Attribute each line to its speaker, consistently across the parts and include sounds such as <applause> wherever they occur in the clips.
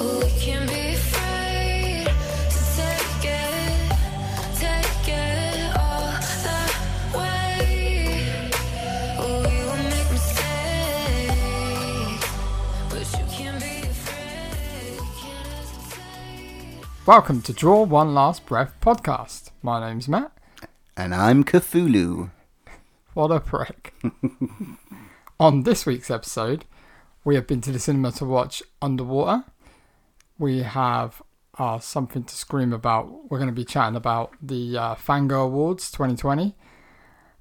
Speaker 1: Oh, We can be afraid to take it, take it all the way. Oh, We will make mistakes, but you can be afraid. You can't hesitate.
Speaker 2: Welcome to Draw One Last Breath podcast. My name's Matt.
Speaker 3: And I'm Cthulhu.
Speaker 2: What a prick. On this week's episode, we have been to the cinema to watch Underwater. We have uh, something to scream about. We're going to be chatting about the uh, Fangirl Awards 2020.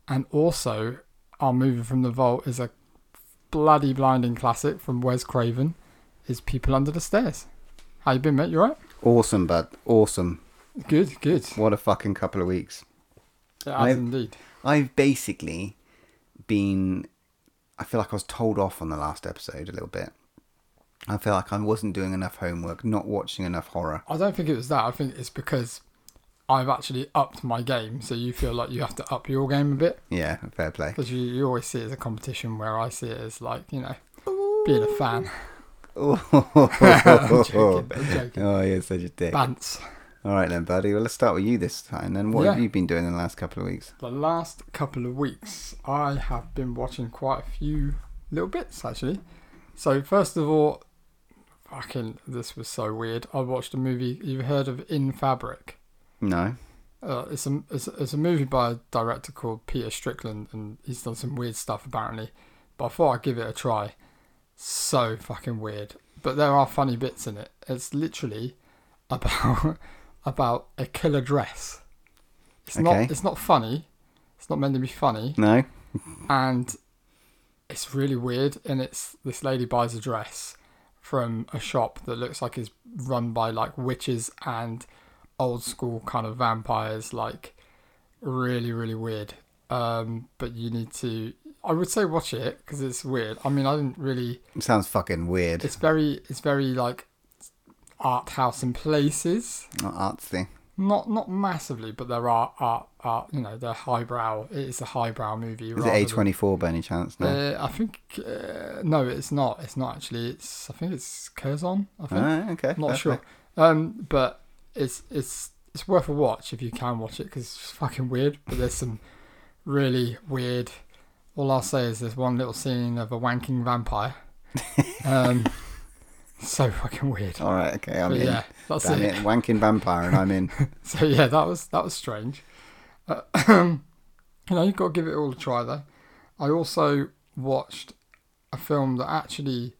Speaker 2: And also, our movie from the vault is a bloody blinding classic from Wes Craven, is People Under the Stairs. How you been, mate? You alright?
Speaker 3: Awesome, bud. Awesome.
Speaker 2: Good, good.
Speaker 3: What a fucking couple of weeks.
Speaker 2: It has
Speaker 3: I've-
Speaker 2: indeed.
Speaker 3: I've basically been. I feel like I was told off on the last episode a little bit. I feel like I wasn't doing enough homework, not watching enough horror.
Speaker 2: I don't think it was that. I think it's because I've actually upped my game, so you feel like you have to up your game a bit
Speaker 3: Yeah,
Speaker 2: <laughs>
Speaker 3: fair play. <laughs>
Speaker 2: because you, you always see it as a competition, where I see it as like you know being a fan. <laughs> I'm joking. I'm
Speaker 3: <laughs>
Speaker 2: joking.
Speaker 3: Oh, you're such a dick.
Speaker 2: Bants.
Speaker 3: All right then, buddy. Well, let's start with you this time. Then, what have
Speaker 2: Yeah.
Speaker 3: you been doing in the last couple of weeks?
Speaker 2: The last couple of weeks, I have been watching quite a few little bits actually. So first of all, fucking this was so weird. I watched a movie. You've heard of In Fabric?
Speaker 3: No.
Speaker 2: Uh, it's a it's, a- it's a movie by a director called Peter Strickland, and he's done some weird stuff apparently. But I thought I'd give it a try. So fucking weird, but there are funny bits in it. It's literally <laughs> about about a killer dress. It's not
Speaker 3: Okay.
Speaker 2: it's not funny. It's not meant to be funny,
Speaker 3: No.
Speaker 2: and it's really weird. And it's this lady buys a dress from a shop that looks like is run by like witches and old school kind of vampires. Like really, really weird. Um, but you need to. I would say watch it because it's weird. I mean, I didn't really.
Speaker 3: It sounds fucking weird.
Speaker 2: It's very. It's very like art house in places
Speaker 3: not artsy.
Speaker 2: not not massively, but there are art, art you know, they're highbrow. It is a highbrow movie.
Speaker 3: Is
Speaker 2: rather
Speaker 3: it
Speaker 2: than-
Speaker 3: A24 by any chance? No.
Speaker 2: Uh, I think uh, no, it's not. It's not actually. It's I think it's Curzon. I think.
Speaker 3: Ah, okay.
Speaker 2: I'm not
Speaker 3: fair
Speaker 2: sure.
Speaker 3: play.
Speaker 2: Um, but it's it's it's worth a watch if you can watch it because it's fucking weird. But there's some really weird. All I'll say is there's one little scene of a wanking vampire. Um, so fucking weird.
Speaker 3: All right. Okay. I'm
Speaker 2: But
Speaker 3: in.
Speaker 2: yeah, that's
Speaker 3: Damn
Speaker 2: it.
Speaker 3: it. Wanking vampire, and
Speaker 2: <laughs>
Speaker 3: I'm in.
Speaker 2: So yeah, that was that was strange. Uh, <clears throat> you know, you've got to give it all a try though. I also watched a film that actually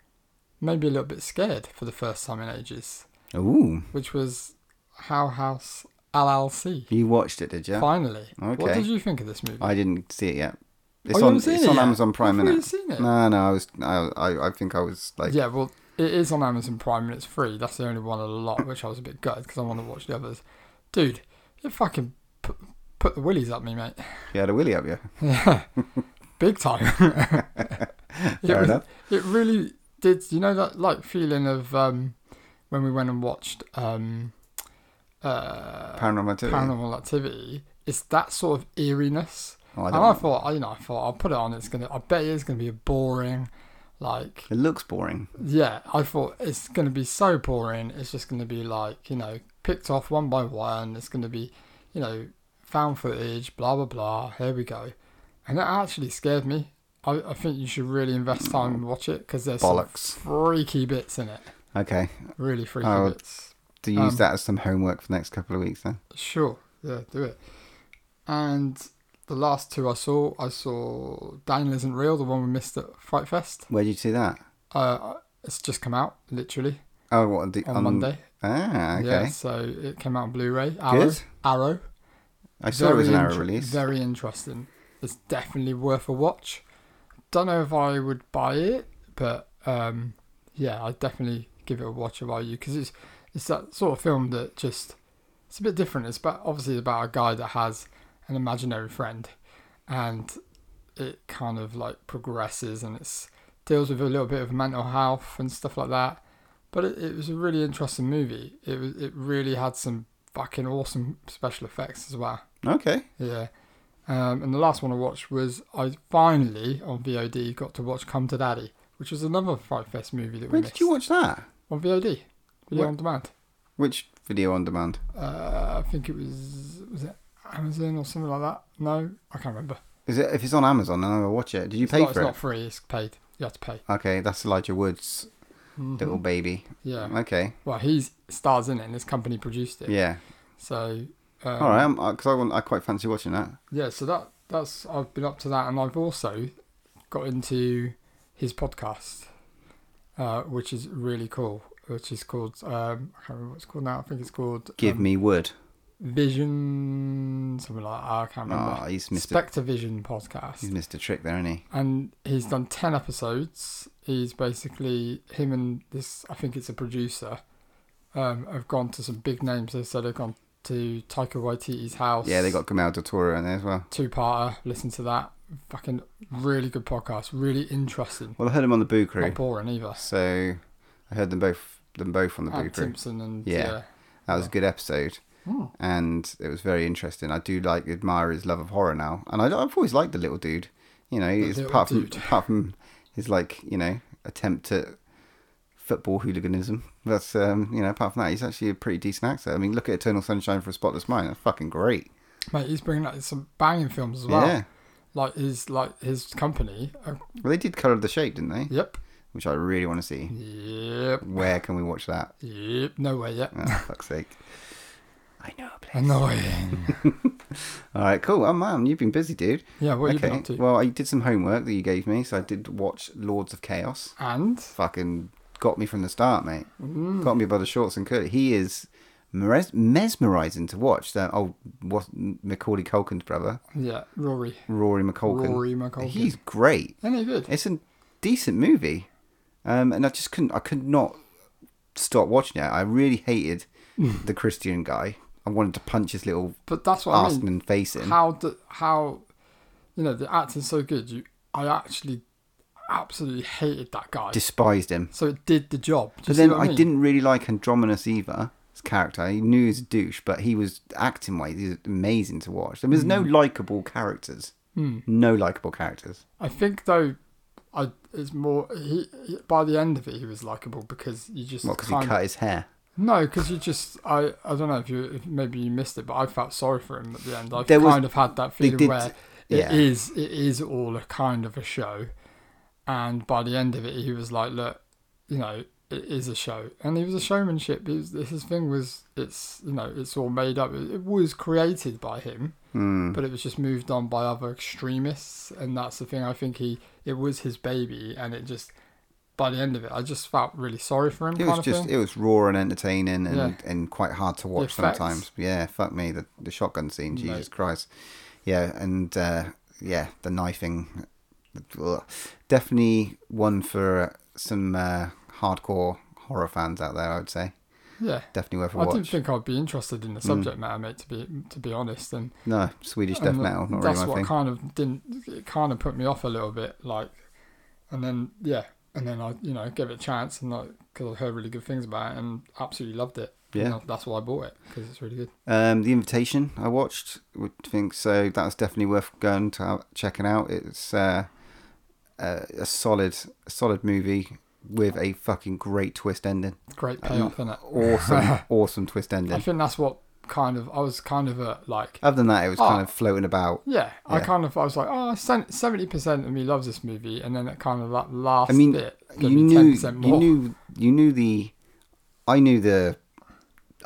Speaker 2: made me a little bit scared for the first time in ages,
Speaker 3: Ooh.
Speaker 2: which was How House LLC.
Speaker 3: You watched it, did you?
Speaker 2: Finally, what
Speaker 3: Okay.
Speaker 2: did you think of this movie?
Speaker 3: I didn't see it yet.
Speaker 2: Oh,
Speaker 3: It's
Speaker 2: you
Speaker 3: on.
Speaker 2: haven't seen
Speaker 3: it's
Speaker 2: it
Speaker 3: on
Speaker 2: yet?
Speaker 3: Amazon
Speaker 2: I
Speaker 3: Prime.
Speaker 2: thought
Speaker 3: innit?
Speaker 2: you'd seen it.
Speaker 3: No, no. I was. I. I, I think I was like.
Speaker 2: yeah, well, it is on Amazon Prime and it's free. That's the only one of the lot which I was a bit gutted because I want to watch the others. Dude, it fucking put, put the willies at me, mate.
Speaker 3: You had a willy up you.
Speaker 2: big
Speaker 3: <laughs>
Speaker 2: time. it,
Speaker 3: Fair
Speaker 2: was-
Speaker 3: enough.
Speaker 2: it really did. You know that like feeling of um, when we went and watched um, uh,
Speaker 3: Paranormal activity.
Speaker 2: Paranormal Activity. It's that sort of eeriness.
Speaker 3: Oh, I
Speaker 2: and
Speaker 3: don't
Speaker 2: I
Speaker 3: know.
Speaker 2: thought, I- you know, I thought I'll put it on. It's gonna. I bet it's gonna be a boring. Like
Speaker 3: It looks boring.
Speaker 2: yeah, I thought it's going to be so boring. It's just going to be like, you know, picked off one by one. It's going to be, you know, found footage, blah, blah, blah. Here we go. And it actually scared me. I, I think you should really invest time and watch it because there's
Speaker 3: Bollocks.
Speaker 2: some freaky bits in it.
Speaker 3: Okay.
Speaker 2: Really freaky
Speaker 3: Oh.
Speaker 2: bits.
Speaker 3: Do you use
Speaker 2: Um,
Speaker 3: that as some homework for the next couple of weeks then?
Speaker 2: Sure. Yeah, do it. And the last two I saw, I saw Daniel Isn't Real, the one we missed at Fright Fest.
Speaker 3: Where did you see that?
Speaker 2: Uh, it's just come out, literally,
Speaker 3: Oh, what the,
Speaker 2: on Monday.
Speaker 3: Ah, okay.
Speaker 2: Yeah, so it came out on Blu-ray. Arrow.
Speaker 3: Good.
Speaker 2: Arrow.
Speaker 3: I saw it was an
Speaker 2: Very
Speaker 3: hour
Speaker 2: inter-
Speaker 3: release.
Speaker 2: Very interesting. It's definitely worth a watch. Don't know if I would buy it, but um, yeah, I'd definitely give it a watch if I you because it's it's that sort of film that just it's a bit different. It's about obviously about a guy that has an imaginary friend, and it kind of like progresses and it's deals with a little bit of mental health and stuff like that. But it, it was a really interesting movie. It was it really had some fucking awesome special effects as well.
Speaker 3: Okay.
Speaker 2: Yeah, Um, and the last one I watched was I finally on VOD got to watch Come to Daddy, which was another Fright Fest movie that we
Speaker 3: When
Speaker 2: missed
Speaker 3: did you watch that?
Speaker 2: on VOD, video
Speaker 3: Where-
Speaker 2: on demand.
Speaker 3: Which video on demand?
Speaker 2: Uh, I think it was was it Amazon or something like that. No, I can't remember.
Speaker 3: Is it if it's on Amazon? Then I'll watch it. Did you
Speaker 2: It's
Speaker 3: pay
Speaker 2: not, it's
Speaker 3: for it?
Speaker 2: not free. It's paid. You have to pay.
Speaker 3: Okay, that's Elijah Woods'
Speaker 2: Mhm.
Speaker 3: little baby.
Speaker 2: Yeah.
Speaker 3: Okay.
Speaker 2: Well, he stars in it, and his company produced it.
Speaker 3: Yeah.
Speaker 2: So. Um,
Speaker 3: All right. I'm- I Because I, want. I quite fancy watching that.
Speaker 2: Yeah. So that that's I've been up to that, and I've also got into his podcast, uh, which is really cool. Which is called um, I can't remember what it's called now. I think it's called
Speaker 3: Give
Speaker 2: um,
Speaker 3: me wood.
Speaker 2: Vision something like that. I can't remember.
Speaker 3: Ah, he's missed. A,
Speaker 2: Spectre Vision podcast.
Speaker 3: he's missed a trick there, isn't he?
Speaker 2: and he's done 10 episodes he's basically him and this i think it's a producer um have gone to some big names they said they've gone to taika waititi's house
Speaker 3: Yeah, they got Gamal de Toro in there as well.
Speaker 2: two-parter listen to that fucking really good podcast really interesting
Speaker 3: Well, I heard him on the Boo Crew,
Speaker 2: not boring either
Speaker 3: so I heard them both. Them both on the Boo
Speaker 2: and
Speaker 3: Crew.
Speaker 2: Timpson and
Speaker 3: Yeah.
Speaker 2: yeah.
Speaker 3: That was a good episode,
Speaker 2: Hmm.
Speaker 3: and it was very interesting. I do like admire his love of horror now, and I, I've always liked the little dude. You know, he's
Speaker 2: little
Speaker 3: apart from
Speaker 2: dude.
Speaker 3: apart from his like you know attempt at football hooliganism. That's um, you know apart from that, he's actually a pretty decent actor. I mean, look at Eternal Sunshine for a Spotless Mind. That's fucking great.
Speaker 2: mate he's bringing out some banging films as well
Speaker 3: Yeah.
Speaker 2: like his like his company uh,
Speaker 3: Well, they did Color of the Shape, didn't they?
Speaker 2: yep
Speaker 3: Which I really want to see.
Speaker 2: yep
Speaker 3: Where can we
Speaker 2: <laughs>
Speaker 3: watch that?
Speaker 2: yep nowhere yet
Speaker 3: Oh, fuck's sake. I know a place. <laughs>
Speaker 2: annoying
Speaker 3: All right, cool. Oh, man, you've been busy, dude.
Speaker 2: yeah what you been up to
Speaker 3: Well, I did some homework that you gave me, so I did watch Lords of Chaos.
Speaker 2: and
Speaker 3: Fucking got me from the start, mate.
Speaker 2: Mm.
Speaker 3: Got me by the shorts and curly. He is mes- mesmerizing to watch. That old what Macaulay Culkin's brother,
Speaker 2: yeah rory
Speaker 3: Rory McCulkin.
Speaker 2: Rory McCulkin.
Speaker 3: He's great.
Speaker 2: Any good?
Speaker 3: It's a decent movie, um, and I just couldn't. I could not stop watching it. I really hated the Christian guy. I wanted to punch his little
Speaker 2: But that's what
Speaker 3: ass
Speaker 2: Hmm. I mean.
Speaker 3: and face in.
Speaker 2: How do, how you know the acting's so good? You, I actually absolutely hated that guy.
Speaker 3: Despised him.
Speaker 2: so it did the job. Do you
Speaker 3: But
Speaker 2: see
Speaker 3: then
Speaker 2: what
Speaker 3: I,
Speaker 2: mean?
Speaker 3: didn't really like Androminus either. His character, he knew he was a douche, but he was acting wise. He's amazing to watch. There was no
Speaker 2: Hmm.
Speaker 3: likable characters. No likable characters.
Speaker 2: I think though, I it's more. He, he- by the end of it, he was likable because you just
Speaker 3: Well, because he
Speaker 2: kind
Speaker 3: cut his hair.
Speaker 2: of, no, because you just I I don't know if you if maybe you missed it, but I felt sorry for him at the end. I
Speaker 3: There
Speaker 2: kind
Speaker 3: was-
Speaker 2: of had that
Speaker 3: they
Speaker 2: feeling
Speaker 3: did-
Speaker 2: where
Speaker 3: yeah.
Speaker 2: it is it is all a kind of a show, and by the end of it, he was like, look, you know, it is a show, and he was a showmanship. He was, his thing was, it's you know, it's all made up. It, it was created by him,
Speaker 3: Hmm.
Speaker 2: but it was just moved on by other extremists, and that's the thing. I think he, it was his baby, and it just by the end of it, I just felt really sorry for him.
Speaker 3: It
Speaker 2: kind
Speaker 3: was
Speaker 2: of
Speaker 3: just
Speaker 2: thing.
Speaker 3: it was raw and entertaining and,
Speaker 2: Yeah.
Speaker 3: and quite hard to watch
Speaker 2: effects.
Speaker 3: sometimes. Yeah, fuck me, the the shotgun scene, Jesus
Speaker 2: Mate.
Speaker 3: Christ. Yeah, and uh, yeah, the knifing. Ugh. Definitely one for some uh, hardcore horror fans out there. I would say
Speaker 2: yeah.
Speaker 3: definitely worth
Speaker 2: I
Speaker 3: a watch. Hmm.
Speaker 2: didn't think I'd be interested in the subject matter, mate. To be to be honest, and
Speaker 3: No, Swedish death
Speaker 2: And
Speaker 3: metal, not
Speaker 2: Um, that's
Speaker 3: really my
Speaker 2: what
Speaker 3: thing.
Speaker 2: kind of didn't it kind of put me off a little bit like and then yeah and then i you know gave it a chance and like because i've heard really good things about it and absolutely loved it You
Speaker 3: Yeah.
Speaker 2: know, that's why i bought it because it's really good
Speaker 3: Um, the Invitation I watched, would think so. That was definitely worth going to out, checking out. It's uh, uh, a solid, a solid movie with a fucking great twist ending.
Speaker 2: It's great
Speaker 3: Um,
Speaker 2: payoff in it <laughs>
Speaker 3: Awesome, awesome twist
Speaker 2: i
Speaker 3: ending.
Speaker 2: think that's what kind of i was kind of a like
Speaker 3: Other than that, it was
Speaker 2: Oh.
Speaker 3: kind of floating about.
Speaker 2: yeah, i
Speaker 3: Yeah.
Speaker 2: kind of i was like oh 70 percent of me loves this movie and then it kind of that last
Speaker 3: I mean,
Speaker 2: bit
Speaker 3: you
Speaker 2: gave me
Speaker 3: knew,
Speaker 2: 10%
Speaker 3: you
Speaker 2: more.
Speaker 3: knew, you knew the. I knew the.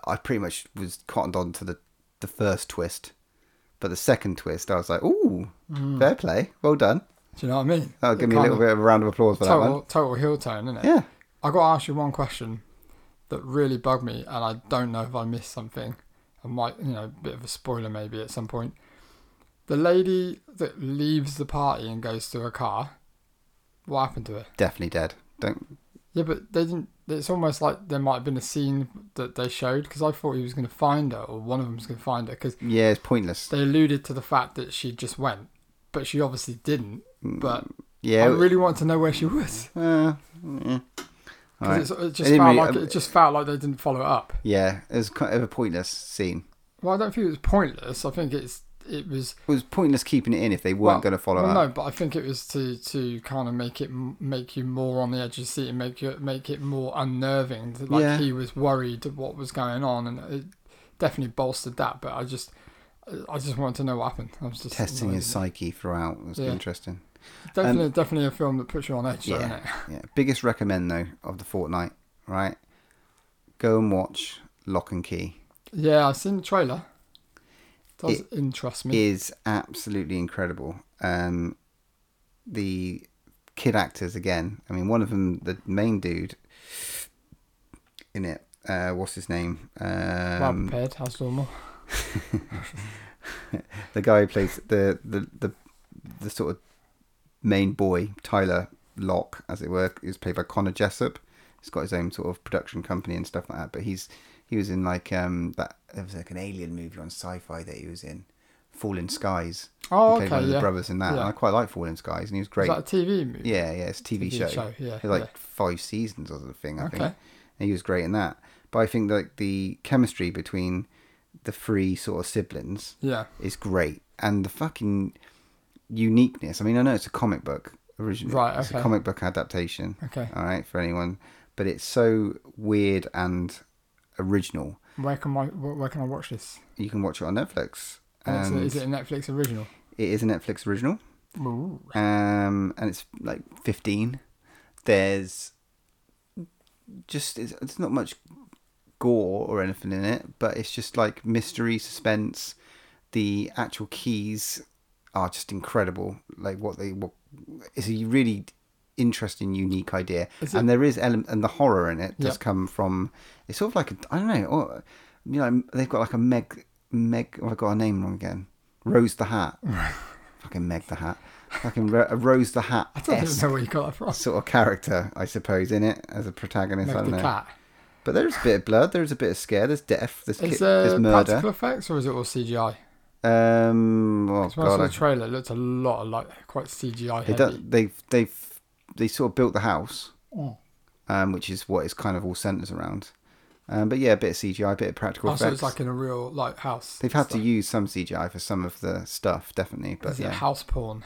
Speaker 3: I pretty much was cottoned on to the the first twist, but the second twist, I was like, "Ooh,
Speaker 2: Mm.
Speaker 3: fair play, well done."
Speaker 2: do you know what i mean
Speaker 3: That'll
Speaker 2: It
Speaker 3: Oh, give me a
Speaker 2: kind
Speaker 3: little
Speaker 2: of-
Speaker 3: bit of a round of applause for that
Speaker 2: total
Speaker 3: one.
Speaker 2: total heel tone isn't it
Speaker 3: Yeah.
Speaker 2: I got to ask you one question that really bugged me, and I don't know if I missed something. I might, you know, bit of a spoiler maybe at some point. The lady that leaves the party and goes to her car, what happened to her?
Speaker 3: Definitely dead. Don't.
Speaker 2: Yeah, but they didn't. It's almost like there might have been a scene that they showed because I thought he was going to find her, or one of them was going to find her because
Speaker 3: Yeah, it's pointless.
Speaker 2: they alluded to the fact that she just went, but she obviously didn't. But
Speaker 3: Mm, Yeah.
Speaker 2: I
Speaker 3: it-
Speaker 2: really wanted to know where she was
Speaker 3: uh, yeah. All right.
Speaker 2: because it just
Speaker 3: didn't
Speaker 2: felt
Speaker 3: really-
Speaker 2: like it just felt like they didn't follow it up.
Speaker 3: Yeah, it was kind of a pointless scene.
Speaker 2: Well, I don't think it was pointless. I think it's it was
Speaker 3: It was pointless keeping it in if they weren't
Speaker 2: Well,
Speaker 3: going to follow
Speaker 2: well,
Speaker 3: up.
Speaker 2: No, but I think it was to to kind of make it m- make you more on the edge of your seat and make you make it more unnerving. that, Like
Speaker 3: Yeah.
Speaker 2: he was worried of what was going on, and it definitely bolstered that. But I just I just wanted to know what happened. I was just
Speaker 3: Testing
Speaker 2: like,
Speaker 3: his psyche throughout It was
Speaker 2: Yeah.
Speaker 3: interesting.
Speaker 2: Definitely, definitely a film that puts you on edge, though, isn't
Speaker 3: Yeah,
Speaker 2: it?
Speaker 3: yeah. Biggest recommend though of the fortnight, right? Go and watch Lock and Key.
Speaker 2: Yeah, I've seen the trailer. Does interest me.
Speaker 3: is absolutely incredible. Um, the kid actors again. I mean, one of them, the main dude in it. Uh, what's his name?
Speaker 2: well
Speaker 3: Um,
Speaker 2: prepared, as normal.
Speaker 3: the guy who plays the the, the the sort of main boy, Tyler Locke, as it were, is played by Connor Jessup. He's got his own sort of production company and stuff like that. But he's he was in like um that it was like an alien movie on sci-fi that he was in, Fallen Skies.
Speaker 2: Oh,
Speaker 3: He played one
Speaker 2: okay,
Speaker 3: of the
Speaker 2: yeah.
Speaker 3: brothers in that.
Speaker 2: Yeah.
Speaker 3: And I quite like Fallen Skies, and he was
Speaker 2: Is
Speaker 3: great.
Speaker 2: that a TV movie?
Speaker 3: Yeah, yeah, it's a TV,
Speaker 2: TV
Speaker 3: show.
Speaker 2: show, yeah,
Speaker 3: It's like
Speaker 2: yeah.
Speaker 3: five seasons or something, I think.
Speaker 2: Okay.
Speaker 3: And he was great in that. But I think like the chemistry between the three sort of siblings
Speaker 2: Yeah.
Speaker 3: is great. And the fucking uniqueness. I mean, I know it's a comic book originally.
Speaker 2: Right,
Speaker 3: It's a
Speaker 2: okay.
Speaker 3: comic book adaptation.
Speaker 2: Okay.
Speaker 3: All right, for anyone. But it's so weird and original.
Speaker 2: Where can I where where can I watch this?
Speaker 3: You can watch it on Netflix.
Speaker 2: And it's a-
Speaker 3: And
Speaker 2: is it a Netflix original?
Speaker 3: it is a Netflix original.
Speaker 2: Ooh.
Speaker 3: um, and it's like 15. There's just it's, it's not much gore or anything in it, but it's just like mystery, suspense. The actual keys are just incredible. Like what they what it's a really interesting, unique idea,
Speaker 2: Is
Speaker 3: and there is element and the horror in it does
Speaker 2: Yep.
Speaker 3: come from. It's sort of like a, I don't know, or, you know they've got like a Meg Meg. Oh, I got her name wrong again. Rose the Hat. Fucking Meg the Hat. Fucking Ro- a Rose the Hat
Speaker 2: I don't even know where you got that from.
Speaker 3: sort of character, I suppose, in it as a protagonist. I
Speaker 2: Meg
Speaker 3: don't
Speaker 2: the
Speaker 3: know.
Speaker 2: cat.
Speaker 3: But there's a bit of blood. There's a bit of scare. There's death. There's, ki-
Speaker 2: Is there
Speaker 3: there's murder.
Speaker 2: practical effects or is it all CGI?
Speaker 3: Um, oh
Speaker 2: 'Cause when I
Speaker 3: god,
Speaker 2: saw
Speaker 3: I-
Speaker 2: the trailer, it looked a lot like quite CGI
Speaker 3: they
Speaker 2: heavy.
Speaker 3: don't, they've they've they sort of built the house,
Speaker 2: Mm.
Speaker 3: um, which is what it's kind of all centers around. Um, but yeah, a bit of CGI, a bit of practical
Speaker 2: Oh, so
Speaker 3: effects.
Speaker 2: it's like in a real like house.
Speaker 3: they've had to
Speaker 2: stuff.
Speaker 3: use some CGI for some of the stuff, definitely. But
Speaker 2: Is it
Speaker 3: yeah,
Speaker 2: house porn?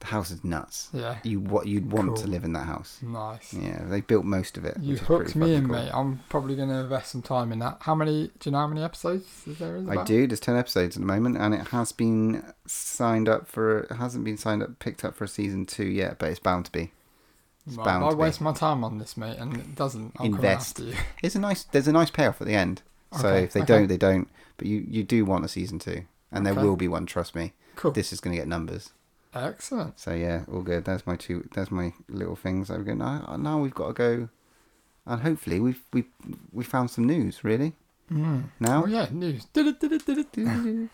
Speaker 3: the house is nuts.
Speaker 2: Yeah.
Speaker 3: You what you'd want to
Speaker 2: Cool.
Speaker 3: live in that house.
Speaker 2: Nice.
Speaker 3: Yeah, they built most of it.
Speaker 2: You
Speaker 3: which is pretty
Speaker 2: hooked me
Speaker 3: fucking
Speaker 2: in,
Speaker 3: cool.
Speaker 2: mate. I'm probably going to invest some time in that. How many? Do you know how many episodes is there? Is
Speaker 3: I
Speaker 2: about?
Speaker 3: do. There's ten episodes at the moment, and it has been signed up for. It hasn't been signed up, picked up for a season two yet, but it's bound to be. It's
Speaker 2: Well,
Speaker 3: bound
Speaker 2: I
Speaker 3: to be.
Speaker 2: waste my time on this, mate, and it doesn't. I'll
Speaker 3: Invest.
Speaker 2: Come after you.
Speaker 3: It's a nice. There's a nice payoff at the end. So
Speaker 2: Okay,
Speaker 3: if they
Speaker 2: okay.
Speaker 3: don't, they don't. But you you do want a season two, and there
Speaker 2: Okay.
Speaker 3: will be one. Trust me.
Speaker 2: Cool.
Speaker 3: This is going to get numbers.
Speaker 2: Excellent.
Speaker 3: So yeah, all good. There's my two. There's my little things. I'm going. Now, now we've got to go, and hopefully we've we we found some news. Really.
Speaker 2: Mm.
Speaker 3: Now.
Speaker 2: Oh yeah, news. I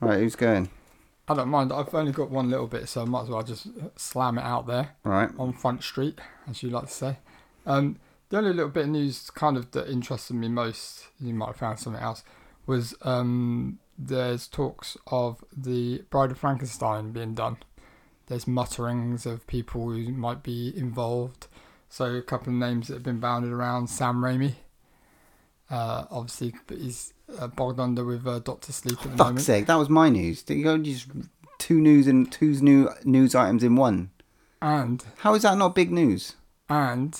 Speaker 3: Right. Who's going?
Speaker 2: don't mind. I've only got one little bit, so I might as well just slam it out there.
Speaker 3: Right.
Speaker 2: on Front Street, as you like to say. Um, the only little bit of news kind of that interested me most, you might have found something else, was um, there's talks of the Bride of Frankenstein being done. There's mutterings of people who might be involved. So a couple of names that have been bounded around Sam Raimi. Uh, obviously, but he's uh, bogged under with uh, Doctor Sleep at the moment.
Speaker 3: Fuck's sake, that was my news. Did you go and just two news and two new news items in one?
Speaker 2: And
Speaker 3: How is that not big news?
Speaker 2: and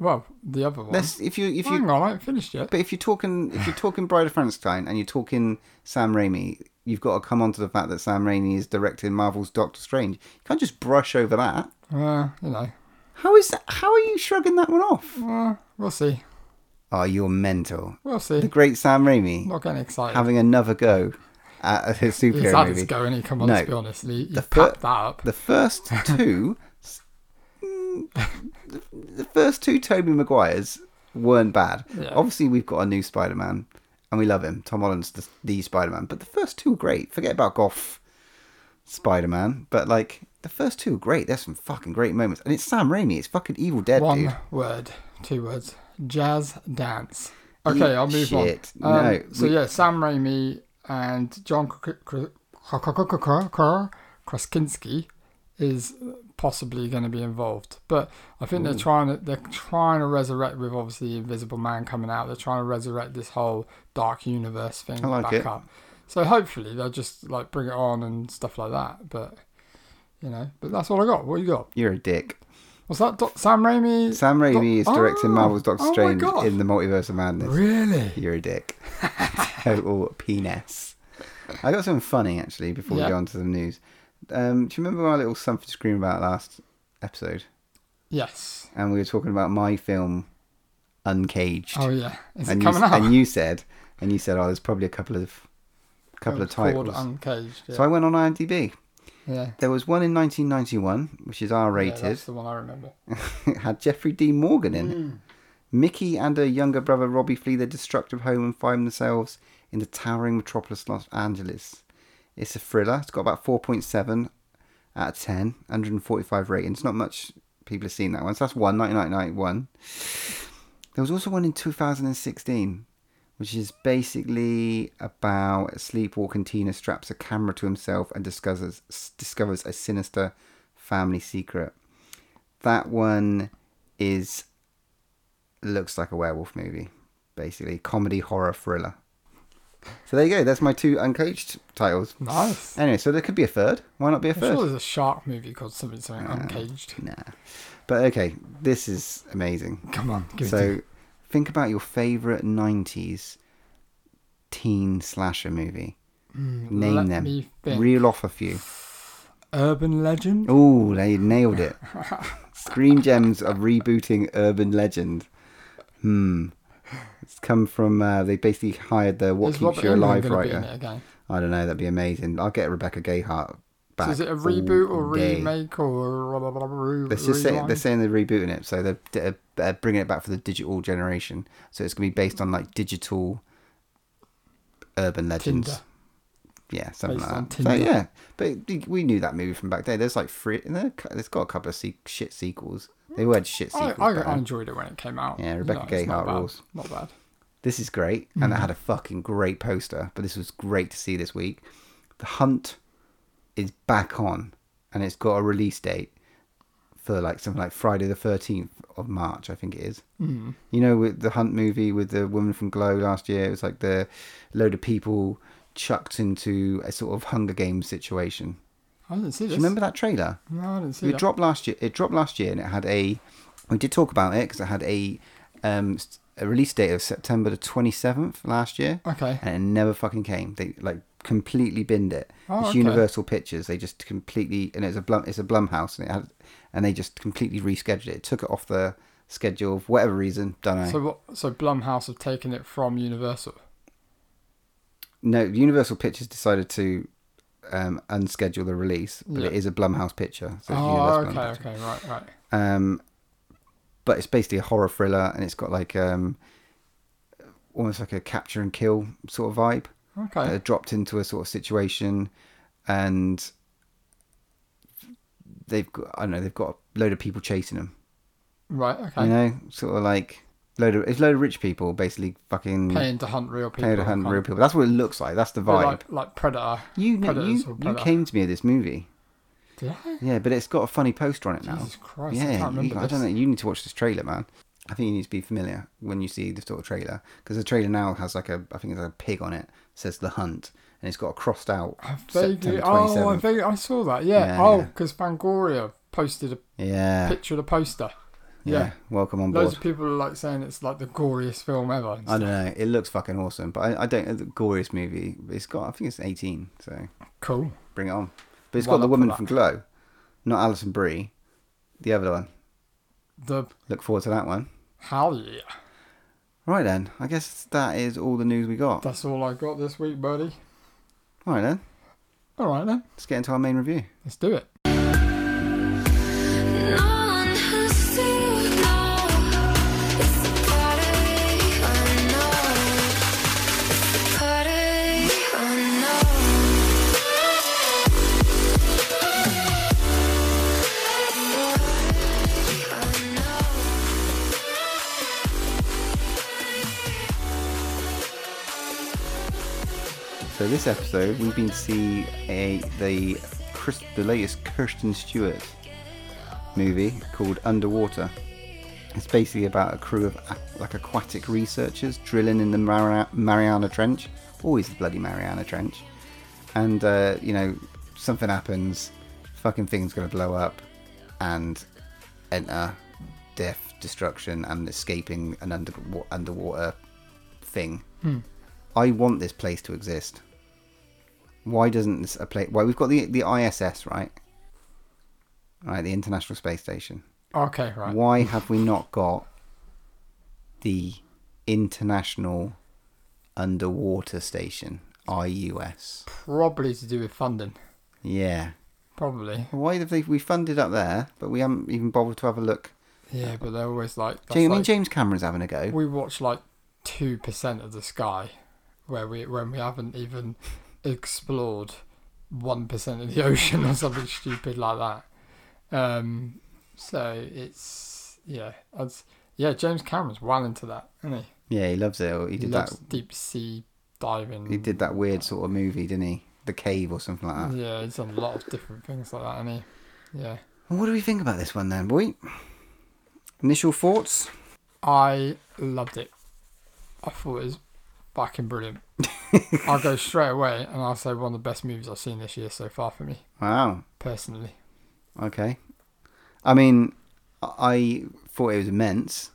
Speaker 2: well, the other one.
Speaker 3: Let's if you if
Speaker 2: Hang
Speaker 3: you
Speaker 2: on, I haven't finished yet.
Speaker 3: but if you're talking if you're talking Bride of Frankenstein and you're talking Sam Raimi, you've got to come on to the fact that Sam Raimi is directing Marvel's Doctor Strange. You can't just brush over that.
Speaker 2: Uh, you know,
Speaker 3: How is that? How are you shrugging that one off?
Speaker 2: Uh, we'll see.
Speaker 3: Oh, you're mental.
Speaker 2: We'll
Speaker 3: The
Speaker 2: see.
Speaker 3: great Sam Raimi
Speaker 2: Not getting excited.
Speaker 3: having another go at his
Speaker 2: He's
Speaker 3: superhero
Speaker 2: had
Speaker 3: movie.
Speaker 2: his go, and he come on.
Speaker 3: No.
Speaker 2: Let's be honest. He, he
Speaker 3: The
Speaker 2: packed
Speaker 3: fir-
Speaker 2: that up. <laughs>
Speaker 3: The first two, s- mm, the, the first two Toby Maguires weren't bad.
Speaker 2: Yeah.
Speaker 3: Obviously, we've got a new Spider-Man, and we love him. Tom Holland's the, the Spider-Man, but the first two were great. Forget about Goff Spider-Man, but like the first two were great. There's some fucking great moments, and it's Sam Raimi. It's fucking Evil Dead,
Speaker 2: One
Speaker 3: dude.
Speaker 2: word, two words. Jazz dance. Okay, I'll move
Speaker 3: Shit,
Speaker 2: on. Um,
Speaker 3: no,
Speaker 2: so
Speaker 3: we-
Speaker 2: yeah, Sam Raimi and John Kr- Kr- Kr- Kr- Kr- Kr- Kr- Krasinski is possibly going to be involved, but I think they're trying to they're trying to resurrect with obviously Invisible Man coming out. They're trying to resurrect this whole Dark Universe thing
Speaker 3: I like
Speaker 2: back
Speaker 3: it.
Speaker 2: up. So hopefully they'll just like bring it on and stuff like that. But you know, but that's all I got. What you got?
Speaker 3: You're a dick.
Speaker 2: What's that? Doc- Sam Raimi?
Speaker 3: Sam Raimi is
Speaker 2: Oh,
Speaker 3: directing Marvel's Doctor
Speaker 2: oh my
Speaker 3: Strange
Speaker 2: God.
Speaker 3: in the Multiverse of Madness.
Speaker 2: really?
Speaker 3: You're a dick. <laughs> Total penis. I got something funny actually before
Speaker 2: Yeah.
Speaker 3: we go on to the news. Um, do you remember our little something to scream about last episode?
Speaker 2: Yes.
Speaker 3: And we were talking about my film, Uncaged.
Speaker 2: Oh yeah. Is
Speaker 3: and
Speaker 2: it
Speaker 3: you,
Speaker 2: coming out?
Speaker 3: and you said, and you said, oh, there's probably a couple of, couple
Speaker 2: Oh,
Speaker 3: of
Speaker 2: It's called
Speaker 3: titles.
Speaker 2: Uncaged. Yeah.
Speaker 3: So I went on IMDb.
Speaker 2: yeah.
Speaker 3: There was one in 1991, which is
Speaker 2: Yeah,
Speaker 3: R-rated.
Speaker 2: that's the one I remember.
Speaker 3: it <laughs> had Jeffrey D. Morgan in. it. Mickey and her younger brother Robbie flee their destructive home and find themselves in the towering metropolis Los Angeles. It's a thriller. It's got about 4.7 out of 10, 145 ratings. Not much people have seen that one. So that's one, 1991. There was also one in 2016, which is basically about a sleepwalking Tina straps a camera to himself and discovers, discovers a sinister family secret. That one is looks like a werewolf movie, basically comedy horror thriller. So there you go. That's my two uncaged titles.
Speaker 2: Nice.
Speaker 3: Anyway, so there could be a third. Why not be a
Speaker 2: I'm sure
Speaker 3: third?
Speaker 2: there's a shark movie called something something
Speaker 3: Ah.
Speaker 2: Uncaged.
Speaker 3: Nah. But okay, this is amazing.
Speaker 2: Come on, give it to me.
Speaker 3: So think about your favorite '90s teen slasher movie. Name
Speaker 2: Hmm, let
Speaker 3: them.
Speaker 2: me think.
Speaker 3: Reel off a few.
Speaker 2: Urban Legend.
Speaker 3: Ooh, they
Speaker 2: <laughs>
Speaker 3: nailed it. Screen gems of rebooting urban legend. Hmm. It's come from uh, they basically hired the What
Speaker 2: Is
Speaker 3: Keeps
Speaker 2: Robert
Speaker 3: You
Speaker 2: Englund
Speaker 3: Alive
Speaker 2: gonna be in it
Speaker 3: writer.
Speaker 2: again?
Speaker 3: I don't know. That'd be amazing. I'll get Rebecca Gayheart back.
Speaker 2: So is it a
Speaker 3: all
Speaker 2: reboot or
Speaker 3: day.
Speaker 2: remake or blah, blah, blah, blah,
Speaker 3: Let's just say
Speaker 2: rewind?
Speaker 3: they're saying they're rebooting it, so they're, they're- they're bringing it back for the digital generation. So it's gonna be based on like digital urban legends.
Speaker 2: Tinder.
Speaker 3: Yeah, something
Speaker 2: Based on
Speaker 3: like that. So,
Speaker 2: Tinder.
Speaker 3: yeah, but we knew that movie from back day. There's like three. and there- There's got a couple of se- shit sequels. They were shit
Speaker 2: I,
Speaker 3: sequels.
Speaker 2: I,
Speaker 3: but,
Speaker 2: I
Speaker 3: um,
Speaker 2: enjoyed it when it came out.
Speaker 3: Yeah, Rebecca
Speaker 2: it's not
Speaker 3: Gayheart
Speaker 2: bad.
Speaker 3: rules.
Speaker 2: Not bad.
Speaker 3: this is great, and it had a fucking great poster. But this was great to see this week. The Hunt is back on, and it's got a release date for like something like Friday the thirteenth of March, I think it is. Mm. You know, with the Hunt movie with the woman from Glow last year, it was like the load of people chucked into a sort of Hunger Games situation.
Speaker 2: I didn't see
Speaker 3: Do
Speaker 2: this.
Speaker 3: you remember that trailer?
Speaker 2: No, I didn't see
Speaker 3: It
Speaker 2: that.
Speaker 3: dropped last year. It dropped last year, and it had a. We did talk about it because it had a, um, s- a release date of September the twenty seventh last year,
Speaker 2: Okay.
Speaker 3: and it never fucking came. They like completely binned it.
Speaker 2: Oh,
Speaker 3: it's
Speaker 2: okay.
Speaker 3: Universal Pictures. They just completely and it's a Blum. It's a Blumhouse, and it had, and they just completely rescheduled it. Took it off the schedule for whatever reason. Don't know.
Speaker 2: So what? So Blumhouse have taken it from Universal.
Speaker 3: no, Universal Pictures decided to. Um, unschedule the release, but it
Speaker 2: Yeah.
Speaker 3: is a Blumhouse picture. So it's
Speaker 2: Oh,
Speaker 3: Universal
Speaker 2: okay,
Speaker 3: Blumhouse.
Speaker 2: okay, right, right.
Speaker 3: um, but it's basically a horror thriller and it's got like um, almost like a capture and kill sort of vibe
Speaker 2: Okay.
Speaker 3: uh, dropped into a sort of situation and they've got i don't know they've got a load of people chasing them
Speaker 2: right, okay.
Speaker 3: you know sort of like load of it's a load of rich people basically fucking
Speaker 2: Paying to hunt real people.
Speaker 3: paying to hunt
Speaker 2: kind
Speaker 3: real
Speaker 2: of-
Speaker 3: people that's what it looks like that's the
Speaker 2: They're
Speaker 3: vibe
Speaker 2: Like, like Predator.
Speaker 3: you know,
Speaker 2: Predators
Speaker 3: you,
Speaker 2: or
Speaker 3: you
Speaker 2: Predator.
Speaker 3: came to me with this movie
Speaker 2: Did I?
Speaker 3: yeah but it's got a funny poster on it now
Speaker 2: Jesus Christ,
Speaker 3: yeah,
Speaker 2: I can't
Speaker 3: you-
Speaker 2: remember
Speaker 3: I don't know.
Speaker 2: this.
Speaker 3: You need to watch this trailer, man. I think you need to be familiar when you see this sort of trailer because the trailer now has like a, I think it's a pig on it. Says the hunt, and it's got a crossed out
Speaker 2: I
Speaker 3: September
Speaker 2: vaguely, oh, I,
Speaker 3: 27th.
Speaker 2: vaguely, I saw that, yeah.
Speaker 3: Yeah,
Speaker 2: oh,
Speaker 3: yeah.
Speaker 2: because Fangoria posted a
Speaker 3: yeah, yeah,
Speaker 2: picture of the poster.
Speaker 3: Welcome on
Speaker 2: Loads
Speaker 3: board.
Speaker 2: of people are like saying it's like the goriest film ever. and
Speaker 3: I
Speaker 2: stuff.
Speaker 3: don't know. It looks fucking awesome, but I, I don't. The goriest movie. but It's got. I think it's eighteen. So
Speaker 2: Cool.
Speaker 3: bring it on. But it's
Speaker 2: Well
Speaker 3: got the
Speaker 2: up for
Speaker 3: woman
Speaker 2: that.
Speaker 3: from Glow, not Alison Brie, the other one.
Speaker 2: The
Speaker 3: Look forward to that one.
Speaker 2: hell yeah.
Speaker 3: Right then. I guess that is all the news we got.
Speaker 2: That's all I got this week, buddy.
Speaker 3: All right then.
Speaker 2: All right then,
Speaker 3: Let's get into our main review.
Speaker 2: let's do it.
Speaker 1: No one has to know. It's a part of me, I know. It's a part of me, I know. It's a part of me, I know.
Speaker 3: So this episode, we've been to see a the Chris, the latest Kirsten Stewart movie called Underwater. It's basically about a crew of a- like aquatic researchers drilling in the Mariana, Mariana Trench, Always the bloody Mariana Trench. And, uh, you know, something happens, fucking thing's going to blow up, and enter death, destruction, and escaping an under- wa- underwater thing. I want this place to exist. Why doesn't this a place? Why we've got the the ISS right? Right, the International Space Station.
Speaker 2: Okay, right. <laughs>
Speaker 3: Why have we not got the International Underwater Station IUS?
Speaker 2: Probably to do with funding.
Speaker 3: Yeah.
Speaker 2: Probably.
Speaker 3: Why have they we funded up there, but we haven't even bothered to have a look?
Speaker 2: Yeah, but they're always like. that's
Speaker 3: Ja- I mean,
Speaker 2: like-
Speaker 3: James Cameron's having a go.
Speaker 2: we watch like two percent of the sky, where we when we haven't even explored one percent of the <laughs> ocean or something stupid like that. Um, so it's yeah, that's, yeah. James Cameron's well into that, isn't he?
Speaker 3: Yeah, he loves it. He
Speaker 2: He
Speaker 3: did that.
Speaker 2: loves deep sea diving.
Speaker 3: He did that weird sort of movie, didn't he? The Cave or something like that.
Speaker 2: Yeah, he's done a lot of different things like that, hasn't he? Yeah.
Speaker 3: Well, What do we think about this one then, boy? Initial thoughts?
Speaker 2: I loved it. I thought it was fucking brilliant. I'll go straight away and I'll say one of the best movies I've seen this year so far for me,
Speaker 3: Wow.
Speaker 2: personally.
Speaker 3: Okay. I mean, I I thought it was immense,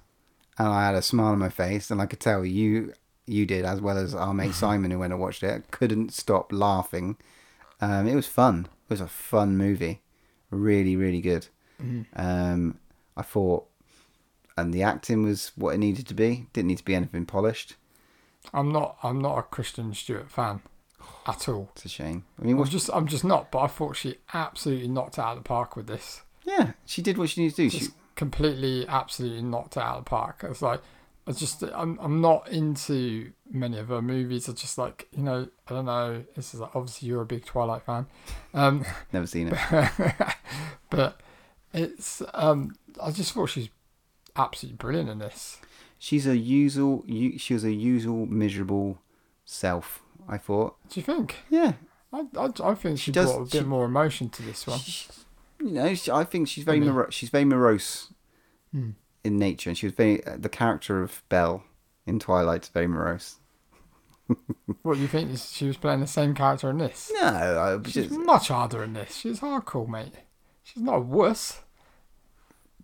Speaker 3: and I had a smile on my face, and I could tell you you did as well as our mate Simon, who went and watched it, couldn't stop laughing. Um, it was fun. It was a fun movie. Really, really good. Um, I thought, and the acting was what it needed to be. Didn't need to be anything polished.
Speaker 2: I'm not I'm not a Kristen Stewart fan at all.
Speaker 3: It's a shame. I mean,
Speaker 2: I'm
Speaker 3: what,
Speaker 2: just I'm just not, but I thought she absolutely knocked it out of the park with this.
Speaker 3: yeah, she did what she needed to do. She,
Speaker 2: Just completely absolutely knocked it out of the park. It's like I just I'm I'm not into many of her movies. I just like, you know, I don't know, this is like obviously you're a big Twilight fan. Um
Speaker 3: never seen it.
Speaker 2: <laughs> but it's um I just thought she's absolutely brilliant in this.
Speaker 3: She's a usual. u- She was a usual miserable self. I thought.
Speaker 2: Do you think?
Speaker 3: Yeah.
Speaker 2: I, I, I think she,
Speaker 3: She does-
Speaker 2: brought a bit
Speaker 3: she-
Speaker 2: more emotion to this one.
Speaker 3: You know. She, I think she's very.
Speaker 2: I mean-
Speaker 3: moro- she's very morose
Speaker 2: Hmm.
Speaker 3: in nature, and she was very. Uh, the character of Belle in Twilight's very morose.
Speaker 2: What you think is she was playing the same character in this?
Speaker 3: No, I was
Speaker 2: She's
Speaker 3: just,
Speaker 2: much harder in this. She's hardcore, mate. She's not a wuss.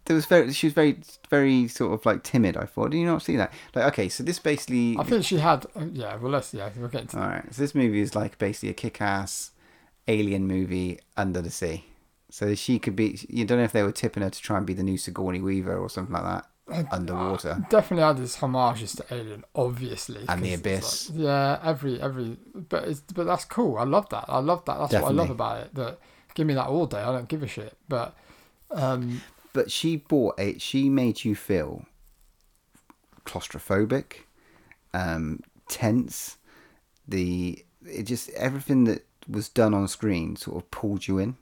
Speaker 3: there was very. She was very, very sort of like timid. I thought. Did you not see that? Like, okay, so this basically.
Speaker 2: I think she had. uh, Yeah, well, let's yeah, we'll get into.
Speaker 3: All right. So this movie is like basically a kick-ass alien movie under the sea. So she could be. You don't know if they were tipping her to try and be the new Sigourney Weaver or something like that underwater.
Speaker 2: Definitely had its homages to Alien, obviously.
Speaker 3: And The
Speaker 2: 'cause it's
Speaker 3: Abyss.
Speaker 2: like- yeah, every every, but it's but that's cool. I love that. I love that. That's what I love
Speaker 3: Definitely.
Speaker 2: about it. That give me that all day. I don't give a shit. But um,
Speaker 3: But she bought it. She made you feel claustrophobic, um, tense. The it just everything that was done on screen sort of pulled you in.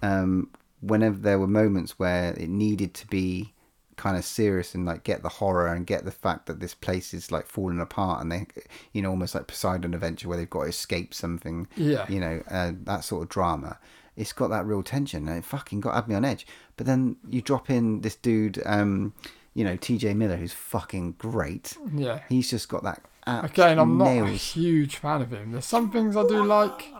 Speaker 3: Um, whenever there were moments where it needed to be kind of serious and like get the horror and get the fact that this place is like falling apart and they, you know, almost like Poseidon Adventure where they've got to escape something.
Speaker 2: Yeah.
Speaker 3: You know, uh, that sort of drama. It's got that real tension and it fucking got had me on edge. But then you drop in this dude, um, you know, TJ Miller, who's fucking great.
Speaker 2: yeah,
Speaker 3: He's just got that.
Speaker 2: Mm-hmm. again, I'm not a
Speaker 3: nails.
Speaker 2: huge fan of him. There's some things I do like,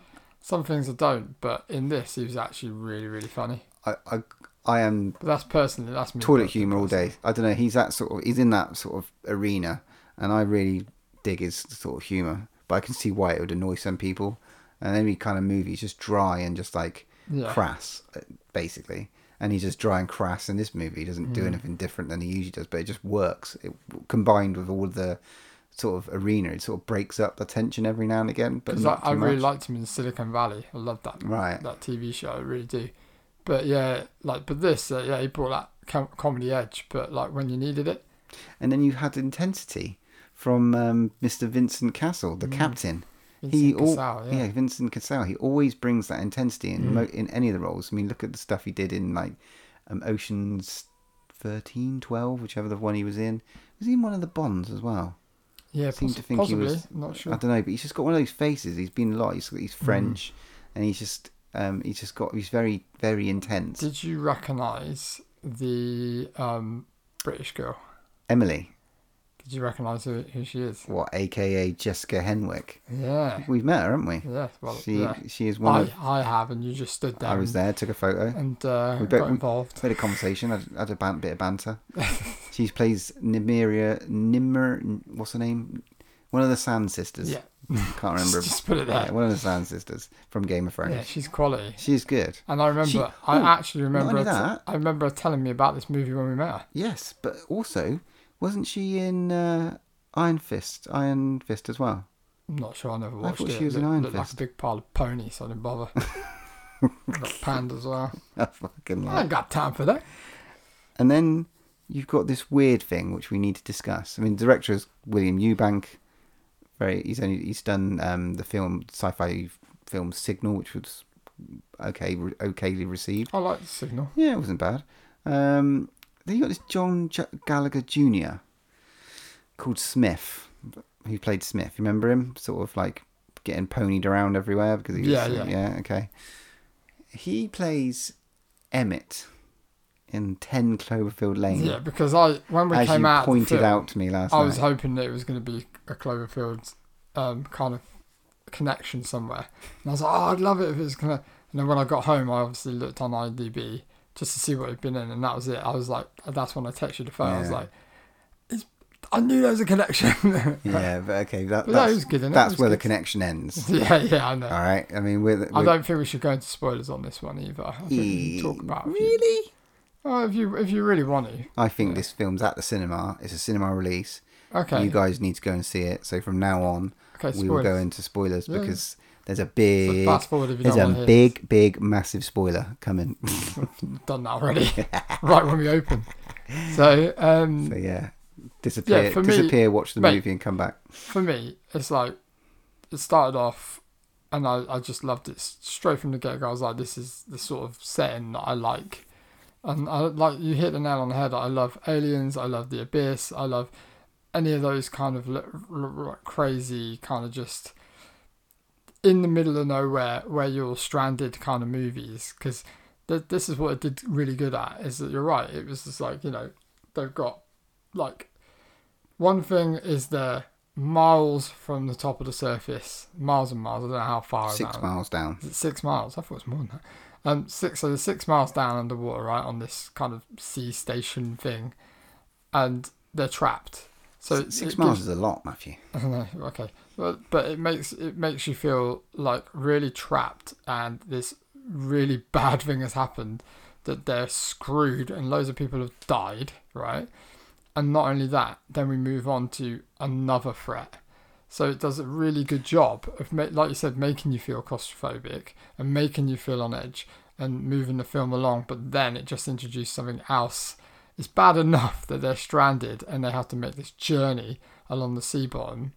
Speaker 2: some things I don't. But in this, he was actually really really funny.
Speaker 3: not. I, I, I am
Speaker 2: But that's personally, that's me.
Speaker 3: toilet
Speaker 2: personally.
Speaker 3: humor all day. I don't know. He's that sort of. He's in that sort of arena, and I really dig his sort of humor. But I can see why it would annoy some people. And any kind of movie is just dry and just like
Speaker 2: Yeah.
Speaker 3: crass, uh, basically. And he's just dry and crass in this movie. He doesn't
Speaker 2: Mm.
Speaker 3: do anything different than he usually does, but it just works. It combined with all the sort of arena, it sort of breaks up the tension every now and again. But
Speaker 2: Because I,
Speaker 3: not
Speaker 2: I
Speaker 3: too
Speaker 2: really
Speaker 3: much.
Speaker 2: liked him in Silicon Valley. I love that
Speaker 3: Right.
Speaker 2: that TV show. I really do. But yeah, like but this, uh, yeah, he brought that com- comedy edge. But like when you needed it,
Speaker 3: and then you had intensity from um, Mr. Vincent Castle, the captain. he
Speaker 2: Mm. Vincent
Speaker 3: al-
Speaker 2: Cassel, yeah. Mm.
Speaker 3: yeah. Vincent Cassell. He always brings that intensity in mo- in any of the roles. I mean, look at the stuff he did in like um, Ocean's 13, 12, whichever the one he was in. Was he in one of the Bonds as well?
Speaker 2: yeah,
Speaker 3: I seem
Speaker 2: poss-
Speaker 3: to think
Speaker 2: possibly.
Speaker 3: he was.
Speaker 2: I'm not
Speaker 3: I
Speaker 2: sure. Mm.
Speaker 3: don't know, but he's just got one of those faces. He's been a lot. He's, he's French, and he's just um, he's just got he's very very intense.
Speaker 2: Did you recognise the um, British girl?
Speaker 3: Emily,
Speaker 2: Did you recognise who, who she is?
Speaker 3: What, aka Jessica Henwick?
Speaker 2: Yeah.
Speaker 3: We've met her, haven't we?
Speaker 2: Yeah. Well,
Speaker 3: she
Speaker 2: yeah.
Speaker 3: she is one.
Speaker 2: I,
Speaker 3: of,
Speaker 2: I have, and you just stood there.
Speaker 3: I was
Speaker 2: and,
Speaker 3: there, took a photo,
Speaker 2: and uh,
Speaker 3: We both-
Speaker 2: got
Speaker 3: we-
Speaker 2: involved. <laughs>
Speaker 3: bit of conversation, had, had a ban- bit of banter. she plays Nimeria, Nimmer, what's her name? One of the Sand Sisters.
Speaker 2: Yeah.
Speaker 3: Can't
Speaker 2: <laughs>
Speaker 3: remember.
Speaker 2: Just put it
Speaker 3: Yeah,
Speaker 2: there.
Speaker 3: one of the Sand Sisters from Game of Thrones.
Speaker 2: Yeah, Uh, she's quality.
Speaker 3: She's good.
Speaker 2: And I remember,
Speaker 3: She-
Speaker 2: I
Speaker 3: oh,
Speaker 2: actually remember,
Speaker 3: only
Speaker 2: her t-
Speaker 3: that-
Speaker 2: I remember her telling me about this movie when we met her.
Speaker 3: Yes, but also, wasn't she in uh, Iron Fist? Iron Fist as well. <laughs>
Speaker 2: I'm not sure I never watched
Speaker 3: thought
Speaker 2: it.
Speaker 3: she was
Speaker 2: It
Speaker 3: an Iron
Speaker 2: looked like a
Speaker 3: Fist.
Speaker 2: big pile of ponies, so I didn't
Speaker 3: <laughs>
Speaker 2: bother. got panned as well.
Speaker 3: I fucking
Speaker 2: I
Speaker 3: like.
Speaker 2: ain't got time for that.
Speaker 3: And then you've got this weird thing which we need to discuss. I mean, the director is William Eubank. Very, he's only he's done um, the film sci-fi film Signal, which was okay, re- okayly received.
Speaker 2: I like the signal.
Speaker 3: Yeah, it wasn't bad. Um, then you got this John J- Gallagher Jr. called Smith, who played Smith. You Remember him? Sort of like getting ponied around everywhere because he was,
Speaker 2: Yeah, yeah.
Speaker 3: okay. He plays Emmett in Ten Cloverfield Lane.
Speaker 2: Yeah, because I when we
Speaker 3: as
Speaker 2: came
Speaker 3: you
Speaker 2: out, of the
Speaker 3: pointed
Speaker 2: film,
Speaker 3: out to me last
Speaker 2: I
Speaker 3: night.
Speaker 2: was hoping that it was going to be a Cloverfield um, kind of connection somewhere, and I was like, oh, I'd love it if it's gonna. And then when I got home, I obviously looked on IMDb just to see what he'd been in, and that was it. I was like, that's when I texted the phone. I was
Speaker 3: Yeah.
Speaker 2: like, it's, I knew there was a connection. <laughs>
Speaker 3: yeah, but okay,
Speaker 2: But
Speaker 3: that,
Speaker 2: that
Speaker 3: that's,
Speaker 2: was good, innit? It
Speaker 3: that's
Speaker 2: was
Speaker 3: where the
Speaker 2: good.
Speaker 3: connection ends.
Speaker 2: yeah, yeah, I know.
Speaker 3: All right, I mean, we're,
Speaker 2: I
Speaker 3: we're-
Speaker 2: don't think we should go into spoilers on this one either. I think we can talk about if you-
Speaker 3: really.
Speaker 2: oh, if you if you really want to.
Speaker 3: I think this film's at the cinema. It's a cinema release.
Speaker 2: Okay.
Speaker 3: You guys need to go and see it. So from now on,
Speaker 2: Okay,
Speaker 3: we will go
Speaker 2: spoilers.
Speaker 3: into spoilers
Speaker 2: Yeah.
Speaker 3: because there's a big,
Speaker 2: fast forward if you
Speaker 3: there's
Speaker 2: don't
Speaker 3: a
Speaker 2: wanna hear
Speaker 3: big, big, massive spoiler coming. <laughs>
Speaker 2: done that already. <laughs> right when we open. So um,
Speaker 3: so yeah, disappear,
Speaker 2: for me-
Speaker 3: disappear, watch the
Speaker 2: mate.
Speaker 3: movie and come back.
Speaker 2: for me, it's like it started off, and I, I just loved it straight from the get go. I was like, this is the sort of setting that I like, and I like you hit the nail on the head. I love aliens. I love the abyss. I love any of those kind of l- l- l- crazy kind of just in the middle of nowhere where you're stranded kind of movies because th- this is what it did really good at is that you're right it was just like you know they've got like one thing is they're miles from the top of the surface miles and miles i don't know how far
Speaker 3: Six
Speaker 2: down.
Speaker 3: miles down.
Speaker 2: Is it six miles? I thought it was more than that. Um, six. So they're six miles down underwater, right, on this kind of sea station thing, and they're trapped. So it-
Speaker 3: Six
Speaker 2: it
Speaker 3: miles
Speaker 2: gives-
Speaker 3: is a lot, Matthew.
Speaker 2: I don't know, okay, but but it makes it makes you feel like really trapped, and this really <laughs> bad thing has happened that they're screwed, and loads of people have died, right? And not only that, then we move on to another threat. So it does a really good job of, ma- like you said, making you feel claustrophobic and making you feel on edge and moving the film along. But then it just introduced something else. It's bad <laughs> enough that they're stranded and they have to make this journey along the sea bottom.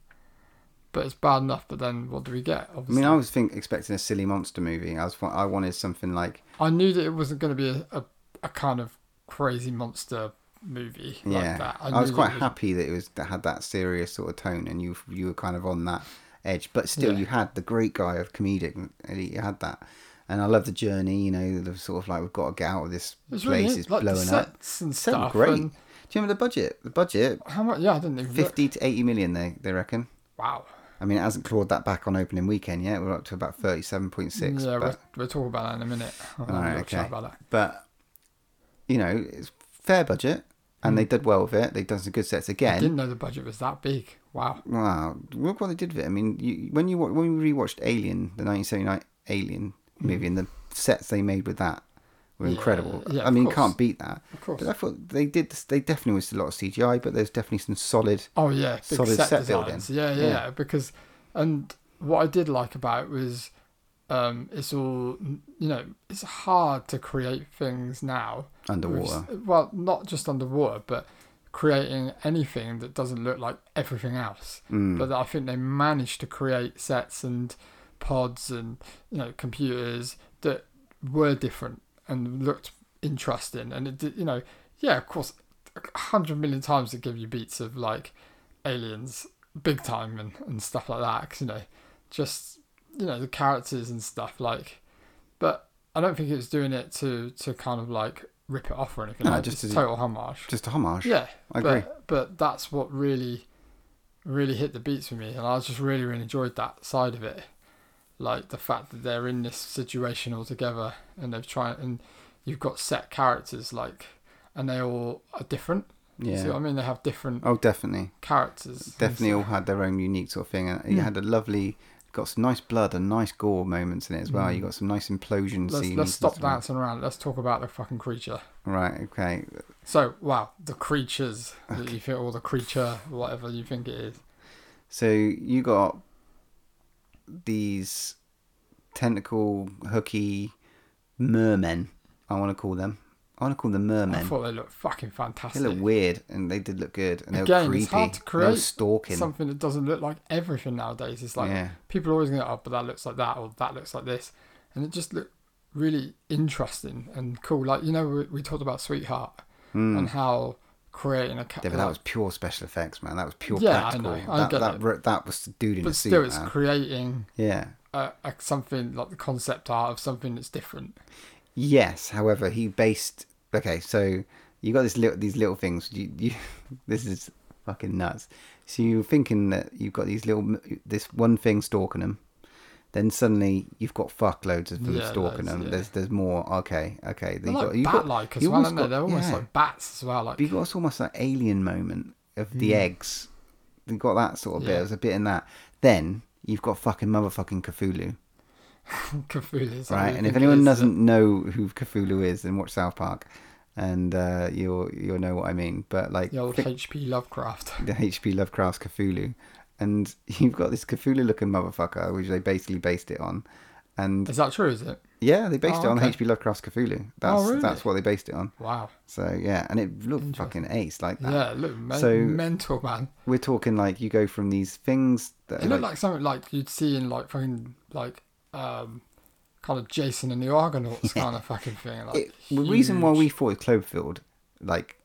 Speaker 2: But it's bad enough. But then what do we get?
Speaker 3: I
Speaker 2: Obviously,
Speaker 3: mean, I was think expecting a silly monster movie. I was, I wanted something like
Speaker 2: I knew that it wasn't going to be a, a, a kind of crazy monster movie
Speaker 3: yeah.
Speaker 2: like that.
Speaker 3: I, was
Speaker 2: knew that
Speaker 3: quite
Speaker 2: it
Speaker 3: happy that it was that had that serious sort of tone, and you you were kind of on that edge, but still
Speaker 2: Yeah.
Speaker 3: you had the great guy of comedic. and You had that, and I love the journey. You know, the sort of like we've got to get out of this
Speaker 2: It's really
Speaker 3: place
Speaker 2: neat,
Speaker 3: is
Speaker 2: like the
Speaker 3: blowing up.
Speaker 2: sets and
Speaker 3: Sound
Speaker 2: stuff
Speaker 3: great.
Speaker 2: and-
Speaker 3: Do you remember the budget? The budget
Speaker 2: How much? Yeah, I didn't even. look.
Speaker 3: fifty to eighty million. They they reckon.
Speaker 2: Wow.
Speaker 3: I mean, it hasn't clawed that back on opening weekend yet. We're up to about thirty-seven point six.
Speaker 2: yeah,
Speaker 3: but
Speaker 2: we'll, we'll talk about that in a minute. I'll have a
Speaker 3: All right,
Speaker 2: little
Speaker 3: okay.
Speaker 2: chat about that.
Speaker 3: but you know, it's fair budget, and they did well with it. They've done some good sets
Speaker 2: I
Speaker 3: again.
Speaker 2: Mm. didn't know the budget was that big. Wow.
Speaker 3: Wow, look what they did with it. I mean, you, when you wa- when we rewatched Alien, the 1979 Alien movie, and the sets they made with that were
Speaker 2: Mm. Yeah,
Speaker 3: incredible.
Speaker 2: yeah,
Speaker 3: I
Speaker 2: of
Speaker 3: mean, you
Speaker 2: course.
Speaker 3: can't beat that.
Speaker 2: Of course.
Speaker 3: But I thought they did. this- They definitely was a lot of CGI, but there's definitely some solid.
Speaker 2: Oh yeah, big
Speaker 3: Solid
Speaker 2: set,
Speaker 3: set building.
Speaker 2: designs. Yeah, yeah,
Speaker 3: Yeah.
Speaker 2: Because and what I did like about it was, um, it's all you know. It's hard to create things now
Speaker 3: Underwater.
Speaker 2: With- well, not just underwater, but creating anything that doesn't look like everything else. But I think they managed to create sets and pods and you know computers that were different and looked interesting. And it did, you know, yeah, of course, a hundred million times they give you beats of like aliens, big time, and and stuff like that. 'cause, you know, just you know the characters and stuff like but I don't think it was doing it to to kind of like rip it off or anything.
Speaker 3: No,
Speaker 2: like,
Speaker 3: just
Speaker 2: just it's
Speaker 3: as-
Speaker 2: total homage.
Speaker 3: Just a homage.
Speaker 2: yeah,
Speaker 3: I
Speaker 2: but,
Speaker 3: agree.
Speaker 2: But that's what really, really hit the beats for me, and I just really, really enjoyed that side of it, like the fact that they're in this situation all together, and they've tried, and you've got set characters like, and they all are different.
Speaker 3: Yeah.
Speaker 2: See what I mean? They have different
Speaker 3: Oh, definitely.
Speaker 2: characters. and
Speaker 3: Definitely
Speaker 2: stuff.
Speaker 3: all had their own unique sort of thing. And you
Speaker 2: Mm.
Speaker 3: had a lovely, got some nice blood and nice gore moments in it as well. You got some nice implosion
Speaker 2: Mm. Let's,
Speaker 3: scenes.
Speaker 2: let's
Speaker 3: and
Speaker 2: stop
Speaker 3: stuff.
Speaker 2: dancing around. Let's talk about the fucking creature.
Speaker 3: Right, okay.
Speaker 2: So, wow, the creatures that you feel, or the creature, whatever you think it is.
Speaker 3: So you got these tentacle, hooky mermen, I want to call them. I want to call them
Speaker 2: I
Speaker 3: mermen.
Speaker 2: thought they looked fucking
Speaker 3: They
Speaker 2: fantastic.
Speaker 3: look weird, and they did look good, and they were
Speaker 2: Again,
Speaker 3: creepy.
Speaker 2: it's hard to
Speaker 3: they were
Speaker 2: create
Speaker 3: stalking.
Speaker 2: Something that doesn't look like everything nowadays. It's like
Speaker 3: Yeah.
Speaker 2: people are always going, oh, but that looks like that, or that looks like this, and it just looked really interesting and cool. Like you know, we, we talked about Sweetheart and how creating a ca-
Speaker 3: Hmm. Yeah, but that was pure special effects, man. That was pure
Speaker 2: Yeah, I
Speaker 3: practical.
Speaker 2: know. I
Speaker 3: that,
Speaker 2: get
Speaker 3: that,
Speaker 2: it.
Speaker 3: re- that was the dude in the
Speaker 2: but
Speaker 3: suit,
Speaker 2: still, it's
Speaker 3: man.
Speaker 2: creating
Speaker 3: yeah.
Speaker 2: a, a, something like the concept art of something that's different.
Speaker 3: Yes. However, he based. Okay, so you got this little these little things. You, you <laughs> this is fucking nuts. So you're thinking that you've got these little m- this one thing stalking them. Then suddenly you've got fuck loads of them
Speaker 2: Yeah, loads,
Speaker 3: stalking them.
Speaker 2: yeah.
Speaker 3: There's there's more. Okay, okay.
Speaker 2: They're
Speaker 3: you've
Speaker 2: like
Speaker 3: you've
Speaker 2: bat-like as
Speaker 3: you've
Speaker 2: well,
Speaker 3: almost
Speaker 2: aren't they? They're almost
Speaker 3: yeah.
Speaker 2: like bats as well. Like
Speaker 3: But you got this almost like alien moment of the eggs. You got that sort of bit.
Speaker 2: Hmm. Yeah.
Speaker 3: There's a bit in that. Then you've got fucking motherfucking Cthulhu,
Speaker 2: <laughs> Cthulhu. is what
Speaker 3: right?
Speaker 2: you
Speaker 3: And if
Speaker 2: think it
Speaker 3: anyone
Speaker 2: is.
Speaker 3: doesn't know who Cthulhu is, then watch South Park, and uh, you'll you'll know what I mean. But like
Speaker 2: the old
Speaker 3: think
Speaker 2: H.P. Lovecraft. <laughs>
Speaker 3: the H.P. Lovecraft's Cthulhu, and <laughs> you've got this Cthulhu-looking motherfucker, which they basically based it on, and
Speaker 2: Is that true? Is it?
Speaker 3: yeah, they based
Speaker 2: Oh,
Speaker 3: it on
Speaker 2: okay. Oh,
Speaker 3: H.P. Lovecraft's Cthulhu. That's
Speaker 2: really?
Speaker 3: that's what they based it on.
Speaker 2: Wow.
Speaker 3: So yeah, and it looked fucking ace like that.
Speaker 2: Yeah, it looked men-
Speaker 3: Uh, So-
Speaker 2: mental, man.
Speaker 3: We're talking like you go from these things that
Speaker 2: It
Speaker 3: are
Speaker 2: looked like something like you'd see in like fucking like um kind of Jason and the Argonauts kind of fucking thing. Like
Speaker 3: it, the reason why we
Speaker 2: huge-
Speaker 3: thought it Cloverfield, like,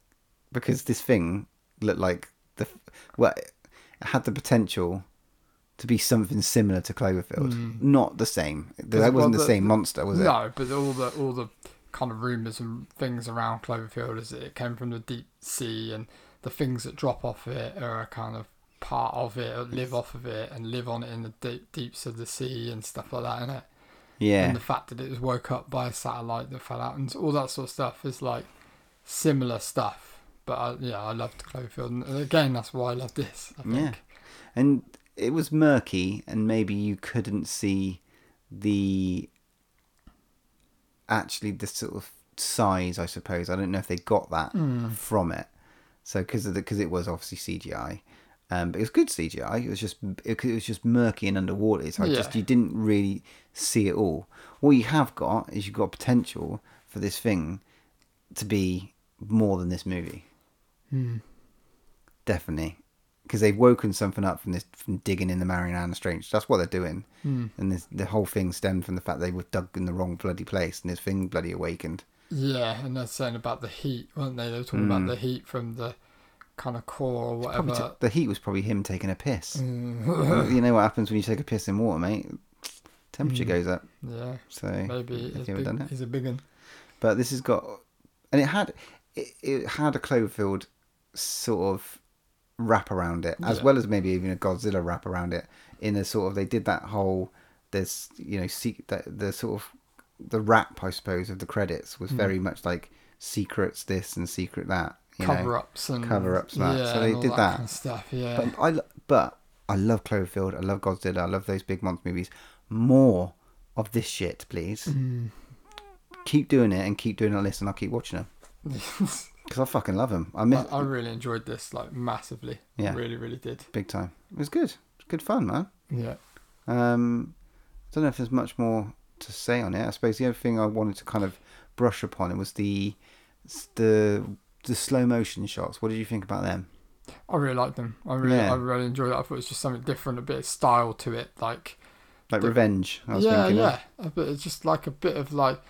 Speaker 3: because this thing looked like the well, it had the potential to be something similar to Cloverfield, not the same. That
Speaker 2: well,
Speaker 3: wasn't the
Speaker 2: Hmm. the-
Speaker 3: same monster, was it?
Speaker 2: no, but all the all the kind of rumors and things around Cloverfield is that it came from the deep sea and the things that drop off it are a kind of part of it or live off of it and live on it in the deep deeps of the sea and stuff like that. In it.
Speaker 3: Yeah,
Speaker 2: and the fact that it was woke up by a satellite that fell out and all that sort of stuff is like similar stuff. But I, yeah, I loved Cloverfield, and uh, again, that's why I love this. I think.
Speaker 3: yeah, and it was murky, and maybe you couldn't see the actually the sort of size. I suppose I don't know if they got that
Speaker 2: Hmm.
Speaker 3: from it. So because of the because it was obviously CGI, um, but it was good CGI. It was just it, was just murky and underwater. So I just
Speaker 2: Yeah.
Speaker 3: you didn't really see it all. What you have got is you've got potential for this thing to be more than this movie. Definitely. Because they've woken something up from this from digging in the Mariana Strange. That's what they're doing.
Speaker 2: Hmm.
Speaker 3: And this, the whole thing stemmed from the fact they were dug in the wrong bloody place and this thing bloody awakened.
Speaker 2: Yeah, and they're saying about the heat, weren't they? They were talking
Speaker 3: Hmm.
Speaker 2: about the heat from the kind of core or
Speaker 3: Probably
Speaker 2: whatever.
Speaker 3: took- the heat was probably him taking a piss. you know what happens when you take a piss in water, mate? Temperature goes up.
Speaker 2: <laughs> yeah,
Speaker 3: So
Speaker 2: Hmm. maybe
Speaker 3: have
Speaker 2: it's
Speaker 3: you ever
Speaker 2: big,
Speaker 3: done it?
Speaker 2: he's a big one.
Speaker 3: But this has got, and it had, it, it had a Cloverfield sort of wrap around it, as
Speaker 2: Yeah.
Speaker 3: well as maybe even a Godzilla wrap around it. In a sort of, they did that whole, there's you know, seek the, the sort of the wrap, I suppose, of the credits
Speaker 2: Hmm.
Speaker 3: was very much like secrets this and secret that. You know?
Speaker 2: Cover ups and
Speaker 3: cover ups that.
Speaker 2: Yeah,
Speaker 3: so they
Speaker 2: and all
Speaker 3: did that.
Speaker 2: kind of stuff. Yeah, <laughs>
Speaker 3: But I lo- but I love Cloverfield. I love Godzilla. I love those big monster movies. More of this shit, please.
Speaker 2: Hmm.
Speaker 3: Keep doing it and keep doing that list, and I'll keep watching them because I fucking love them. I miss
Speaker 2: I, I really enjoyed this like massively.
Speaker 3: Yeah.
Speaker 2: really, really did.
Speaker 3: big time. It was good. It was good fun, man.
Speaker 2: Yeah.
Speaker 3: Um, I don't know if there's much more to say on it. I suppose the other thing I wanted to kind of brush upon it was the the the slow motion shots. What did you think about them?
Speaker 2: I really liked them. I really,
Speaker 3: Yeah.
Speaker 2: I really enjoyed it. I thought it was just something different, a bit of style to it, like
Speaker 3: Like
Speaker 2: The-
Speaker 3: revenge. I was
Speaker 2: yeah,
Speaker 3: thinking of.
Speaker 2: yeah. A bit, it's just like a bit of like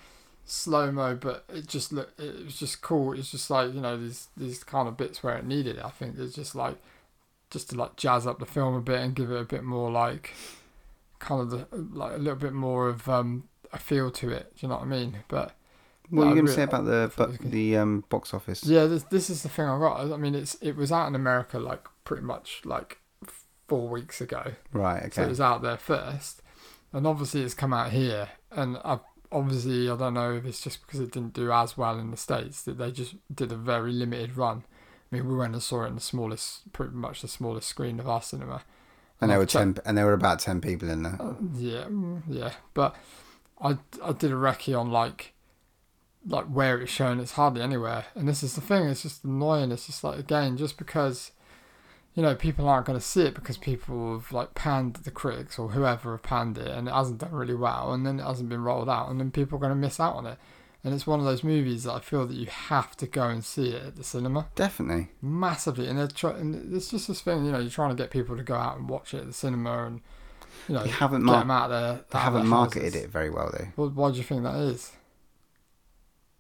Speaker 2: slow mo, but it just look, it was just cool. It's just like you know these these kind of bits where it needed. it. I think it's just like just to like jazz up the film a bit and give it a bit more like kind of the, like a little bit more of um a feel to it. Do you know what I mean? But No,
Speaker 3: What are
Speaker 2: I
Speaker 3: you going to
Speaker 2: really-
Speaker 3: say about the
Speaker 2: thought it was
Speaker 3: but
Speaker 2: good.
Speaker 3: the um, box office?
Speaker 2: Yeah, this this is the thing I got. I mean, it's it was out in America like pretty much like four weeks ago,
Speaker 3: Right.
Speaker 2: so it
Speaker 3: Okay.
Speaker 2: was out there first, and obviously it's come out here. And I, obviously, I don't know if it's just because it didn't do as well in the states that they just did a very limited run. I mean, we went and saw it in the smallest, pretty much the smallest screen of our cinema.
Speaker 3: And there were
Speaker 2: I've checked-
Speaker 3: ten. And there were about ten people in
Speaker 2: Oh.
Speaker 3: there.
Speaker 2: Yeah, mm, yeah, but I I did a recce on like like where it's shown. It's hardly anywhere, and this is the thing. It's just annoying. It's just like again, just because you know people aren't going to see it because people have like panned the critics or whoever have panned it, and it hasn't done really well, and then it hasn't been rolled out, and then people are going to miss out on it. And it's one of those movies that I feel that you have to go and see it at the cinema
Speaker 3: Definitely.
Speaker 2: massively. And they're try- and it's just this thing, you know, you're trying to get people to go out and watch it at the cinema, and you know,
Speaker 3: They haven't
Speaker 2: get
Speaker 3: mar-
Speaker 2: them out there.
Speaker 3: They haven't marketed it very well though,
Speaker 2: Well, why do you think that is?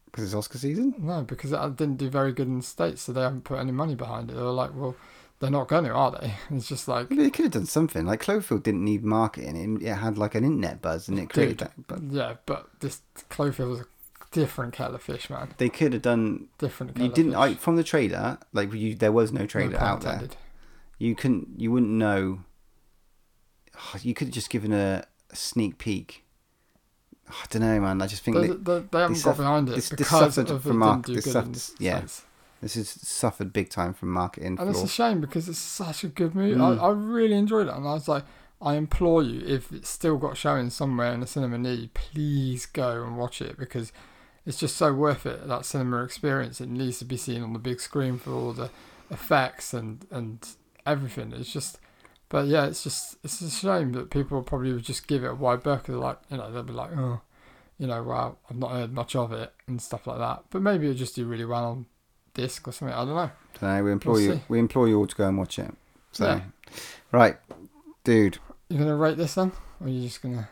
Speaker 3: because it's Oscar season.
Speaker 2: No, because it didn't do very good in the states, so they haven't put any money behind it. They were like, well, they're not going to, are they? <laughs> It's just like,
Speaker 3: Maybe they could have done something. Like Cloverfield didn't need marketing; it, it had like an internet buzz, and it created
Speaker 2: Dude.
Speaker 3: that. But
Speaker 2: yeah, but this Cloverfield was a different kettle of fish, man.
Speaker 3: they could have done.
Speaker 2: Different. Kettle
Speaker 3: You
Speaker 2: of
Speaker 3: didn't
Speaker 2: fish.
Speaker 3: I, from the trailer. Like you, there was no
Speaker 2: No
Speaker 3: trailer
Speaker 2: pun
Speaker 3: out there.
Speaker 2: intended.
Speaker 3: You couldn't. You wouldn't know. <sighs> You could have just given a sneak peek. I don't know, man. I just think
Speaker 2: They,
Speaker 3: that
Speaker 2: they, they haven't
Speaker 3: this
Speaker 2: got
Speaker 3: stuff-
Speaker 2: behind it
Speaker 3: this- this
Speaker 2: because of
Speaker 3: stuff
Speaker 2: it
Speaker 3: from
Speaker 2: didn't
Speaker 3: mark-
Speaker 2: do
Speaker 3: this
Speaker 2: good
Speaker 3: stuff
Speaker 2: in the
Speaker 3: is- yeah.
Speaker 2: states.
Speaker 3: this has suffered big time from marketing
Speaker 2: And it's
Speaker 3: flaw.
Speaker 2: a shame because it's such a good movie.
Speaker 3: Mm.
Speaker 2: I, I really enjoyed it. And I was like, I implore you, if it's still got showing somewhere in a cinema near you, please go and watch it because it's just so worth it. That cinema experience, it needs to be seen on the big screen for all the effects and, and everything. It's just, but yeah, it's just, it's a shame that people probably would just give it a wide berth. 'cause Like, you know, they'll be like, oh, you know, well, I've not heard much of it and stuff like that. But maybe it'll just do really well on disc or something. I don't know.
Speaker 3: Dunno, we implore
Speaker 2: We'll
Speaker 3: you.
Speaker 2: see.
Speaker 3: We implore you all to go and watch it. So,
Speaker 2: Yeah.
Speaker 3: right, dude.
Speaker 2: You gonna rate this then, or are you just gonna?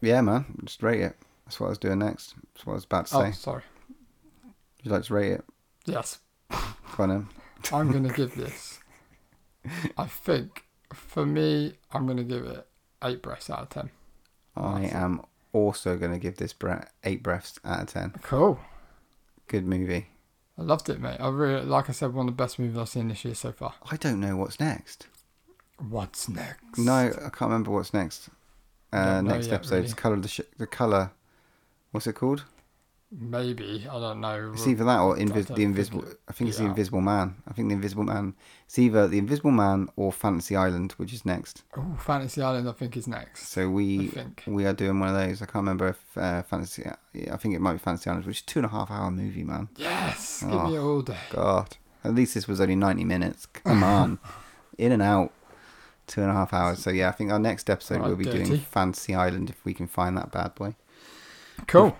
Speaker 3: Yeah, man. Just rate it. That's what I was doing next. That's what I was about to say.
Speaker 2: Oh, sorry.
Speaker 3: Would you like to rate it?
Speaker 2: Yes,
Speaker 3: Go on. then.
Speaker 2: I'm gonna give this. I think for me, I'm gonna give it eight breaths out of ten.
Speaker 3: I
Speaker 2: Awesome.
Speaker 3: am also going to give this bre- eight breaths out of ten.
Speaker 2: Cool.
Speaker 3: Good movie.
Speaker 2: I loved it, mate. I really, like I said, one of the best movies I've seen this year so far.
Speaker 3: I don't know what's next.
Speaker 2: What's next?
Speaker 3: No, I can't remember what's next. Uh,
Speaker 2: Don't know
Speaker 3: next
Speaker 2: yet,
Speaker 3: episode. It's
Speaker 2: really.
Speaker 3: color of the sh- the color. What's it called?
Speaker 2: maybe I don't know.
Speaker 3: It's either that or
Speaker 2: don't
Speaker 3: Invis-
Speaker 2: think
Speaker 3: the Invisible.
Speaker 2: it-
Speaker 3: I think it's the
Speaker 2: yeah.
Speaker 3: Invisible Man. I think the Invisible Man. It's either the Invisible Man or Fantasy Island, which is next.
Speaker 2: Oh, Fantasy Island, I think is next.
Speaker 3: So we
Speaker 2: I think.
Speaker 3: we are doing one of those. I can't remember if uh, Fantasy. Yeah, I think it might be Fantasy Island, which is two and a half hour movie, man.
Speaker 2: Yes, give
Speaker 3: Oh,
Speaker 2: me it all day.
Speaker 3: God, at least this was only ninety minutes.
Speaker 2: <laughs>
Speaker 3: Come on, in and out, two and a half hours. So yeah, I think our next episode
Speaker 2: Alright,
Speaker 3: we'll be doing
Speaker 2: dirty.
Speaker 3: Fantasy Island if we can find that bad boy.
Speaker 2: Cool.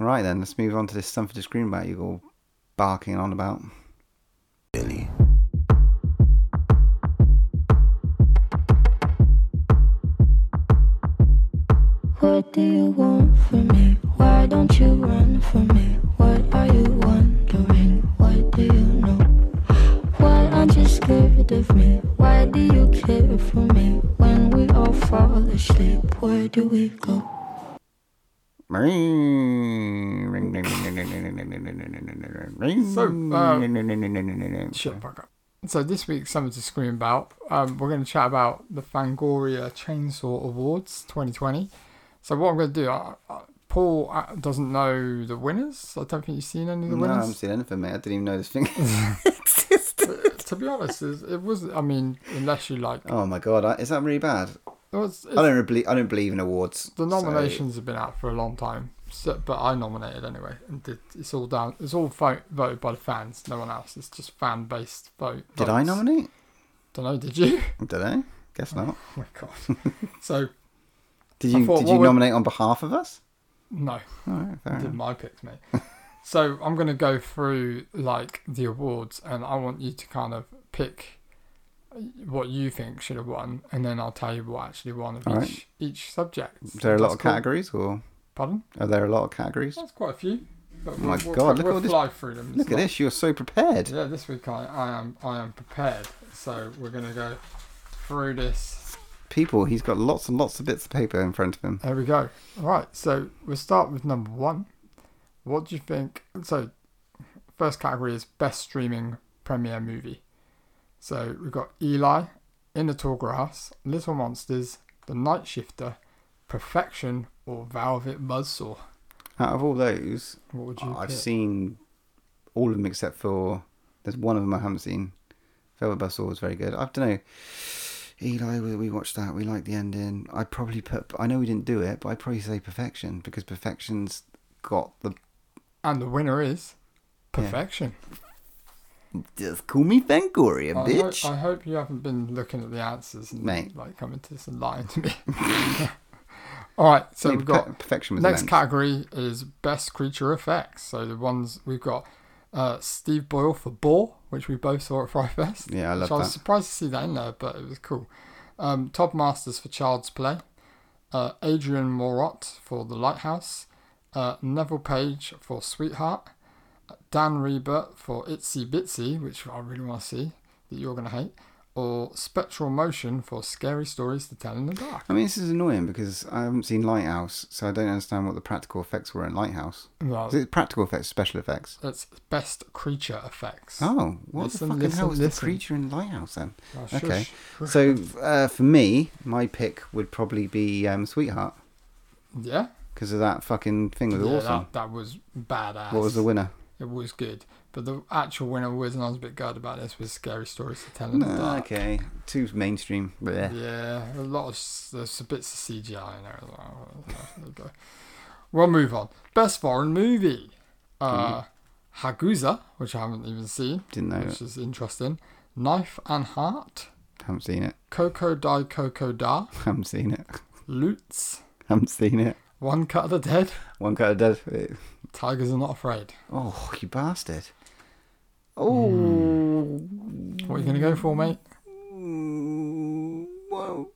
Speaker 3: Right then, let's move on to this something to scream about. You all barking on about.
Speaker 1: What do you want from me? Why don't you run from me? What are you wondering? What do you know? Why aren't you scared of me? Why do you care for me? When we all fall asleep, where do we go?
Speaker 2: uh, Shut the fuck up. So this week, something to scream about. Um, we're going to chat about the Fangoria Chainsaw Awards 2020. So what I'm going to do, I, I, Paul uh, doesn't know the winners. I don't think you've seen any of the
Speaker 3: No, I haven't
Speaker 2: winners.
Speaker 3: seen anything, mate. I didn't even know
Speaker 2: <laughs>
Speaker 3: this thing.
Speaker 2: To, to be honest, it, it was. I mean, unless you like,
Speaker 3: oh my god, I- is that really bad?
Speaker 2: it was,
Speaker 3: I
Speaker 2: it's,
Speaker 3: don't believe. I don't believe in awards.
Speaker 2: the
Speaker 3: so-
Speaker 2: nominations have been out for a long time. So, but I nominated anyway, and did, it's all down. It's all vote, voted by the fans. No one else. It's just fan based vote.
Speaker 3: Did I nominate?
Speaker 2: Don't know. Did you? <laughs>
Speaker 3: Did I? Guess
Speaker 2: Oh
Speaker 3: not.
Speaker 2: my god.
Speaker 3: <laughs>
Speaker 2: so
Speaker 3: Did
Speaker 2: I
Speaker 3: you?
Speaker 2: thought,
Speaker 3: did
Speaker 2: what
Speaker 3: you
Speaker 2: would-
Speaker 3: nominate on behalf of us?
Speaker 2: no.
Speaker 3: All right,
Speaker 2: <laughs>
Speaker 3: fair
Speaker 2: did
Speaker 3: enough.
Speaker 2: my picks, mate. <laughs> so I'm gonna go through like the awards, and I want you to kind of pick what you think should have won, and then I'll tell you what actually won of each
Speaker 3: Alright.
Speaker 2: each subject.
Speaker 3: Is there a lot
Speaker 2: That's
Speaker 3: of
Speaker 2: cool.
Speaker 3: categories, or
Speaker 2: Pardon?
Speaker 3: are there a lot of categories?
Speaker 2: That's quite a few. But
Speaker 3: Oh my
Speaker 2: we'll,
Speaker 3: God,
Speaker 2: We'll,
Speaker 3: look at
Speaker 2: we'll
Speaker 3: all this-
Speaker 2: fly through them.
Speaker 3: Look at this. You're so prepared.
Speaker 2: Yeah, this week I, I am I am prepared. So we're gonna go through this
Speaker 3: People, he's got lots and lots of bits of paper in front of him.
Speaker 2: There we go. All right, so we'll start with number one, What do you think? So, first category is best streaming premiere movie. So we've got Eli, In the Tall Grass, Little Monsters, The Night Shifter, Perfection, or Velvet Buzzsaw.
Speaker 3: Out of all those,
Speaker 2: What would you?
Speaker 3: I've
Speaker 2: pick?
Speaker 3: seen all of them except for there's one of them I haven't seen. Velvet Buzzsaw was very good. I don't know. Eli, we, we watched that. We liked the ending. I'd probably put. I know we didn't do it, but I'd probably say Perfection because Perfection's got the.
Speaker 2: And the winner is Perfection.
Speaker 3: Just call me Fangoria,
Speaker 2: I, hope, I hope you haven't been looking at the answers and
Speaker 3: Mate.
Speaker 2: like coming to this and lying to me. <laughs> All right, so
Speaker 3: Yeah,
Speaker 2: we've
Speaker 3: Perfe-
Speaker 2: got
Speaker 3: Perfection was
Speaker 2: Next
Speaker 3: immense.
Speaker 2: category is best creature effects. So the ones we've got uh, Steve Boyle for Boar, which we both saw at Fry Fest.
Speaker 3: Yeah, I love
Speaker 2: which I was
Speaker 3: that.
Speaker 2: surprised to see that in there, but it was cool. Um, Todd Masters for Child's Play. Uh, Adrian Morot for The Lighthouse. Uh, Neville Page for Sweetheart. Dan Rebert for Itsy Bitsy, which I really want to see, that you're going to hate. Or Spectral Motion for Scary Stories to Tell in the Dark.
Speaker 3: I mean, this is annoying because I haven't seen Lighthouse, so I don't understand what the practical effects were in Lighthouse.
Speaker 2: Well,
Speaker 3: Is it practical effects, special effects?
Speaker 2: that's best creature effects.
Speaker 3: Oh, what
Speaker 2: Listen,
Speaker 3: the fucking
Speaker 2: listen,
Speaker 3: hell is the
Speaker 2: listen.
Speaker 3: creature in Lighthouse then?
Speaker 2: Oh,
Speaker 3: Okay.
Speaker 2: shush. Shush.
Speaker 3: So uh, for me, my pick would probably be um, Sweetheart
Speaker 2: yeah,
Speaker 3: because of that fucking thing was
Speaker 2: yeah
Speaker 3: awesome.
Speaker 2: that, that was badass.
Speaker 3: What was the winner?
Speaker 2: It was good, but the actual winner was, and I was a bit gutted about this, was scary stories to tell in the
Speaker 3: Nah,
Speaker 2: dark.
Speaker 3: okay, too mainstream. Bleh.
Speaker 2: Yeah, a lot of s- there's some bits of CGI in there as well. There you go. We'll move on. Best foreign movie, uh,
Speaker 3: Mm-hmm.
Speaker 2: Hagusa, which I haven't even seen,
Speaker 3: Didn't know.
Speaker 2: which
Speaker 3: It.
Speaker 2: is interesting. Knife and Heart,
Speaker 3: Haven't seen it. <laughs>
Speaker 2: Coco Die Coco Da,
Speaker 3: Haven't seen it.
Speaker 2: Lutz,
Speaker 3: Haven't seen it.
Speaker 2: One Cut of the Dead,
Speaker 3: One cut of dead.
Speaker 2: Tigers Are Not Afraid.
Speaker 3: Oh, you bastard.
Speaker 2: Hmm.
Speaker 3: Oh.
Speaker 2: What are you gonna go for, mate?
Speaker 3: Mm, Well,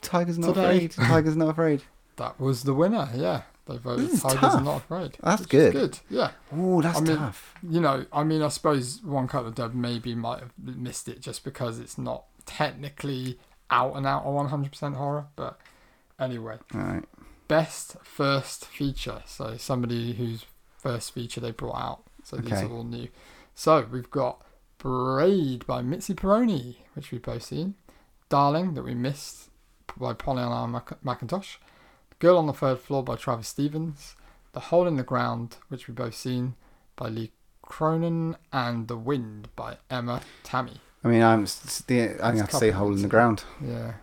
Speaker 3: Tiger's not
Speaker 2: Today.
Speaker 3: afraid. Tiger's not
Speaker 2: <laughs>
Speaker 3: afraid.
Speaker 2: That was the winner. Yeah, they voted
Speaker 3: is
Speaker 2: Tigers
Speaker 3: Mm, tough.
Speaker 2: are not afraid.
Speaker 3: That's
Speaker 2: which is
Speaker 3: good.
Speaker 2: Good. Yeah.
Speaker 3: Oh, that's
Speaker 2: I mean-
Speaker 3: tough.
Speaker 2: You know, I mean, I suppose One Cut of the Dead maybe might have missed it just because it's not technically out and out a 100% horror. But anyway,
Speaker 3: All right.
Speaker 2: best first feature. So somebody whose first feature they brought out. So these
Speaker 3: Okay.
Speaker 2: are all new. So we've got Braid by Mitzi Peroni, which we've both seen. Darling that we missed by Polly and Alan Mac- McIntosh. Girl on the Third Floor by Travis Stevens. The Hole in the Ground, which we've both seen by Lee Cronin. And The Wind by Emma Tammy.
Speaker 3: I mean, I'm. s- s- the- I'm gonna have to say
Speaker 2: couple
Speaker 3: hole in the
Speaker 2: minutes.
Speaker 3: ground.
Speaker 2: Yeah.
Speaker 3: I'm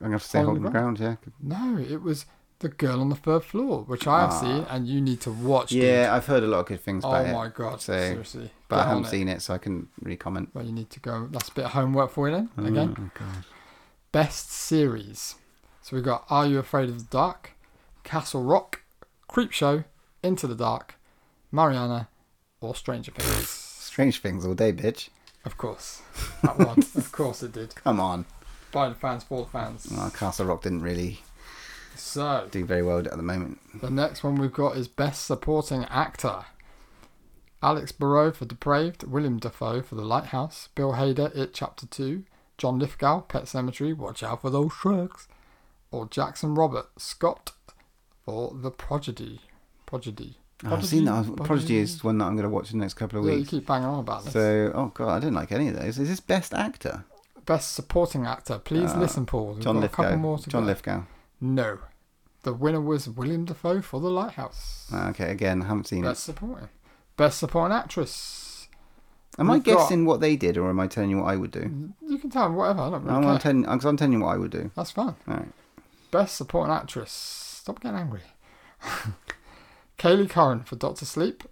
Speaker 3: gonna have to say
Speaker 2: Hole in
Speaker 3: hole
Speaker 2: the
Speaker 3: in the ground. Yeah.
Speaker 2: No, it was The Girl on the Third Floor, which I have
Speaker 3: Ah.
Speaker 2: seen and you need to watch. dude.
Speaker 3: Yeah, I've heard a lot of good things
Speaker 2: Oh
Speaker 3: about
Speaker 2: my
Speaker 3: it,
Speaker 2: god!
Speaker 3: So,
Speaker 2: seriously,
Speaker 3: but
Speaker 2: Get
Speaker 3: I haven't
Speaker 2: on it.
Speaker 3: seen it, so I couldn't really comment.
Speaker 2: Well, you need to go. That's a bit of homework for you then. Again,
Speaker 3: Oh, God.
Speaker 2: best series. So we've got Are You Afraid of the Dark, Castle Rock, Creep Show, Into the Dark, Mariana, or Stranger
Speaker 3: <laughs>
Speaker 2: Things.
Speaker 3: Strange things all day, bitch.
Speaker 2: of course, that one. of course, it did.
Speaker 3: Come on.
Speaker 2: By the fans, for the fans.
Speaker 3: Oh, Castle Rock didn't really
Speaker 2: So
Speaker 3: do very well at the moment.
Speaker 2: the next one we've got is Best Supporting Actor. Alex Barrow for Depraved, William Defoe for The Lighthouse, Bill Hader, It Chapter 2, John Lithgow, Pet Cemetery, Watch Out for Those Sharks, or Jackson Robert Scott for The Prodigy. Prodigy.
Speaker 3: Oh, I've seen that. I was-
Speaker 2: Prodigy.
Speaker 3: Prodigy is one that I'm going to watch in the next couple of
Speaker 2: Yeah, you
Speaker 3: weeks.
Speaker 2: keep banging on about this.
Speaker 3: So, oh god, I didn't like any of those. Is this Best Actor?
Speaker 2: Best Supporting Actor. Please
Speaker 3: Uh,
Speaker 2: listen, Paul. We've
Speaker 3: John
Speaker 2: got a couple more
Speaker 3: Lithgow.
Speaker 2: to
Speaker 3: John
Speaker 2: go.
Speaker 3: Lithgow.
Speaker 2: No. The winner was William Defoe for The Lighthouse.
Speaker 3: Ah, Okay, again, I haven't seen
Speaker 2: Best Supporting. Best Supporting Actress.
Speaker 3: it. Am I
Speaker 2: we've got-
Speaker 3: guessing what they did, or am I telling you what I would do?
Speaker 2: You can tell him whatever. I don't really
Speaker 3: I'm,
Speaker 2: care.
Speaker 3: I'm telling, because I'm telling you what I would do.
Speaker 2: That's fine.
Speaker 3: All right.
Speaker 2: Best supporting actress. Stop getting angry. <laughs> Kaylee Curran for Doctor Sleep.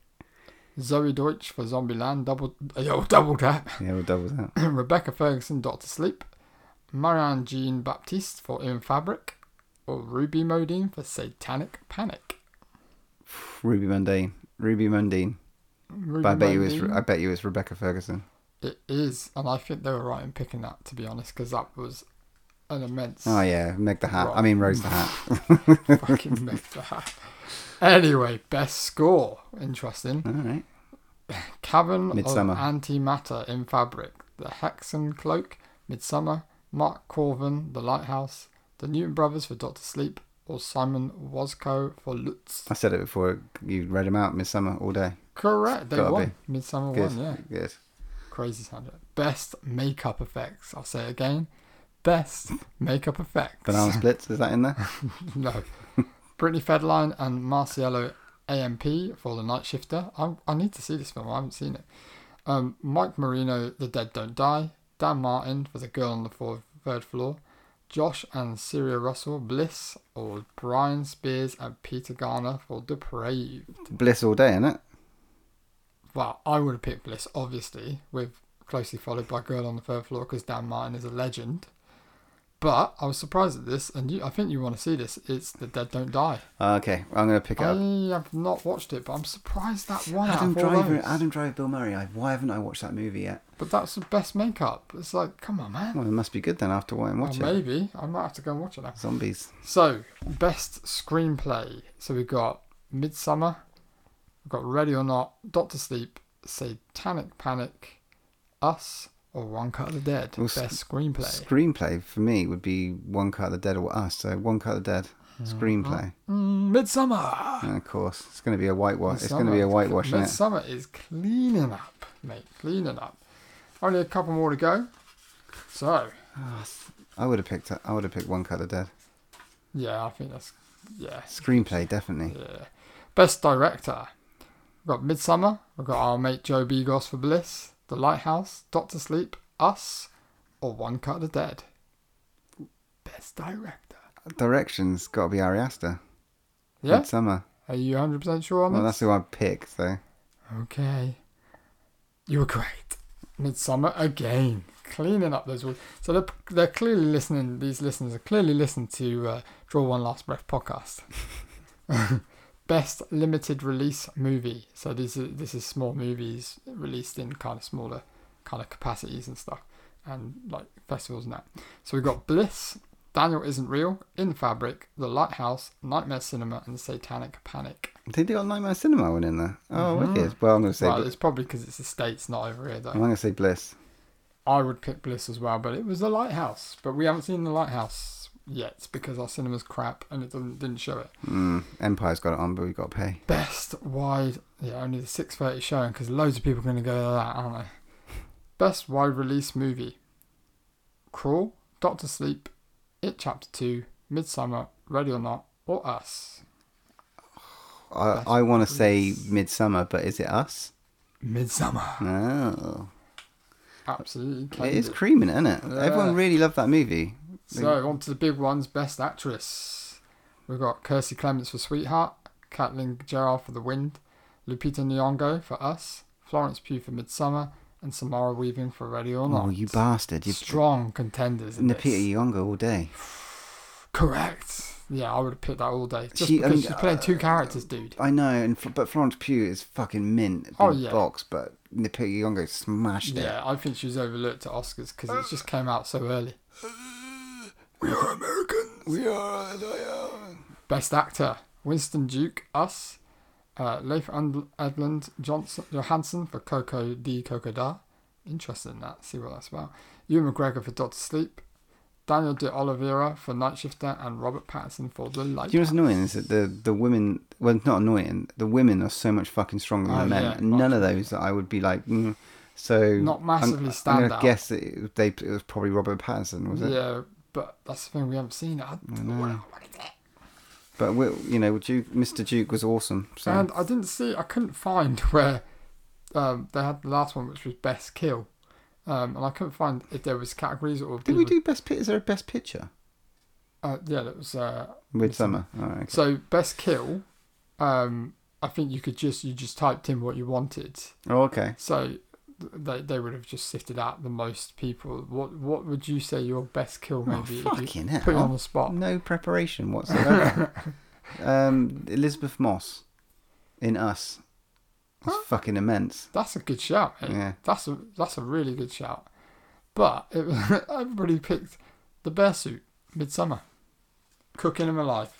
Speaker 2: Zoe Deutsch for Zombieland. Double uh, yo, <laughs> double tap. <coughs>
Speaker 3: Yeah, we'll double that.
Speaker 2: Rebecca Ferguson, Doctor Sleep. Marianne Jean Baptiste for In Fabric. Or Ruby Modine for Satanic Panic.
Speaker 3: Ruby Mundane. Ruby Mundine.
Speaker 2: Ruby
Speaker 3: But I bet you it's
Speaker 2: Modine-
Speaker 3: I bet you it's Rebecca Ferguson.
Speaker 2: It is, and I think they were right in picking that, to be honest, because that was an immense.
Speaker 3: Oh yeah, Meg the Hat. I mean Rose the Hat. <laughs>
Speaker 2: fucking make that. Anyway, best score. Interesting.
Speaker 3: All right.
Speaker 2: Cavern
Speaker 3: Midsummer.
Speaker 2: of Antimatter in Fabric. The Hexen Cloak. Midsummer. Mark Corvin. The Lighthouse. The Newton Brothers for Doctor Sleep. or Simon Wozko for Lutz.
Speaker 3: I said it before you read him out, Midsummer all day.
Speaker 2: Correct. They
Speaker 3: Gotta
Speaker 2: won. Midsummer
Speaker 3: Good.
Speaker 2: won, yeah.
Speaker 3: <laughs> Good.
Speaker 2: Crazy sounding. Best makeup effects. I'll say it again. Best makeup effects.
Speaker 3: Banana splits, is that in there?
Speaker 2: No. <laughs> Brittany Fedline and Marciello AMP for The Night Shifter. I, I need to see this film. I haven't seen it. Um, Mike Marino, The Dead Don't Die. Dan Martin for The Girl on the Four- Third Floor. Josh and Syria Russell, Bliss, or Brian Spears and Peter Garner for Depraved.
Speaker 3: Bliss all day, innit?
Speaker 2: Well, I would have picked Bliss, obviously, with closely followed by Girl on the Third Floor because Dan Martin is a legend. But I was surprised at this, and you, I think you want to see this. It's The Dead Don't Die.
Speaker 3: Okay, I'm going to pick it up.
Speaker 2: I have not watched it, but I'm surprised that one out
Speaker 3: Adam
Speaker 2: of all
Speaker 3: Driver,
Speaker 2: those.
Speaker 3: Adam Driver, Bill Murray. I, why haven't I watched that movie yet?
Speaker 2: But that's the best makeup. It's like, come on, man.
Speaker 3: Well, it must be good then after what I'm
Speaker 2: Well,
Speaker 3: watching.
Speaker 2: maybe I might have to go and watch it now.
Speaker 3: Zombies.
Speaker 2: So, best screenplay. So we've got Midsummer, we've got Ready or Not, Doctor Sleep, Satanic Panic, Us, or One Cut of the Dead.
Speaker 3: Well,
Speaker 2: best screenplay.
Speaker 3: Screenplay for me would be One Cut of the Dead or Us. So One Cut of the Dead.
Speaker 2: Uh-huh.
Speaker 3: Screenplay.
Speaker 2: Mm, Midsummer.
Speaker 3: And of course, it's going to be a whitewash. It's going to
Speaker 2: Midsummer.
Speaker 3: be a whitewash, is it?
Speaker 2: Midsummer is cleaning up, mate. Cleaning up. Only a couple more to go. So,
Speaker 3: I would have picked. I would have picked One Cut of the Dead.
Speaker 2: Yeah, I think that's yeah,
Speaker 3: Screenplay definitely.
Speaker 2: yeah. Best director. We've got Midsummer, we've got our mate Joe Bigos for Bliss, The Lighthouse, Doctor Sleep, Us, or One Cut of the Dead. Best director.
Speaker 3: Directions got to be Ari Aster.
Speaker 2: Yeah?
Speaker 3: Midsummer.
Speaker 2: Are you hundred percent sure on
Speaker 3: Well,
Speaker 2: this?
Speaker 3: that's who I picked. So
Speaker 2: Okay. You were great. Midsummer again. Cleaning up those words. So they're, they're clearly listening, these listeners are clearly listening to uh, Draw One Last Breath podcast. <laughs> Best limited release movie. So these are, this is small movies released in kind of smaller kind of capacities and stuff and like festivals and that. So we've got Bliss, Daniel Isn't Real, In Fabric, The Lighthouse, Nightmare Cinema and Satanic Panic.
Speaker 3: they do got Nightmare Cinema one in there. Oh, wicked. Well, I'm going to say.
Speaker 2: Mm-hmm. Well,
Speaker 3: Bl-
Speaker 2: it's probably because it's the States, not over here,
Speaker 3: I'm
Speaker 2: though.
Speaker 3: going to say Bliss.
Speaker 2: I would pick Bliss as well, but it was The Lighthouse. But we haven't seen The Lighthouse yet because our cinema's crap and it doesn't, didn't show it.
Speaker 3: Mm, Empire's got it on, but we got to pay.
Speaker 2: Best wide, yeah, only the 6.30 showing because loads of people are going to go to that, aren't they? Best wide release movie. Crawl, Doctor Sleep, It Chapter 2, Midsummer, Ready or Not, or Us.
Speaker 3: I,
Speaker 2: That's
Speaker 3: I want to say
Speaker 2: Greece.
Speaker 3: Midsummer, but is it us?
Speaker 2: Midsummer.
Speaker 3: No.
Speaker 2: Absolutely.
Speaker 3: It
Speaker 2: claimed
Speaker 3: is
Speaker 2: it.
Speaker 3: creaming, isn't it? Everyone
Speaker 2: Yeah.
Speaker 3: really loved that movie.
Speaker 2: So on to the big ones. Best actress. We've got Kirsty Clements for Sweetheart, Catelyn Gerard for The Wind, Lupita Nyong'o for Us, Florence Pugh for Midsummer, and Samara Weaving for Ready or Not.
Speaker 3: Oh, you bastard. You've
Speaker 2: Strong contenders. In
Speaker 3: Napita
Speaker 2: this.
Speaker 3: Yonga all day.
Speaker 2: Correct. Yeah, I would have picked that all day. Just
Speaker 3: She- I
Speaker 2: because
Speaker 3: mean, uh,
Speaker 2: she's playing two characters, dude.
Speaker 3: I know, and Fl- but Florence Pugh is fucking mint.
Speaker 2: Oh,
Speaker 3: big
Speaker 2: yeah.
Speaker 3: box, but Napita Yonga smashed it.
Speaker 2: Yeah, I think she was overlooked at Oscars
Speaker 3: Uh,
Speaker 2: because it just came out so early. We are Americans.
Speaker 3: We are. uh,
Speaker 2: Best Actor: Winston Duke, Us, uh, Leif And- Edlund Johnson Johansson for Coco D Coco Da. Interested in that. See what that's about. Ewan McGregor for Doctor Sleep, Daniel De Oliveira for Night Shifter, and Robert Pattinson for The Light.
Speaker 3: Do you know what's annoying is that the the women well it's not annoying the women are so much fucking stronger than
Speaker 2: Oh,
Speaker 3: the men.
Speaker 2: yeah,
Speaker 3: None of those that I would be like mm. so
Speaker 2: Not massively
Speaker 3: I'm,
Speaker 2: stand
Speaker 3: I'm gonna
Speaker 2: out.
Speaker 3: guess that it, they it was probably Robert Pattinson was it?
Speaker 2: yeah, but that's the thing we haven't seen. it. I don't know. what I wanted.
Speaker 3: But we, you know Duke, Mr Duke was awesome. So
Speaker 2: And I didn't see. I couldn't find <laughs> where um, they had the last one, which was Best Kill. Um, and I couldn't find if there was categories or
Speaker 3: did we
Speaker 2: people-
Speaker 3: do best pit? Is there a best picture?
Speaker 2: Uh, yeah, that was uh,
Speaker 3: Midsummer. All right. okay.
Speaker 2: So best kill, um, I think you could just you just typed in what you wanted.
Speaker 3: Oh okay.
Speaker 2: So th- they they would have just sifted out the most people. What what would you say your best kill
Speaker 3: Oh,
Speaker 2: maybe? if you
Speaker 3: fucking
Speaker 2: put it on
Speaker 3: hell!
Speaker 2: the spot.
Speaker 3: No preparation whatsoever.
Speaker 2: <laughs>
Speaker 3: um, Elizabeth Moss in Us. That's fucking immense.
Speaker 2: That's a good shout. Mate.
Speaker 3: Yeah.
Speaker 2: That's a that's a really good shout. But <laughs> it, everybody picked the bear suit midsummer, cooking him alive.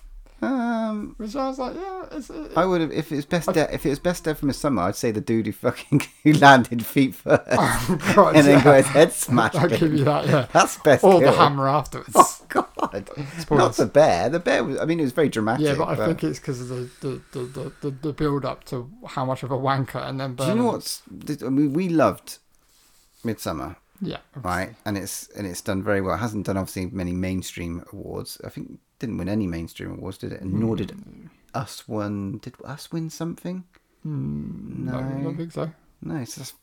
Speaker 3: Um,
Speaker 2: Which I was like, yeah, it's, it,
Speaker 3: I would have if it was best dead if it was best dead from a summer. I'd say the dude who fucking <laughs> who landed feet first
Speaker 2: <laughs> God,
Speaker 3: <laughs> and then
Speaker 2: yeah. <laughs>
Speaker 3: got his head smashed.
Speaker 2: I'll give
Speaker 3: in.
Speaker 2: you that. Yeah,
Speaker 3: <laughs> That's best.
Speaker 2: or the
Speaker 3: kill. <laughs>
Speaker 2: hammer afterwards.
Speaker 3: God. hard. Not the bear. The bear was. I mean, it was very dramatic.
Speaker 2: Yeah, but I think it's because of the the, the, the, the, the build up to how much of a wanker and then.
Speaker 3: do you know what's? I mean, we loved Midsummer,
Speaker 2: Yeah.
Speaker 3: right? And it's and it's done very well. It hasn't done obviously many mainstream awards. I think it didn't win any mainstream awards, did it? And nor did
Speaker 2: Hmm.
Speaker 3: us won. Did us win something?
Speaker 2: Mm, No, I don't think so.
Speaker 3: No, it's just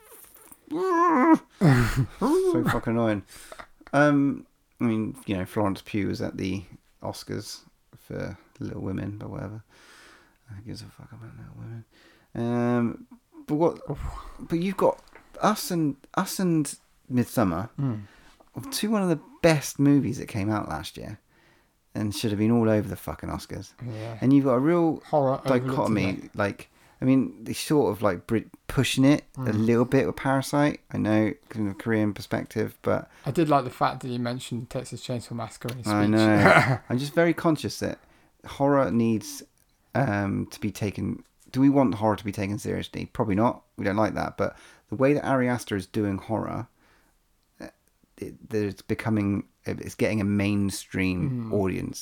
Speaker 3: <laughs> so fucking annoying. Um, I mean, you know, Florence Pugh was at the Oscars for Little Women, but whatever. Who gives a fuck about Little Women? Um, but what? But you've got us and us and Midsummer, two one of the best movies that came out last year, and should have been all over the fucking Oscars.
Speaker 2: Yeah.
Speaker 3: And you've got a real
Speaker 2: Horror overlooked, isn't
Speaker 3: dichotomy. Like, I mean, they sort of like bri- pushing it a
Speaker 2: Mm.
Speaker 3: little bit with Parasite. I know from a Korean perspective, but
Speaker 2: I did like the fact that you mentioned Texas Chainsaw Massacre in his speech.
Speaker 3: I know I'm just very conscious that horror needs um, to be taken. Do we want horror to be taken seriously? Probably not. We don't like that. But the way that Ari Aster is doing horror, uh, it, that it's becoming, it's getting a mainstream audience.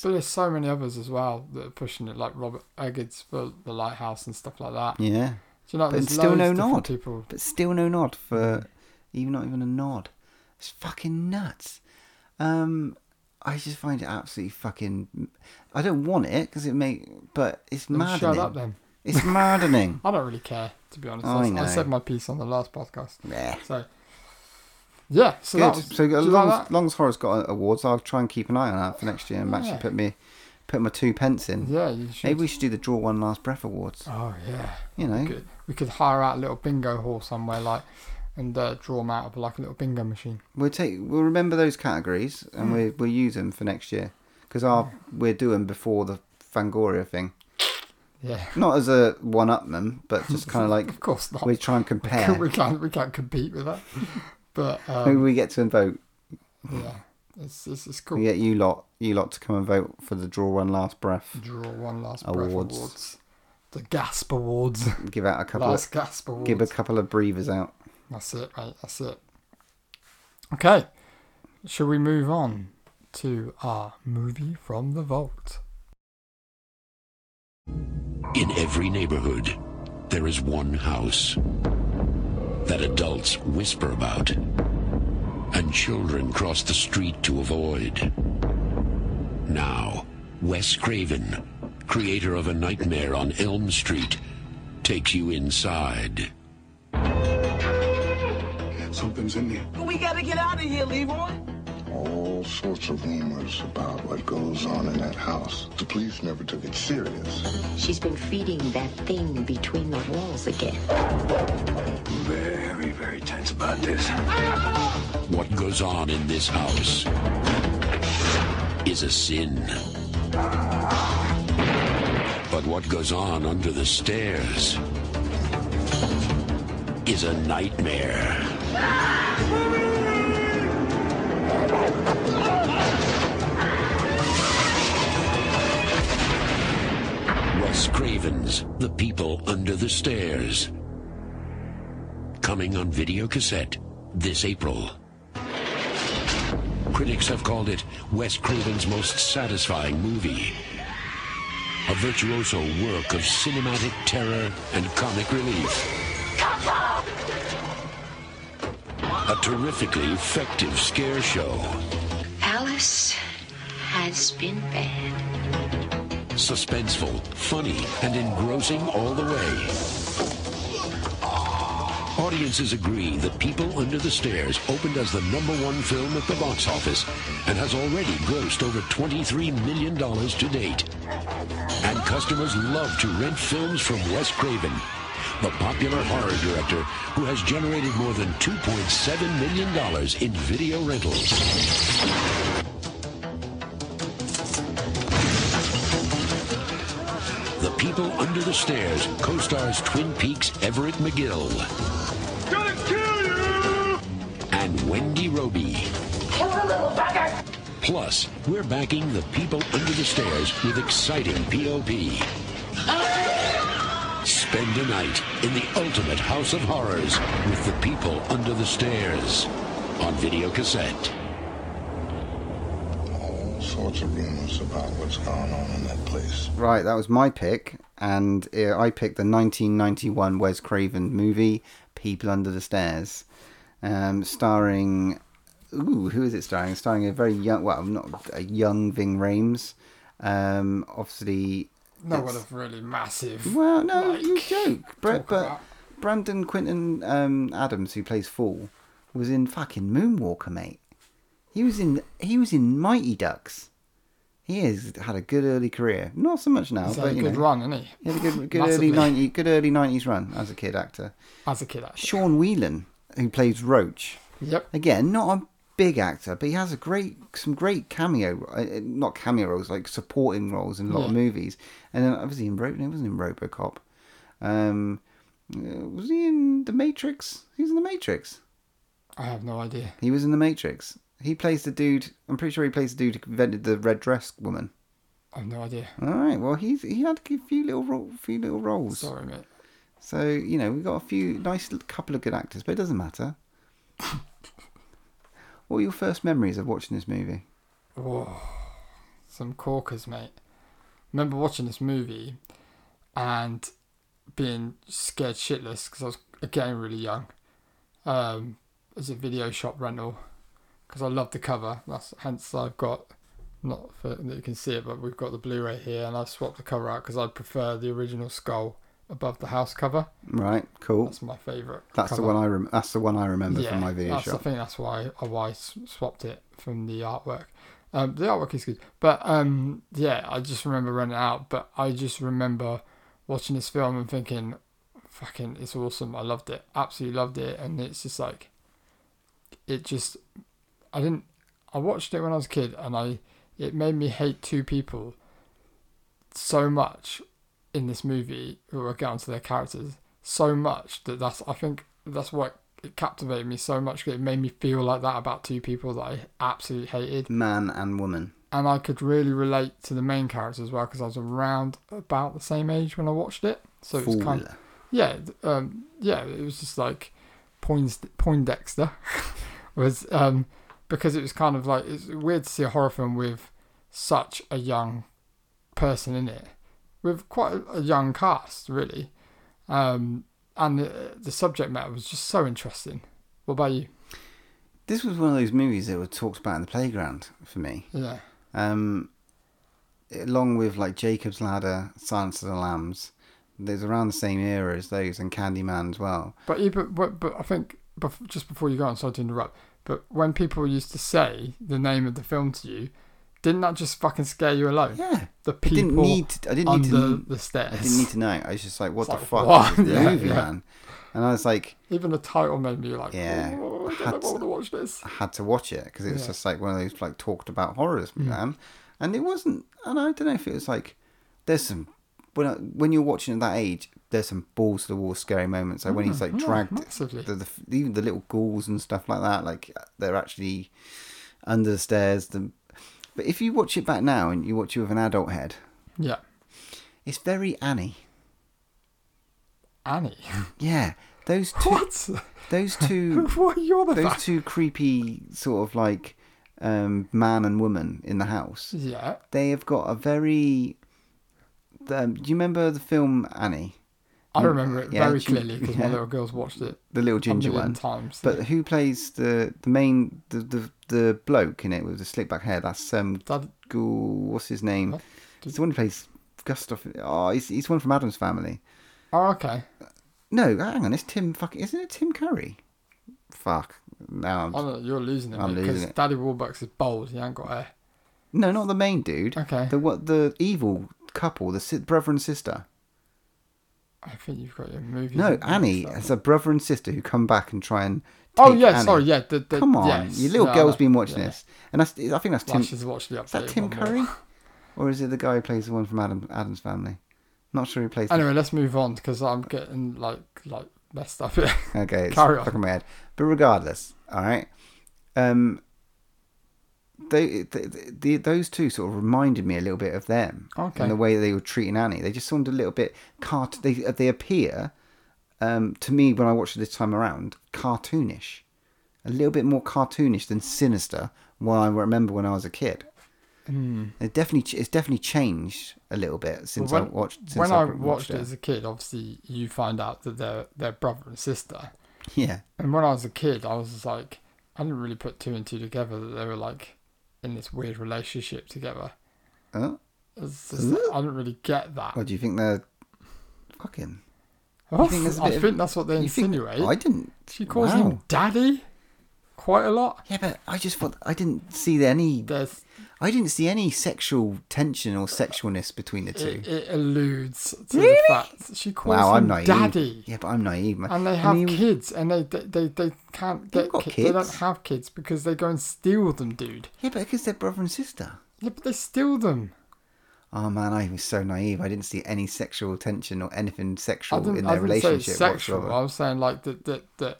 Speaker 2: <laughs> Mm. But there's so many others as well that are pushing it, like Robert Eggers for The Lighthouse and stuff like that.
Speaker 3: Yeah.
Speaker 2: Do you know,
Speaker 3: But
Speaker 2: there's
Speaker 3: it's still
Speaker 2: loads
Speaker 3: no
Speaker 2: of different
Speaker 3: nod.
Speaker 2: People.
Speaker 3: but still no nod for even not even a nod. It's fucking nuts. Um, I just find it absolutely fucking. I don't want it because it may, but it's
Speaker 2: Then
Speaker 3: maddening.
Speaker 2: shut up then. <laughs>
Speaker 3: It's maddening.
Speaker 2: I don't really care, to be honest.
Speaker 3: I
Speaker 2: I,
Speaker 3: know.
Speaker 2: I said my piece on the last podcast.
Speaker 3: yeah.
Speaker 2: So, yeah. So
Speaker 3: Good.
Speaker 2: that was,
Speaker 3: so
Speaker 2: do you
Speaker 3: uh,
Speaker 2: like
Speaker 3: Long's,
Speaker 2: that?
Speaker 3: Long's Horror's got awards. I'll try and keep an eye on that for next year and actually
Speaker 2: Yeah.
Speaker 3: put me, put my two pence in.
Speaker 2: Yeah, you should.
Speaker 3: Maybe we should do the Draw One Last Breath Awards.
Speaker 2: Oh yeah.
Speaker 3: You know,
Speaker 2: Good. We could hire out a little bingo hall somewhere, like, and uh, draw them out of like a little bingo machine.
Speaker 3: We'll take. We'll remember those categories, and we we'll use them for next year because our we're doing before the Fangoria thing.
Speaker 2: Yeah.
Speaker 3: Not as a one up them, but just kind of like
Speaker 2: <laughs> Of course not.
Speaker 3: we try and compare.
Speaker 2: we can't. We can't compete with
Speaker 3: <laughs>
Speaker 2: that. But
Speaker 3: Maybe
Speaker 2: um,
Speaker 3: we get to vote.
Speaker 2: yeah, it's it's, it's cool.
Speaker 3: We get you lot, you lot to come and vote for the draw one
Speaker 2: <laughs>
Speaker 3: last breath.
Speaker 2: Draw one last breath
Speaker 3: Awards.
Speaker 2: awards. The Gasp Awards.
Speaker 3: Give out a <laughs> couple.
Speaker 2: last
Speaker 3: Of,
Speaker 2: Gasp Awards.
Speaker 3: give a couple of breathers out.
Speaker 2: That's it, mate. That's it. Okay. Shall we move on to our movie from the vault?
Speaker 4: In every neighborhood, there is one house that adults whisper about and children cross the street to avoid. Now, Wes Craven, creator of A Nightmare on Elm Street, takes you inside.
Speaker 5: Something's in here.
Speaker 6: We gotta get out of here, Leroy.
Speaker 5: All sorts of rumors about what goes on in that house. The police never took it serious.
Speaker 7: She's been feeding that thing between the walls again.
Speaker 5: Very, very tense about this.
Speaker 4: What goes on in this house is a sin. But what goes on under the stairs is a nightmare. Wes Craven's The People Under the Stairs. Coming on video cassette this April. Critics have called it Wes Craven's most satisfying movie. A virtuoso work of cinematic terror and comic relief. A terrifically effective scare show.
Speaker 7: Alice has been bad.
Speaker 4: Suspenseful, funny, and engrossing all the way. Audiences agree that People Under the Stairs opened as the number one film at the box office and has already grossed over $23 million to date. And customers love to rent films from Wes Craven, the popular horror director who has generated more than $2.7 million in video rentals. The People Under the Stairs co-stars Twin Peaks Everett McGill. Gonna kill you! And Wendy Roby. Plus, we're backing The People Under the Stairs with exciting POP. Spend a night in the ultimate house of horrors with The People Under the Stairs on video cassette.
Speaker 5: All sorts sorts of rumors about what's going on in that place.
Speaker 3: Right, that was my pick, and uh, I picked the 1991 Wes Craven movie People Under the Stairs, um, starring. Ooh, who is it starring? Starring a very young, well, not a young Ving Rhames. Um, obviously,
Speaker 2: No
Speaker 3: it's-
Speaker 2: one of really massive.
Speaker 3: Well, no, you
Speaker 2: like,
Speaker 3: joke. But,
Speaker 2: talk
Speaker 3: but
Speaker 2: about.
Speaker 3: Brandon Quinton um, Adams, who plays Fool, was in fucking Moonwalker, mate. He was in he was in Mighty Ducks. He has had a good early career. Not so much now,
Speaker 2: He's had
Speaker 3: but
Speaker 2: a
Speaker 3: you
Speaker 2: good
Speaker 3: know,
Speaker 2: run, isn't he?
Speaker 3: he had a good, good early
Speaker 2: Massively.
Speaker 3: ninety good early nineties run as a kid actor.
Speaker 2: As a kid, actually.
Speaker 3: Sean Whelan, who plays Roach,
Speaker 2: Yep.
Speaker 3: again, not a big actor, but he has a great, some great cameo, uh, uh, not cameo roles, like supporting roles in a lot of
Speaker 2: Yeah.
Speaker 3: movies. And then obviously in Ro- he wasn't in RoboCop. Um, uh, was he in The Matrix? He was in The Matrix.
Speaker 2: I have no idea.
Speaker 3: He was in The Matrix. He plays the dude. I'm pretty sure he plays the dude who invented the red dress woman.
Speaker 2: I have no idea.
Speaker 3: All right. Well, he's he had a few little ro- few little roles.
Speaker 2: Sorry, mate.
Speaker 3: So you know we've got a few nice little- couple of good actors, but it
Speaker 2: <laughs>
Speaker 3: doesn't matter. what were your first memories of watching this movie?
Speaker 2: Oh, some corkers, mate. Remember watching this movie and being scared shitless because I was again really young. Um, it was a video shop rental because I love the cover. That's hence I've got not for, that you can see it, but we've got the Blu-ray here, and I swapped the cover out because I prefer the original skull above the house cover.
Speaker 3: Right, cool. That's,
Speaker 2: That's my favorite.
Speaker 3: the one I rem- that's the one I remember from my video
Speaker 2: that's, I
Speaker 3: shop.
Speaker 2: think that's why uh, why I s- swapped it from the artwork. Um, the artwork is good, but um, yeah, I just remember running out. But I just remember watching this film and thinking, "Fucking, it's awesome! I loved it, absolutely loved it." And it's just like, it just, I didn't. I watched it when I was a kid, and I it made me hate two people so much in this movie who are down to their characters so much that that's I think that's what it captivated me so much that it made me feel like that about two people that I absolutely hated
Speaker 3: Man and woman.
Speaker 2: and I could really relate to the main character as well because I was around about the same age when I watched it so it was
Speaker 3: Fool.
Speaker 2: kind of yeah th- um, yeah it was just like Poins- Poindexter <laughs> was um, because it was kind of like it's weird to see a horror film with such a young person in it with quite a, a young cast really um, and the, the subject matter was just so interesting what about you
Speaker 3: This was one of those movies that were talked about in the playground for me.
Speaker 2: yeah
Speaker 3: Um, along with like Jacob's Ladder, Silence of the Lambs. There's around the same era as those and Candyman as well.
Speaker 2: But even but, but I think bef- just before you go on, sorry to interrupt. But when people used to say the name of the film to you, didn't that just fucking scare you alone?
Speaker 3: Yeah.
Speaker 2: The
Speaker 3: I
Speaker 2: people
Speaker 3: didn't need to- I didn't need
Speaker 2: under
Speaker 3: to-
Speaker 2: the stairs.
Speaker 3: I didn't need to know. I was just like, what the
Speaker 2: like,
Speaker 3: fuck
Speaker 2: what?
Speaker 3: is
Speaker 2: <laughs>
Speaker 3: this
Speaker 2: Yeah,
Speaker 3: movie,
Speaker 2: yeah.
Speaker 3: man? And I was like,
Speaker 2: Even the title made me like,
Speaker 3: Yeah.
Speaker 2: oh, I
Speaker 3: Had
Speaker 2: don't know if I
Speaker 3: to-
Speaker 2: want to watch this.
Speaker 3: I had to watch it because it was
Speaker 2: Yeah. Mm.
Speaker 3: just like one of those like talked about horrors, man. And it wasn't. And I don't know if it was like there's some when I, when you're watching at that age, there's some balls to the wall scary moments. Like when he's like dragged,
Speaker 2: Mm. massively.
Speaker 3: the, the, even the little ghouls and stuff like that. Like they're actually under the stairs. The but if you watch it back now and you watch it with an adult head,
Speaker 2: Yeah,
Speaker 3: it's very Annie. <laughs>
Speaker 2: Annie.
Speaker 3: Yeah, those two.
Speaker 2: what?
Speaker 3: Those two.
Speaker 2: <laughs> what? You're the
Speaker 3: those
Speaker 2: fa-
Speaker 3: two creepy sort of like um, man and woman in the house.
Speaker 2: Yeah.
Speaker 3: They have got a very. Um, do you remember the film Annie,
Speaker 2: I remember it
Speaker 3: Yeah,
Speaker 2: very
Speaker 3: she-
Speaker 2: clearly because
Speaker 3: yeah.
Speaker 2: my little girls watched it
Speaker 3: the little ginger
Speaker 2: a million
Speaker 3: one?
Speaker 2: times.
Speaker 3: But who plays the the main the the, the bloke in it with the slick back hair? That's um,
Speaker 2: Dad,
Speaker 3: Ghoul- what's his name?
Speaker 2: What?
Speaker 3: It's the one who plays Gustav. Oh, he's he's one from Adam's Family.
Speaker 2: oh, okay.
Speaker 3: No, hang on, it's Tim. Fuck, isn't it Tim Curry? Fuck, now I'm
Speaker 2: I don't know, you're losing it
Speaker 3: I'm
Speaker 2: because
Speaker 3: losing it.
Speaker 2: Daddy Warbucks is bold. He ain't got hair.
Speaker 3: No, not the main dude.
Speaker 2: Okay.
Speaker 3: The what? The evil couple, the si- brother and sister.
Speaker 2: I think you've got your movie.
Speaker 3: No, Annie has a brother and sister who come back and try and.
Speaker 2: Oh,
Speaker 3: take
Speaker 2: yeah,
Speaker 3: Annie.
Speaker 2: sorry, yeah, the- the-
Speaker 3: Come on,
Speaker 2: yes,
Speaker 3: your little
Speaker 2: no,
Speaker 3: girl's
Speaker 2: that-
Speaker 3: been watching
Speaker 2: yeah.
Speaker 3: this, and that's, I think that's Tim.
Speaker 2: Well, she's watched the
Speaker 3: is that
Speaker 2: update
Speaker 3: Tim
Speaker 2: one more.
Speaker 3: Curry, or is it the guy who plays the one from Adam Adam's Family? Not sure who plays. the-
Speaker 2: Anyway, let's move on because I'm getting like like messed up here.
Speaker 3: <laughs> Okay, it's
Speaker 2: Carry on.
Speaker 3: fucking mad. But regardless, all right. Um, they, th th the, those two sort of reminded me a little bit of them,
Speaker 2: Okay.
Speaker 3: and the way they were treating Annie. They just seemed a little bit cart. They uh, they appear, um, to me when I watched it this time around, cartoonish, a little bit more cartoonish than sinister. What I remember when I was a kid. It definitely ch- it's definitely changed a little bit since
Speaker 2: Hmm. Well,
Speaker 3: I watched since
Speaker 2: when I
Speaker 3: watched,
Speaker 2: watched it
Speaker 3: it.
Speaker 2: as a kid, obviously you find out that they're they're brother and sister.
Speaker 3: Yeah,
Speaker 2: And when I was a kid, I was just like, I didn't really put two and two together that they were like in this weird relationship together.
Speaker 3: oh,
Speaker 2: It's just like, I didn't really get that.
Speaker 3: or do you think they're fucking?
Speaker 2: I
Speaker 3: think there's a bit of-
Speaker 2: think that's what they
Speaker 3: you think-
Speaker 2: insinuate.
Speaker 3: I didn't.
Speaker 2: She calls
Speaker 3: wow.
Speaker 2: him daddy quite a lot.
Speaker 3: Yeah, but I just thought I didn't see any.
Speaker 2: There's
Speaker 3: I didn't see any sexual tension or sexualness between the two.
Speaker 2: it, it alludes to the fact she calls
Speaker 3: Hmm. wow,
Speaker 2: him
Speaker 3: I'm naive.
Speaker 2: daddy.
Speaker 3: Yeah, but I'm naive. Man.
Speaker 2: And they
Speaker 3: I
Speaker 2: have
Speaker 3: mean,
Speaker 2: kids, and they they, they, they can't
Speaker 3: They've
Speaker 2: get
Speaker 3: got
Speaker 2: kids. They don't
Speaker 3: kids.
Speaker 2: have kids because they go and steal them, dude.
Speaker 3: Yeah, but because they're brother and sister.
Speaker 2: Yeah, but they steal them.
Speaker 3: Oh man, I was so naive. I didn't see any sexual tension or anything
Speaker 2: I
Speaker 3: sexual
Speaker 2: didn't,
Speaker 3: Oh, in
Speaker 2: I
Speaker 3: their
Speaker 2: didn't
Speaker 3: relationship
Speaker 2: say it's sexual.
Speaker 3: whatsoever.
Speaker 2: I was saying like that that, that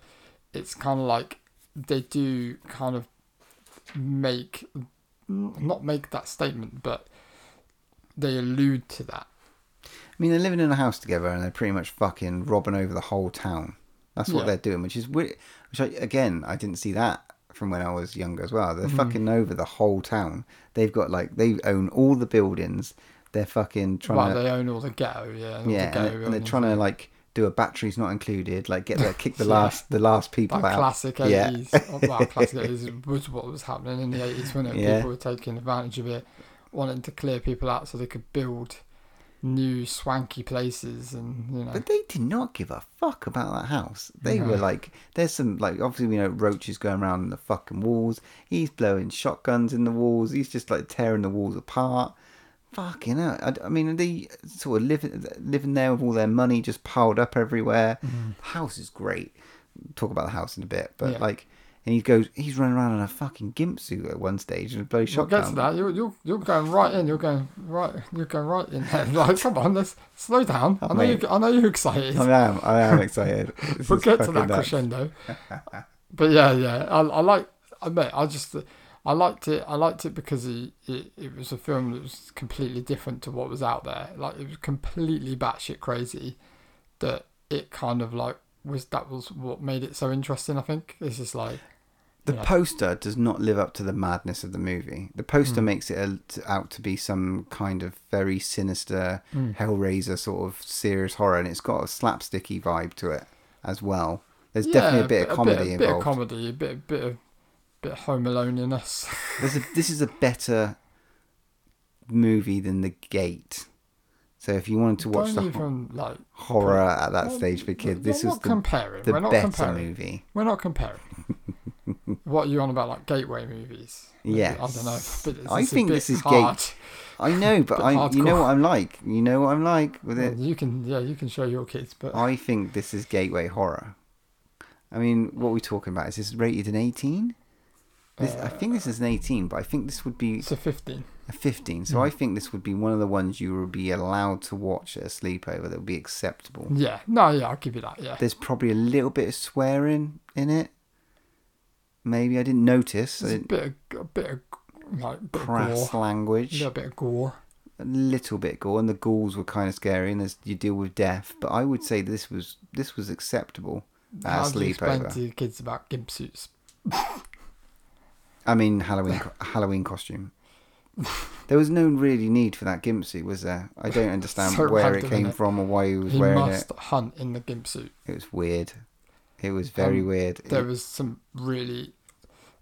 Speaker 2: it's kind of like they do kind of make not make that statement, but they allude to that.
Speaker 3: I mean, they're living in a house together and they're pretty much fucking robbing over the whole town. That's what
Speaker 2: Yeah.
Speaker 3: they're doing, which is weird. Which I, again, I didn't see that from when I was younger as well. They're
Speaker 2: Mm-hmm.
Speaker 3: fucking over the whole town. They've got like they own all the buildings. They're fucking trying
Speaker 2: Well,
Speaker 3: to
Speaker 2: they own all the ghetto, yeah. and all
Speaker 3: yeah,
Speaker 2: the ghetto
Speaker 3: and they're- and they're
Speaker 2: buildings.
Speaker 3: trying to like do a batteries not included, like
Speaker 2: <laughs>
Speaker 3: get the kick the last the last people
Speaker 2: That
Speaker 3: out.
Speaker 2: classic
Speaker 3: yeah.
Speaker 2: 80s, well, classic
Speaker 3: <laughs>
Speaker 2: 80s was what was happening in the 80s when
Speaker 3: Yeah.
Speaker 2: people were taking advantage of it, wanting to clear people out so they could build new swanky places and, you know.
Speaker 3: But they did not give a fuck about that house. They were like, there's some, like, obviously, we know roaches going around in the fucking walls. He's blowing shotguns in the walls. He's just like tearing the walls apart. Fucking hell. I, I mean, they sort of living, living there with all their money just piled up everywhere. The house is great. Talk about the house in a bit.
Speaker 2: Mm-hmm.
Speaker 3: But
Speaker 2: Yeah.
Speaker 3: like, and he goes, he's running around in a fucking gimp suit at one stage and a bloody
Speaker 2: We'll get
Speaker 3: shotgun.
Speaker 2: to that. You're, you're, you're going right in. You're going right. You're going right in. there. <laughs> Like, come on, let's slow down. I know
Speaker 3: mate.
Speaker 2: you. I know you're excited.
Speaker 3: I am. I am
Speaker 2: <laughs>
Speaker 3: excited. This
Speaker 2: we'll
Speaker 3: is
Speaker 2: get to
Speaker 3: fucking
Speaker 2: that
Speaker 3: nuts. <laughs>
Speaker 2: crescendo. but yeah, yeah, I, I like. I admit, I just. I liked it. I liked it because it, it, it was a film that was completely different to what was out there. Like it was completely batshit crazy. That it kind of like was that was what made it so interesting. I think it's just like
Speaker 3: The poster does not live up to the madness of the movie. The
Speaker 2: Hmm.
Speaker 3: poster makes it a- out to be some kind of very sinister
Speaker 2: Hmm.
Speaker 3: Hellraiser sort of serious horror, and it's got a slapsticky vibe to it as well. There's definitely a bit of comedy
Speaker 2: a bit,
Speaker 3: involved.
Speaker 2: of comedy, a bit, a bit of, bit of home aloneness. <laughs>
Speaker 3: There's a, this is a better movie than The Gate. So if you wanted to
Speaker 2: Don't
Speaker 3: watch the ho-
Speaker 2: even like.
Speaker 3: horror at that stage for
Speaker 2: we're
Speaker 3: kids, this
Speaker 2: not
Speaker 3: is the,
Speaker 2: comparing.
Speaker 3: the
Speaker 2: We're not
Speaker 3: better
Speaker 2: comparing.
Speaker 3: movie.
Speaker 2: We're not
Speaker 3: <laughs>
Speaker 2: comparing. what are you on about, like gateway movies?
Speaker 3: Yes.
Speaker 2: I don't know. But it's,
Speaker 3: I
Speaker 2: it's a
Speaker 3: think
Speaker 2: bit
Speaker 3: this is
Speaker 2: hard.
Speaker 3: Gate. I
Speaker 2: <laughs>
Speaker 3: know, but
Speaker 2: Bit
Speaker 3: I, you know
Speaker 2: hardcore.
Speaker 3: what I'm like. You know what I'm like with it.
Speaker 2: Well, you can, yeah, you can show your kids, but
Speaker 3: uh, I think this is gateway horror. I mean, what are we talking about? Is this rated an 18? This, I think this is an 18, but I think this would be
Speaker 2: it's a fifteen.
Speaker 3: a 15.
Speaker 2: Hmm.
Speaker 3: So I think this would be one of the ones you would be allowed to watch at a sleepover that would be acceptable.
Speaker 2: Yeah, no, yeah, I'll give you that. Yeah,
Speaker 3: There's probably a little bit of swearing in it. Maybe I didn't notice. I
Speaker 2: there's a
Speaker 3: didn't-
Speaker 2: bit, of, a bit of like bit of
Speaker 3: Crass
Speaker 2: gore, a
Speaker 3: language,
Speaker 2: little bit of gore.
Speaker 3: a little bit gore, and the ghouls were kind of scary, and there's, you deal with death. But I would say this was this was acceptable at
Speaker 2: How
Speaker 3: a
Speaker 2: do you explain
Speaker 3: sleepover.
Speaker 2: to your kids about gimp suits?
Speaker 3: I mean,
Speaker 2: <laughs>
Speaker 3: Halloween co- Halloween costume. There was no really need for that gimp suit, was there?
Speaker 2: <laughs>
Speaker 3: I don't understand
Speaker 2: So
Speaker 3: where
Speaker 2: random,
Speaker 3: it came
Speaker 2: innit?
Speaker 3: from or why he was
Speaker 2: He
Speaker 3: wearing
Speaker 2: must
Speaker 3: it.
Speaker 2: hunt in the gimp suit.
Speaker 3: It was weird. It was very
Speaker 2: Um,
Speaker 3: weird.
Speaker 2: There
Speaker 3: It-
Speaker 2: was some really.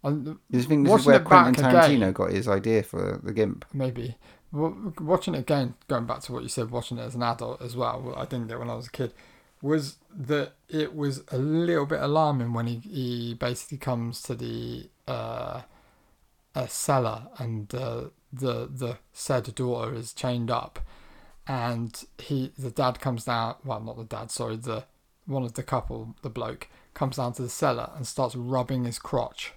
Speaker 2: and
Speaker 3: you think this is
Speaker 2: watching
Speaker 3: where
Speaker 2: it back
Speaker 3: Quentin
Speaker 2: again-
Speaker 3: Tarantino got his idea for the gimp?
Speaker 2: maybe W- watching it again going back to what you said watching it as an adult as well what i didn't get when i was a kid was that it was a little bit alarming when he, he basically comes to the uh, uh cellar and uh, the the said daughter is chained up and he the dad comes down well not the dad sorry the one of the couple the bloke comes down to the cellar and starts rubbing his crotch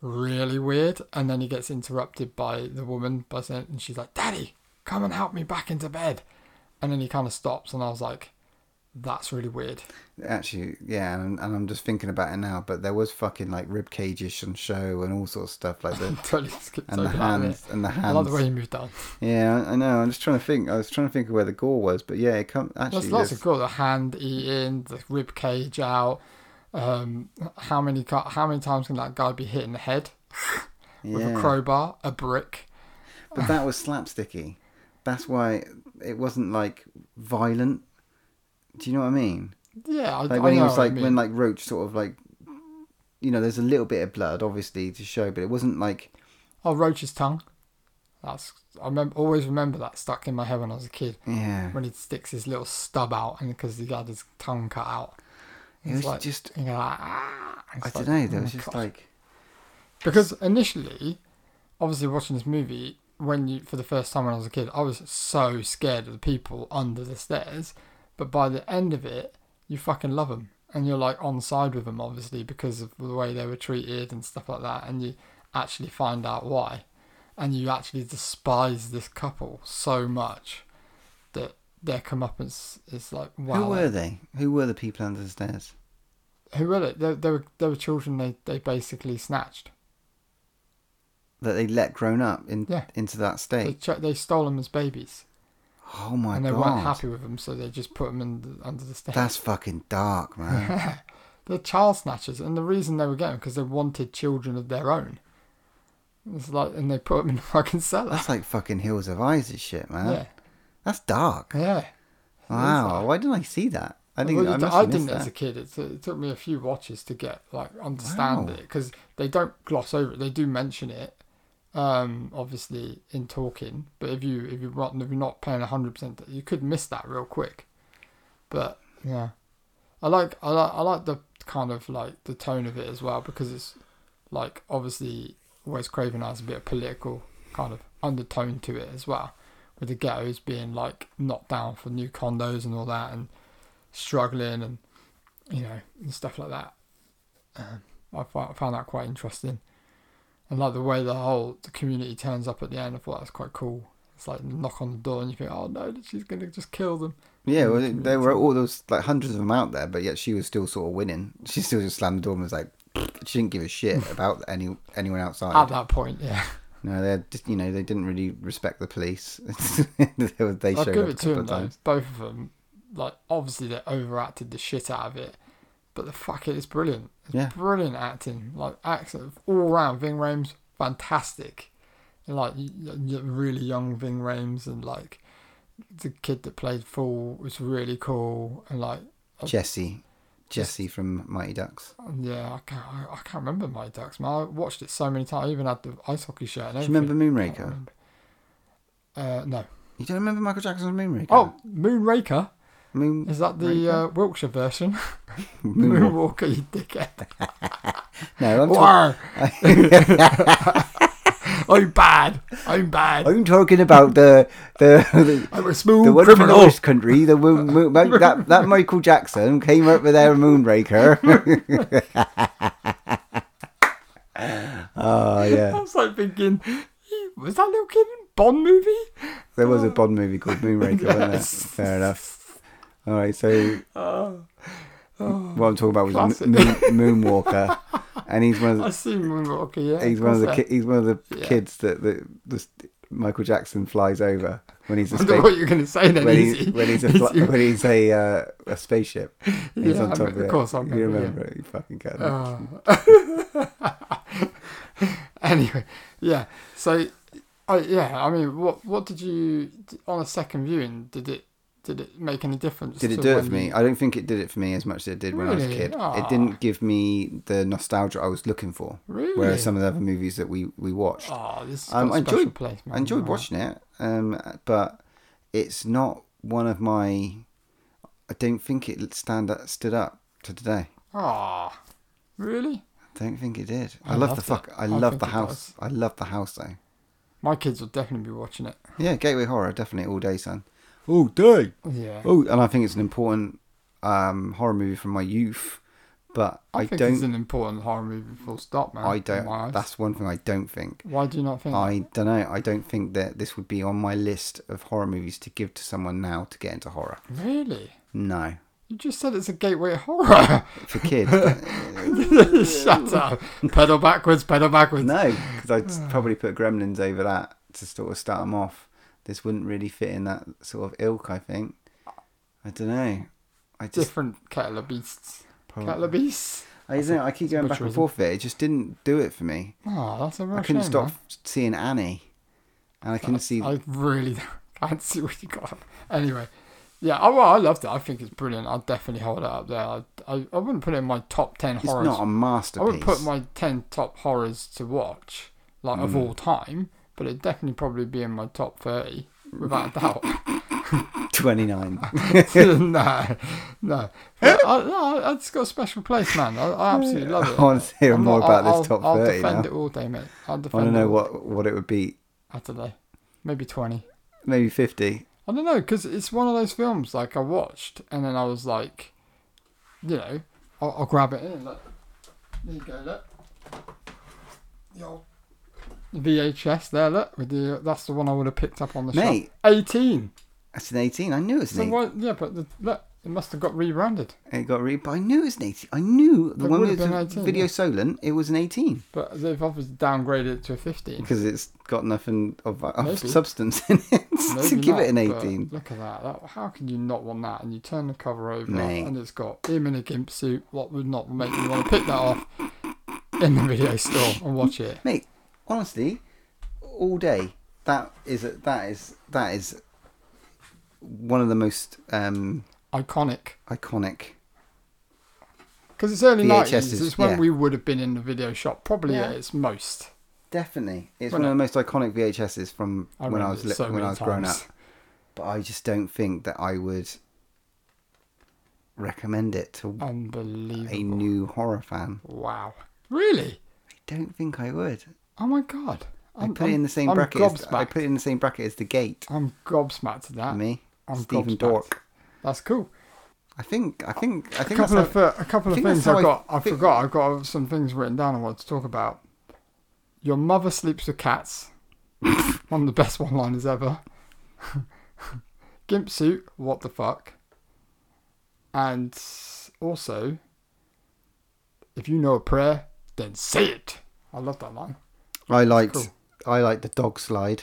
Speaker 2: really weird. And then he gets interrupted by the woman by saying, and she's like, Daddy, come and help me back into bed. And then he kind of stops, and I was like, that's really weird. <laughs>
Speaker 3: Actually, yeah, and, and I'm just thinking about it now. But there was fucking like rib cages on show and all sorts of stuff like that.
Speaker 2: Totally skipped
Speaker 3: And the
Speaker 2: over that bit.
Speaker 3: hands and the
Speaker 2: I like the
Speaker 3: hands.
Speaker 2: way he moved
Speaker 3: <laughs>
Speaker 2: on.
Speaker 3: Yeah, I I know. I'm just trying to think. I was trying to think of where the gore was, but yeah, it come
Speaker 2: There's
Speaker 3: actually.
Speaker 2: lots
Speaker 3: there's-
Speaker 2: of cool. The hand eating, the rib cage out. Um, how many ca- how many times can that guy be hit in the head <laughs> with
Speaker 3: Yeah.
Speaker 2: a crowbar, a brick?
Speaker 3: But that was slapsticky. That's why it wasn't like violent. Do you know what I mean?
Speaker 2: Yeah, I,
Speaker 3: Like
Speaker 2: I
Speaker 3: when he
Speaker 2: know
Speaker 3: was
Speaker 2: what you
Speaker 3: like
Speaker 2: mean.
Speaker 3: when like Roach sort of like, you know, there's a little bit of blood obviously to show, but it wasn't like
Speaker 2: oh Roach's tongue. That's I remember always remember that stuck in my head when I was a kid.
Speaker 3: yeah.
Speaker 2: When he sticks his little stub out, and because he had his tongue cut out,
Speaker 3: It
Speaker 2: It's
Speaker 3: was
Speaker 2: like-
Speaker 3: just
Speaker 2: you know, like, ah,
Speaker 3: I
Speaker 2: it's like,
Speaker 3: don't know. There
Speaker 2: oh
Speaker 3: was
Speaker 2: my
Speaker 3: just
Speaker 2: God.
Speaker 3: like
Speaker 2: because initially, obviously watching this movie when you for the first time when I was a kid, I was so scared of the people under the stairs. But by the end of it, you fucking love them, and you're like on side with them, obviously because of the way they were treated and stuff like that, and you actually find out why, and you actually despise this couple so much that their comeuppance is like wow.
Speaker 3: who were they? Who were the people under the stairs?
Speaker 2: Who were they? They, they were they were children. They they basically snatched.
Speaker 3: that they let grown up in
Speaker 2: Yeah.
Speaker 3: into that
Speaker 2: They
Speaker 3: state.
Speaker 2: ch- they stole them as babies.
Speaker 3: Oh my
Speaker 2: and they
Speaker 3: god,
Speaker 2: weren't happy with them, so they just put them in the, under the stairs.
Speaker 3: that's fucking
Speaker 2: <laughs>
Speaker 3: dark, man.
Speaker 2: They're child snatchers, and the reason they were going because they wanted children of their own. It's like, and they put them in a fucking cellar.
Speaker 3: that's like fucking Hills of Eyes and shit, man.
Speaker 2: Yeah,
Speaker 3: That's dark.
Speaker 2: yeah.
Speaker 3: Wow, why didn't I see that? I didn't.
Speaker 2: Well,
Speaker 3: I,
Speaker 2: you d-
Speaker 3: must
Speaker 2: I
Speaker 3: have missed
Speaker 2: didn't
Speaker 3: that.
Speaker 2: as a kid. It, t- it took me a few watches to get like understand
Speaker 3: Wow.
Speaker 2: it because they don't gloss over it. They do mention it, um, obviously in talking. But if you if you want if you're not paying hundred percent, you could miss that real quick. But yeah, I like I like I like the kind of like the tone of it as well because it's like obviously Wes Craven has a bit of political kind of undertone to it as well, with the ghettos being like knocked down for new condos and all that and struggling and you know and stuff like that. Um, I found, I found that quite interesting, and like the way the whole the community turns up at the end, I thought that was quite cool. It's like knock on the door and you think, oh no, she's gonna just kill them.
Speaker 3: Yeah, well, it- there were all those like hundreds of them out there, but yet she was still sort of winning. <laughs> She still just slammed the door and was like, <laughs> she didn't give
Speaker 2: <laughs>
Speaker 3: a shit about any anyone
Speaker 2: At
Speaker 3: outside.
Speaker 2: that point, yeah,
Speaker 3: No, they are just you know they didn't really respect the police. <laughs> they were- they
Speaker 2: I'll
Speaker 3: showed
Speaker 2: give
Speaker 3: up a
Speaker 2: it to
Speaker 3: couple
Speaker 2: them
Speaker 3: of
Speaker 2: though.
Speaker 3: times.
Speaker 2: Both of them, like obviously they overacted the shit out of it, but the fuck it, it's brilliant. It's
Speaker 3: Yeah.
Speaker 2: brilliant acting, like accent all round. Ving Rhames, fantastic. And, like y- y- really young Ving Rhames and like the kid that played Fool was really cool and like
Speaker 3: Jesse, Jesse from Mighty Ducks.
Speaker 2: yeah I can't I, I can't remember my ducks man I watched it so many times I even had the ice hockey shirt and
Speaker 3: Do you
Speaker 2: everything.
Speaker 3: remember Moonraker?
Speaker 2: uh, no
Speaker 3: You don't remember Michael Jackson's Moonraker?
Speaker 2: oh Moonraker
Speaker 3: Moon
Speaker 2: is that the
Speaker 3: Raker?
Speaker 2: uh, Wiltshire
Speaker 3: <laughs>
Speaker 2: version
Speaker 3: Moonwalk?
Speaker 2: Moonwalker you
Speaker 3: <laughs>
Speaker 2: dickhead Oh,
Speaker 3: No, I'm, talk-
Speaker 2: War. <laughs> I'm bad I'm bad
Speaker 3: I'm talking about the the the,
Speaker 2: I'm a smooth
Speaker 3: the one from
Speaker 2: criminal
Speaker 3: Lost Country. The Moon- Moon-
Speaker 2: <laughs>
Speaker 3: Mo- that that Michael Jackson came up with their
Speaker 2: <laughs>
Speaker 3: Moonraker. oh
Speaker 2: I
Speaker 3: yeah,
Speaker 2: was like thinking was that little kid in Bond movie
Speaker 3: there was a Bond movie called Moonraker, wasn't there?
Speaker 2: Yes. Ah.
Speaker 3: Fair enough. All right, so what I'm talking about was
Speaker 2: Classic.
Speaker 3: Moon, Moonwalker, and he's one of the,
Speaker 2: I see Moonwalker yeah <laughs>
Speaker 3: he's one of the
Speaker 2: course
Speaker 3: ki-
Speaker 2: I-
Speaker 3: he's one of the
Speaker 2: Yeah.
Speaker 3: kids that the, the Michael Jackson flies over when he's a
Speaker 2: I don't know
Speaker 3: space,
Speaker 2: what you're going to say then
Speaker 3: when,
Speaker 2: easy.
Speaker 3: he, when
Speaker 2: <laughs>
Speaker 3: he's a fl- when he's a uh, a spaceship. He's
Speaker 2: Yeah,
Speaker 3: on
Speaker 2: I
Speaker 3: top
Speaker 2: mean,
Speaker 3: of,
Speaker 2: of
Speaker 3: it.
Speaker 2: course I
Speaker 3: you
Speaker 2: remember, yeah. Oh,
Speaker 3: remember it. You fucking can.
Speaker 2: anyway, yeah. So, I yeah. I mean, what what did you on a second viewing? Did it did it make any difference?
Speaker 3: Did it
Speaker 2: to
Speaker 3: do it
Speaker 2: when
Speaker 3: for me?
Speaker 2: you-
Speaker 3: I don't think it did it for me as much as it did when I was a
Speaker 2: Really?
Speaker 3: kid.
Speaker 2: Aw.
Speaker 3: It didn't give me the nostalgia I was looking for.
Speaker 2: Really?
Speaker 3: Whereas some of the other movies that we we watched,
Speaker 2: Oh, this is
Speaker 3: um,
Speaker 2: a
Speaker 3: I
Speaker 2: special
Speaker 3: enjoyed
Speaker 2: place, man. Ah.
Speaker 3: I enjoyed
Speaker 2: Wow.
Speaker 3: watching it. Um, but it's not one of my. I don't think it stand stood up to today.
Speaker 2: Ah, really?
Speaker 3: Don't think it did. I,
Speaker 2: I
Speaker 3: love the
Speaker 2: loved
Speaker 3: fuck.
Speaker 2: it.
Speaker 3: I,
Speaker 2: I
Speaker 3: love
Speaker 2: think
Speaker 3: the
Speaker 2: it
Speaker 3: house. I love the house though.
Speaker 2: My kids will definitely be watching it.
Speaker 3: Yeah, Gateway Horror definitely all day, son. All day.
Speaker 2: Yeah.
Speaker 3: Oh, and I think it's an important um, horror movie from my youth, but I,
Speaker 2: I, think
Speaker 3: don't.
Speaker 2: it's an important horror movie. Full stop, man.
Speaker 3: I
Speaker 2: in my
Speaker 3: don't.
Speaker 2: eyes.
Speaker 3: That's one thing I don't think.
Speaker 2: Why do you not think?
Speaker 3: I don't know. I don't think that this would be on my list of horror movies to give to someone now to get into horror.
Speaker 2: Really?
Speaker 3: No,
Speaker 2: You just said it's a gateway horror. <laughs>
Speaker 3: for kids.
Speaker 2: Shut up. Pedal backwards. Pedal backwards.
Speaker 3: no, because I'd s- probably put Gremlins over that to sort of start them off. This wouldn't really fit in that sort of ilk. I think. I don't know. I just
Speaker 2: Different kettle of beasts.
Speaker 3: Probably.
Speaker 2: Kettle of beasts.
Speaker 3: I don't know. I keep going back and
Speaker 2: butcherism.
Speaker 3: forth with it. It just didn't do it for me.
Speaker 2: Oh, that's a real
Speaker 3: I couldn't
Speaker 2: shame,
Speaker 3: stop
Speaker 2: man.
Speaker 3: seeing Annie. and I can see.
Speaker 2: I really <laughs> can't see what you got. Anyway, yeah, I, well, I loved it. I think it's brilliant. I'd definitely hold it up there. I, I, I wouldn't put it in my top 10
Speaker 3: it's
Speaker 2: horrors.
Speaker 3: not a
Speaker 2: I
Speaker 3: masterpiece.
Speaker 2: would put
Speaker 3: <laughs>
Speaker 2: my 10 top horrors to watch, like
Speaker 3: Hmm.
Speaker 2: of all time, but it'd definitely probably be in my top 30,
Speaker 3: <laughs>
Speaker 2: without a doubt. <laughs>
Speaker 3: 29.
Speaker 2: no, no. But I, no, I- it's got a special place, man. I, I absolutely love it.
Speaker 3: <laughs> I want to hear
Speaker 2: I'm
Speaker 3: more
Speaker 2: not-
Speaker 3: about
Speaker 2: I'll-
Speaker 3: this top
Speaker 2: I'll,
Speaker 3: 30
Speaker 2: I'll defend
Speaker 3: now.
Speaker 2: it all day, mate. I'll
Speaker 3: I
Speaker 2: defend
Speaker 3: want to
Speaker 2: it
Speaker 3: know
Speaker 2: all
Speaker 3: what, what it would be.
Speaker 2: I don't know. Maybe 20.
Speaker 3: Maybe 50.
Speaker 2: I don't know, because it's one of those films, like, I watched, and then I was like, you know, I'll, I'll grab it in. Look. There you go, look. The old VHS there, look. With the, that's the one I would have picked up on the
Speaker 3: Mate.
Speaker 2: shelf. 18.
Speaker 3: That's an 18. I knew it was
Speaker 2: So
Speaker 3: an 18.
Speaker 2: why, yeah, but the, look, it must have got rebranded.
Speaker 3: It got re- but I knew it was an 18. I knew the
Speaker 2: It
Speaker 3: one
Speaker 2: would
Speaker 3: with
Speaker 2: have
Speaker 3: the
Speaker 2: been 18,
Speaker 3: video
Speaker 2: yeah.
Speaker 3: Solent, it was an 18
Speaker 2: But they've obviously downgraded it to a 15.
Speaker 3: because it's got nothing of, of
Speaker 2: Maybe.
Speaker 3: substance in it <laughs> to
Speaker 2: Maybe
Speaker 3: give
Speaker 2: not,
Speaker 3: it an
Speaker 2: but
Speaker 3: 18.
Speaker 2: Look at that. that. How can you not want that? And you turn the cover over
Speaker 3: Mate.
Speaker 2: and it's got him in a gimp suit. What would not make you want to pick that off in the video store and watch it?
Speaker 3: Mate, honestly, all day. That is a, that is that is one of the most um,
Speaker 2: Iconic.
Speaker 3: iconic.
Speaker 2: Because it's early
Speaker 3: VHS
Speaker 2: 90s.
Speaker 3: is-
Speaker 2: It's when
Speaker 3: yeah.
Speaker 2: we would have been in the video shop, probably
Speaker 3: Yeah.
Speaker 2: at its most.
Speaker 3: Definitely, it's
Speaker 2: Well,
Speaker 3: one of the most iconic VHSs from
Speaker 2: I
Speaker 3: when I
Speaker 2: remember
Speaker 3: was
Speaker 2: it
Speaker 3: li-
Speaker 2: so
Speaker 3: when
Speaker 2: many
Speaker 3: I was growing up.
Speaker 2: times.
Speaker 3: But I just don't think that I would recommend it to
Speaker 2: Unbelievable.
Speaker 3: a new horror fan.
Speaker 2: Wow. Really?
Speaker 3: I don't think I would.
Speaker 2: Oh my god.
Speaker 3: I put it in the same
Speaker 2: I'm
Speaker 3: bracket. As,
Speaker 2: Gobsmacked.
Speaker 3: I put it in the same bracket as the Gate.
Speaker 2: I'm gobsmacked at that.
Speaker 3: me,
Speaker 2: I'm
Speaker 3: Stephen
Speaker 2: gobsmacked.
Speaker 3: Dork.
Speaker 2: That's cool.
Speaker 3: I think. I think. I
Speaker 2: A
Speaker 3: think.
Speaker 2: couple
Speaker 3: that's
Speaker 2: of
Speaker 3: how-
Speaker 2: uh, a couple
Speaker 3: I
Speaker 2: of
Speaker 3: think that's
Speaker 2: things
Speaker 3: how
Speaker 2: I
Speaker 3: I
Speaker 2: got. I
Speaker 3: think-
Speaker 2: forgot. I got some things written down. I wanted to talk about. Your mother sleeps with cats. <laughs> one of the best one-liners ever. <laughs> Gimp suit. What the fuck? And also, if you know a prayer, then say it. I love that line.
Speaker 3: I liked.
Speaker 2: Cool.
Speaker 3: I liked the dog slide.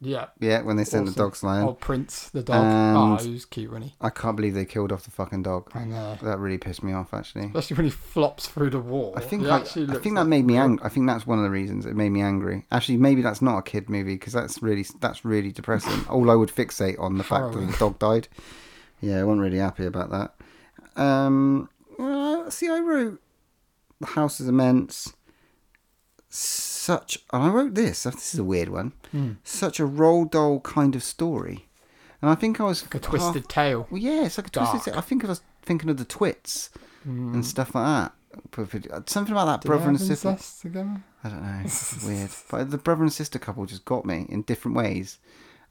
Speaker 2: Yeah.
Speaker 3: Yeah, when they sent the
Speaker 2: awesome.
Speaker 3: dog slide.
Speaker 2: Oh, Prince the dog. Ah,
Speaker 3: And-
Speaker 2: he was cute, wasn't he?
Speaker 3: I can't believe they killed off the fucking dog.
Speaker 2: I know.
Speaker 3: That really pissed me off, actually.
Speaker 2: Especially when he flops through the wall.
Speaker 3: I think
Speaker 2: He
Speaker 3: I, I
Speaker 2: actually
Speaker 3: think
Speaker 2: looks
Speaker 3: that
Speaker 2: like-
Speaker 3: made me angry. I think that's one of the reasons it made me angry. Actually, maybe that's not a kid movie because that's really that's really depressing.
Speaker 2: <coughs>
Speaker 3: All I would fixate on the fact that
Speaker 2: Harrowing.
Speaker 3: the dog died. Yeah, I wasn't really happy about that. Um, uh, see, I wrote the house is immense. Such, and I wrote this. This is a weird one.
Speaker 2: Hmm.
Speaker 3: Such a roll doll kind of story, and I think I was
Speaker 2: a twisted tale.
Speaker 3: well, yeah, it's like a
Speaker 2: Dark. Mm.
Speaker 3: twisted. I think I was thinking of the twits and stuff like that. But- but Something about that
Speaker 2: Do they
Speaker 3: brother and
Speaker 2: have
Speaker 3: sister.
Speaker 2: incest together?
Speaker 3: I don't know.
Speaker 2: <laughs>
Speaker 3: Weird. But the brother and sister couple just got me in different ways,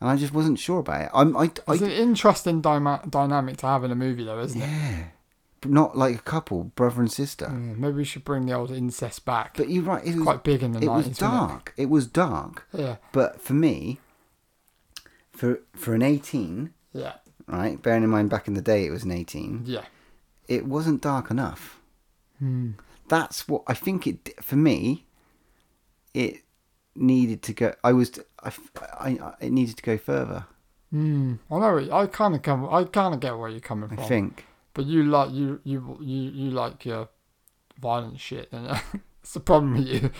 Speaker 3: and I just wasn't sure about it. I'm I, I
Speaker 2: It's an interesting dyma- dynamic to have in a movie, though, isn't it?
Speaker 3: not like a couple, brother and sister.
Speaker 2: Mm, Maybe we should bring the old incest back.
Speaker 3: But you're right. It was
Speaker 2: Quite big in the
Speaker 3: It
Speaker 2: 90s,
Speaker 3: was
Speaker 2: wasn't it?
Speaker 3: dark. It? was dark.
Speaker 2: Yeah.
Speaker 3: But for me, for for an 18,
Speaker 2: yeah,
Speaker 3: right? Bearing in mind back in the day it was an 18.
Speaker 2: yeah.
Speaker 3: it wasn't dark enough.
Speaker 2: Hmm.
Speaker 3: That's what I think it di- for me. It needed to go. I was. I, I, I- It needed to go further.
Speaker 2: Mm, I know. it- I kind of come. I kind of get where you're coming
Speaker 3: I
Speaker 2: from. <laughs>
Speaker 3: think.
Speaker 2: But you like you you you you like your violent shit, and <laughs> it's the problem with you.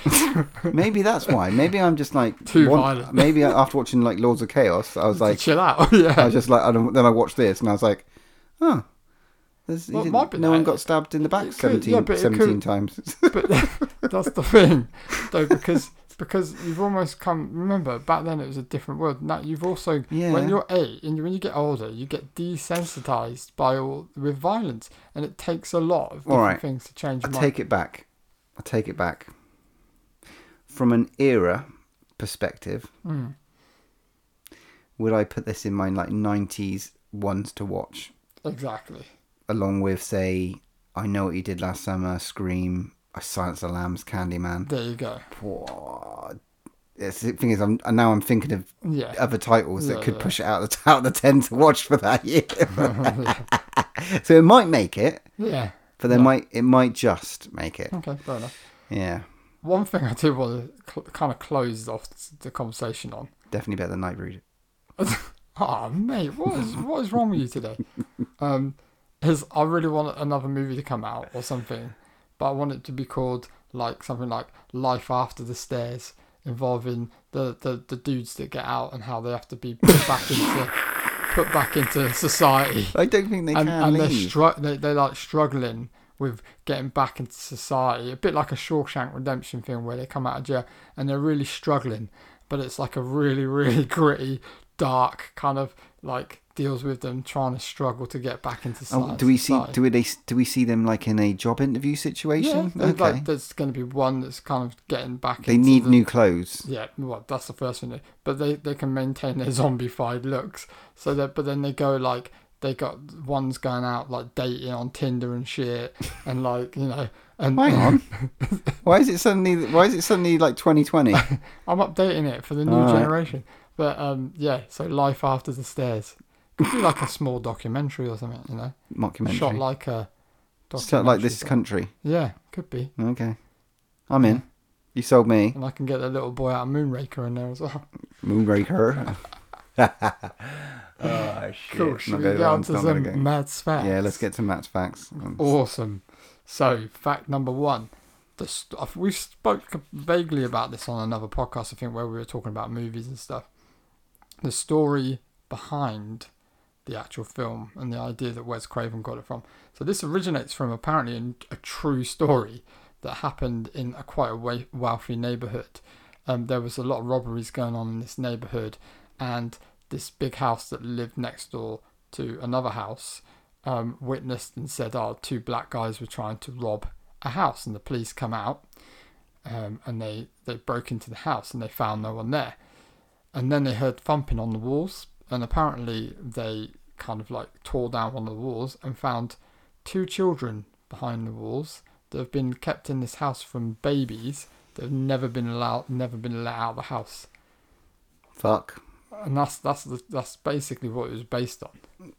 Speaker 2: <laughs>
Speaker 3: Maybe that's why. Maybe I'm just like
Speaker 2: Too violent.
Speaker 3: Maybe after watching like Lords of Chaos,
Speaker 2: <laughs>
Speaker 3: I was like,
Speaker 2: chill out. yeah.
Speaker 3: I was just like, I don't, then I watched this and I was like, oh, there's, he
Speaker 2: Well, it
Speaker 3: didn't-
Speaker 2: might be
Speaker 3: no one
Speaker 2: that.
Speaker 3: got stabbed in the back
Speaker 2: It could-
Speaker 3: 17,
Speaker 2: yeah, but it
Speaker 3: 17
Speaker 2: could-
Speaker 3: times. <laughs>
Speaker 2: but <laughs> that's the thing, though, because because you've almost come. Remember, back then it was a different world. Now you've also
Speaker 3: Yeah.
Speaker 2: when you're eight and when you get older, you get desensitized by all with violence, and it takes a lot of different
Speaker 3: Alright.
Speaker 2: things to change
Speaker 3: I
Speaker 2: your mind.
Speaker 3: take it back. I take it back. From an era perspective,
Speaker 2: Hmm.
Speaker 3: would I put this in my like nineties ones to watch,
Speaker 2: Exactly.
Speaker 3: along with say, I know what you did last summer, Scream, I Silence of the Lambs, Candyman.
Speaker 2: There you go. <laughs>
Speaker 3: Whoa. It's, the thing is, I'm and now I'm thinking of
Speaker 2: Yeah.
Speaker 3: other titles that
Speaker 2: Yeah,
Speaker 3: could
Speaker 2: yeah.
Speaker 3: push it out of the <laughs> out of the ten to watch for that year.
Speaker 2: <laughs>
Speaker 3: so it might make it,
Speaker 2: Yeah.
Speaker 3: but then might it might just make it.
Speaker 2: Okay. Fair enough.
Speaker 3: Yeah,
Speaker 2: One thing I do want to cl- kind of close off the conversation on.
Speaker 3: definitely better than Night Breed.
Speaker 2: Oh mate, what is what is wrong with you today? Um, is I really want another movie to come out or something, but I want it to be called like something like Life After the Stairs. involving the, the, the dudes that get out and how they have to be put back into put back into society.
Speaker 3: I don't think they
Speaker 2: and,
Speaker 3: can
Speaker 2: and they're,
Speaker 3: leave.
Speaker 2: stru- they, they're like struggling with getting back into society a bit like a shawshank redemption film where they come out of jail and they're really struggling but it's like a really <laughs> really gritty dark kind of like deals with them trying to struggle to get back into soci- society
Speaker 3: oh, do we see? Do we, they? Do we see them like in a job interview
Speaker 2: yeah,
Speaker 3: situation?
Speaker 2: there's,
Speaker 3: okay.
Speaker 2: like, there's going to be one that's kind of getting back
Speaker 3: they
Speaker 2: into
Speaker 3: need
Speaker 2: the-
Speaker 3: new clothes.
Speaker 2: yeah, well, that's the first thing. They, but they, they can maintain their <laughs> zombified looks. So that, but then they go like they got ones going out like dating on Tinder and shit, and like you know, and <laughs>
Speaker 3: Hang on. why is it suddenly? Why is it suddenly like 2020?
Speaker 2: <laughs> I'm updating it for the new
Speaker 3: All right.
Speaker 2: generation. But um, yeah, so life after the stairs could be like a small documentary or something, you know,
Speaker 3: Mockumentary.
Speaker 2: shot like a
Speaker 3: So,
Speaker 2: documentary.
Speaker 3: like this
Speaker 2: but-
Speaker 3: country.
Speaker 2: Yeah, could be,
Speaker 3: Okay. I'm in. You sold me.
Speaker 2: <laughs> and I can get the little boy out of Moonraker in there as well. <laughs>
Speaker 3: Moonraker. <laughs> oh, shit.
Speaker 2: Cool. Ah, Should we get on to some Oh, mad facts?
Speaker 3: Yeah, let's get to Matt's facts. Um,
Speaker 2: Awesome. So, fact number one. The st- I've- we spoke vaguely about this on another podcast, I think, where we were talking about movies and stuff. The story behind the actual film and the idea that Wes Craven got it from. So, this originates from apparently an, a true story that happened in a quite a wa- wealthy neighborhood. Um, there was a lot of robberies going on in this neighborhood, and this big house that lived next door to another house um, witnessed and said, "Oh, two black guys were trying to rob a house," and the police come out, um, and they they broke into the house and they found no one there, and then they heard thumping on the walls, and apparently they kind of like tore down one of the walls and found two children behind the walls that have been kept in this house from babies that have never been allowed, never been let out of the house,
Speaker 3: Fuck.
Speaker 2: and that's that's the, that's basically what it was based on.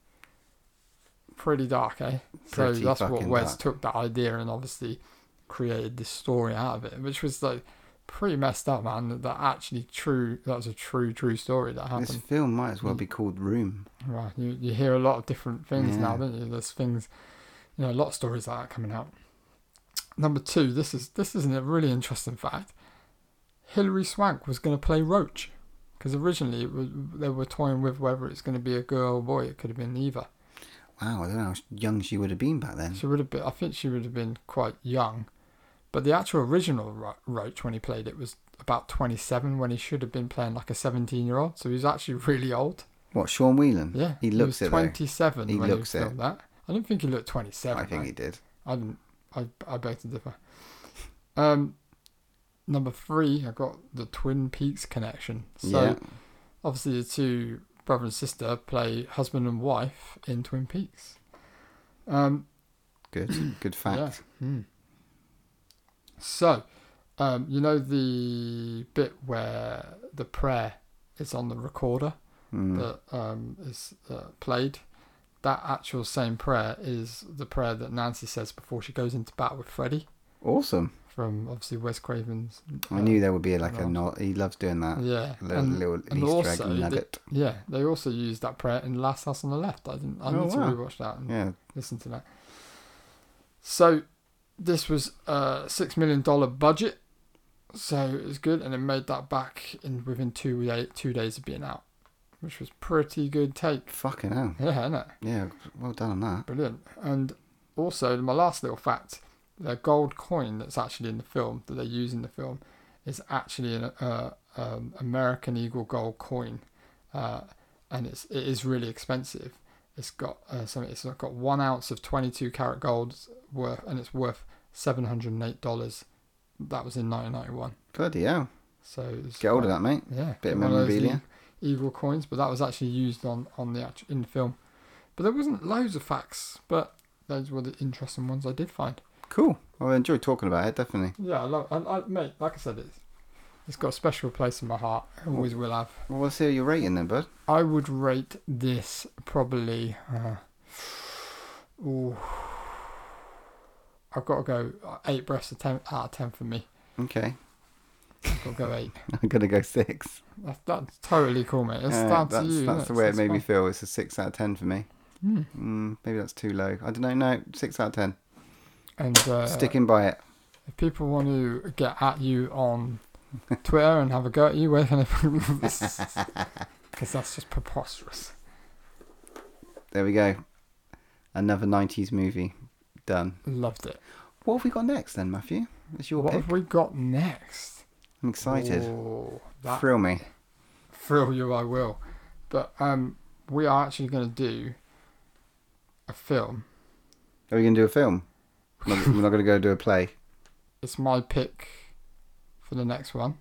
Speaker 2: Pretty dark, eh?
Speaker 3: Pretty
Speaker 2: so that's what
Speaker 3: fucking
Speaker 2: Wes
Speaker 3: dark.
Speaker 2: took that idea and obviously created this story out of it, which was like pretty messed up, man. That, that actually true. That was a true, true story that happened.
Speaker 3: This film might as well be called Room.
Speaker 2: Right, you you hear a lot of different things now,
Speaker 3: Yeah.
Speaker 2: don't you? There's things, you know, a lot of stories like that coming out. Number two, this is this is a really interesting fact. Hilary Swank was going to play Roach, because originally it was, they were toying with whether it's going to be a girl or boy. It could have been either.
Speaker 3: Wow, I don't know how young she would have been back then.
Speaker 2: She would have been. I think she would have been quite young, but the actual original Ro- Roach when he played it was about 27 when he should have been playing like a 17 year old. So he was actually <laughs> really old.
Speaker 3: What, Sean Whelan?
Speaker 2: Yeah,
Speaker 3: He looks
Speaker 2: was
Speaker 3: it though.
Speaker 2: 27
Speaker 3: He
Speaker 2: when
Speaker 3: looks
Speaker 2: he
Speaker 3: it.
Speaker 2: filmed that. I don't think he looked 27.
Speaker 3: I think he did.
Speaker 2: I didn't. I I beg to differ. Um, number three, I got the Twin Peaks connection. So
Speaker 3: Yeah.
Speaker 2: obviously the two brother and sister play husband and wife in Twin Peaks. Um, <clears throat>
Speaker 3: Good. Good fact.
Speaker 2: So, um, you know the bit where the prayer is on the recorder
Speaker 3: Hmm.
Speaker 2: that um, is uh, played. That actual same prayer is the prayer that Nancy says before she goes into battle with Freddy
Speaker 3: Awesome.
Speaker 2: from obviously Wes Craven's.
Speaker 3: I knew there would be like a not. He loves doing that.
Speaker 2: Yeah,
Speaker 3: A little,
Speaker 2: and-
Speaker 3: little
Speaker 2: and
Speaker 3: Easter
Speaker 2: also
Speaker 3: egg
Speaker 2: the-
Speaker 3: nugget.
Speaker 2: yeah, they also used that prayer in Last House on the Left. I didn't. I
Speaker 3: Oh,
Speaker 2: need
Speaker 3: wow.
Speaker 2: to rewatch that. And
Speaker 3: Yeah.
Speaker 2: listen to that. So this was a six million dollar budget, so it was good, and it made that back in within two day, two days of being out, which was pretty good take. <laughs>
Speaker 3: Fucking hell.
Speaker 2: Yeah, isn't it?
Speaker 3: Yeah. Well done on that.
Speaker 2: Brilliant. And also my last little fact: the gold coin that's actually in the film that they use in the film is actually an uh, um, American Eagle gold coin, uh, and it's it is really expensive. It's got uh, something. It's got one ounce of twenty two carat gold worth, and it's worth seven hundred and eight dollars. That was in nineteen ninety one.
Speaker 3: Bloody hell.
Speaker 2: So it's
Speaker 3: Get hold of
Speaker 2: quite-
Speaker 3: that, mate.
Speaker 2: yeah,
Speaker 3: Bit of
Speaker 2: one those
Speaker 3: memorabilia.
Speaker 2: e- Eagle coins, but that was actually used on on the actual in the film. But there wasn't loads of facts, but those were the interesting ones I did find.
Speaker 3: Cool. Well, I enjoyed talking about it, definitely.
Speaker 2: Yeah, I love. I, I, mate, like I said, it's it's got a special place in my heart. I Always will have.
Speaker 3: Well, let's hear your rating then, bud.
Speaker 2: I would rate this probably. Uh, ooh, I've got to go uh, eight breaths of ten, out of ten for me.
Speaker 3: Okay. <laughs>
Speaker 2: I've got to go eight.
Speaker 3: I'm going to go six.
Speaker 2: That's, that's totally cool, mate. It's
Speaker 3: Uh,
Speaker 2: down to
Speaker 3: that's
Speaker 2: you.
Speaker 3: that's
Speaker 2: innit?
Speaker 3: the way it
Speaker 2: It's
Speaker 3: made me
Speaker 2: fine.
Speaker 3: feel. It's a six out of ten for me.
Speaker 2: Hmm.
Speaker 3: Mm, maybe that's too low. I don't know. No, six out of ten.
Speaker 2: And uh,
Speaker 3: Sticking by it.
Speaker 2: If people want to get at you on Twitter and have a go at you. Where can I? <laughs> Because that's just preposterous.
Speaker 3: There we go. Another 90s movie. Done.
Speaker 2: Loved it.
Speaker 3: What have we got next then, Matthew? It's your
Speaker 2: What
Speaker 3: pick.
Speaker 2: have we got next?
Speaker 3: I'm excited.
Speaker 2: Oh, that
Speaker 3: Thrill me.
Speaker 2: thrill you, I will. But um, we are actually going to do a film.
Speaker 3: Are we going to do a film? We're not, we're not going to go do a play.
Speaker 2: It's my pick for the next one.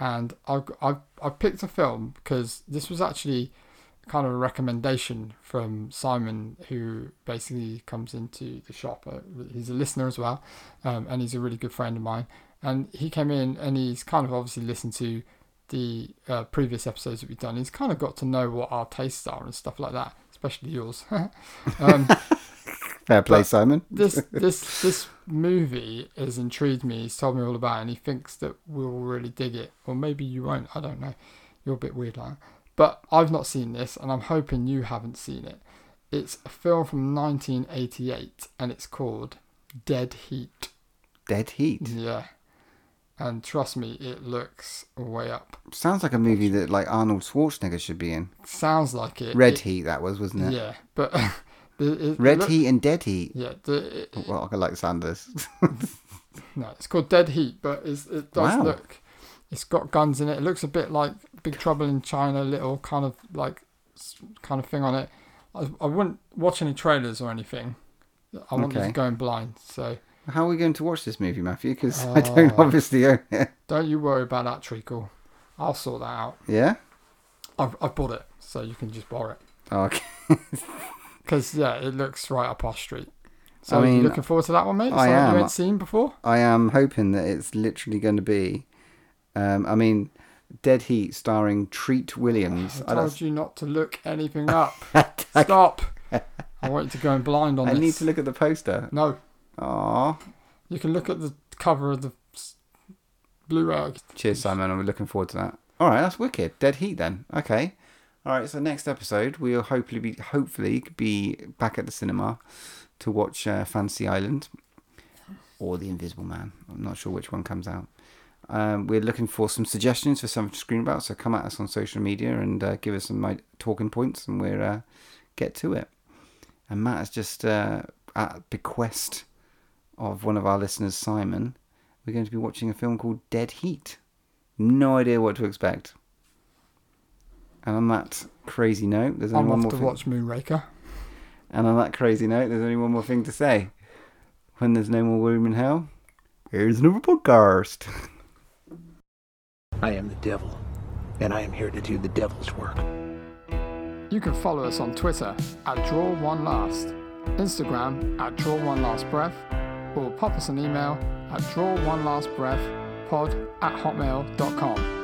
Speaker 2: And I've, I've, i picked a film because this was actually kind of a recommendation from Simon, who basically comes into the shop. Uh, He's a listener as well, um, and he's a really good friend of mine. And he came in and he's kind of obviously listened to the uh, previous episodes that we've done. He's kind of got to know what our tastes are and stuff like that, especially yours. <laughs> um,
Speaker 3: Fair play, Simon. <laughs>
Speaker 2: this this this movie has intrigued me. He's told me all about, it and he thinks that we'll really dig it, or maybe you won't. I don't know. You're a bit weird, like. that. But I've not seen this, and I'm hoping you haven't seen it. It's a film from 1988, and it's called Dead Heat.
Speaker 3: Dead Heat.
Speaker 2: Yeah, and trust me, it looks way up.
Speaker 3: Sounds like a movie that like Arnold Schwarzenegger should be in.
Speaker 2: Sounds like it.
Speaker 3: Red
Speaker 2: It-
Speaker 3: Heat, that was, wasn't it?
Speaker 2: Yeah, but <laughs> the- it
Speaker 3: Red
Speaker 2: look-
Speaker 3: Heat and Dead Heat.
Speaker 2: Yeah, the, it-
Speaker 3: Well, I like Sanders. <laughs>
Speaker 2: No, it's called Dead Heat, but it's, it does
Speaker 3: Wow.
Speaker 2: look. It's got guns in it. It looks a bit like Big Trouble in China, little kind of like s- kind of thing on it. I, I wouldn't watch any trailers or anything. I want this
Speaker 3: Okay.
Speaker 2: going blind, so
Speaker 3: How are we going to watch this movie, Matthew? Because I
Speaker 2: Oh.
Speaker 3: don't <laughs> obviously own it.
Speaker 2: don't you worry about that treacle. I'll sort that out.
Speaker 3: Yeah?
Speaker 2: I've, I've bought it, so you can just borrow it.
Speaker 3: Oh, okay.
Speaker 2: Because yeah, it looks right up our street. So
Speaker 3: I
Speaker 2: are you
Speaker 3: mean,
Speaker 2: looking forward to that one, mate. It's
Speaker 3: I
Speaker 2: something
Speaker 3: am.
Speaker 2: you ain't seen before.
Speaker 3: I am hoping that it's literally going to be. Um, I mean, Dead Heat starring Treat Williams.
Speaker 2: Oh, I
Speaker 3: I, don't-
Speaker 2: told you not to look anything
Speaker 3: <laughs>
Speaker 2: up. Stop. I want you to go in blind on
Speaker 3: I
Speaker 2: this.
Speaker 3: need to look at the poster.
Speaker 2: No,
Speaker 3: Aw.
Speaker 2: You can look at the cover of the s- Blu-ray.
Speaker 3: Cheers, Simon. I'm looking forward to that. All right, that's wicked. Dead Heat then. Okay. All right. So next episode, we'll hopefully be hopefully be back at the cinema to watch uh, Fancy Island or The Invisible Man. I'm not sure which one comes out. Um, we're looking for some suggestions for something to scream about. So come at us on social media and uh, give us some like, talking points, and we'll uh, get to it. And Matt has just uh, at bequest of one of our listeners, Simon, we're going to be watching a film called Dead Heat. No idea what to expect. And on that crazy note, there's
Speaker 2: I'm
Speaker 3: only one
Speaker 2: off
Speaker 3: more
Speaker 2: to
Speaker 3: thing.
Speaker 2: watch Moonraker.
Speaker 3: And on that crazy note, there's only one more thing to say. When there's no more room in hell, here's another podcast.
Speaker 8: I am the devil, and I am here to do the devil's work.
Speaker 2: You can follow us on Twitter at Draw One Last, Instagram at Draw One Last Breath, or pop us an email at Draw One Last Breath pod at hotmail.com.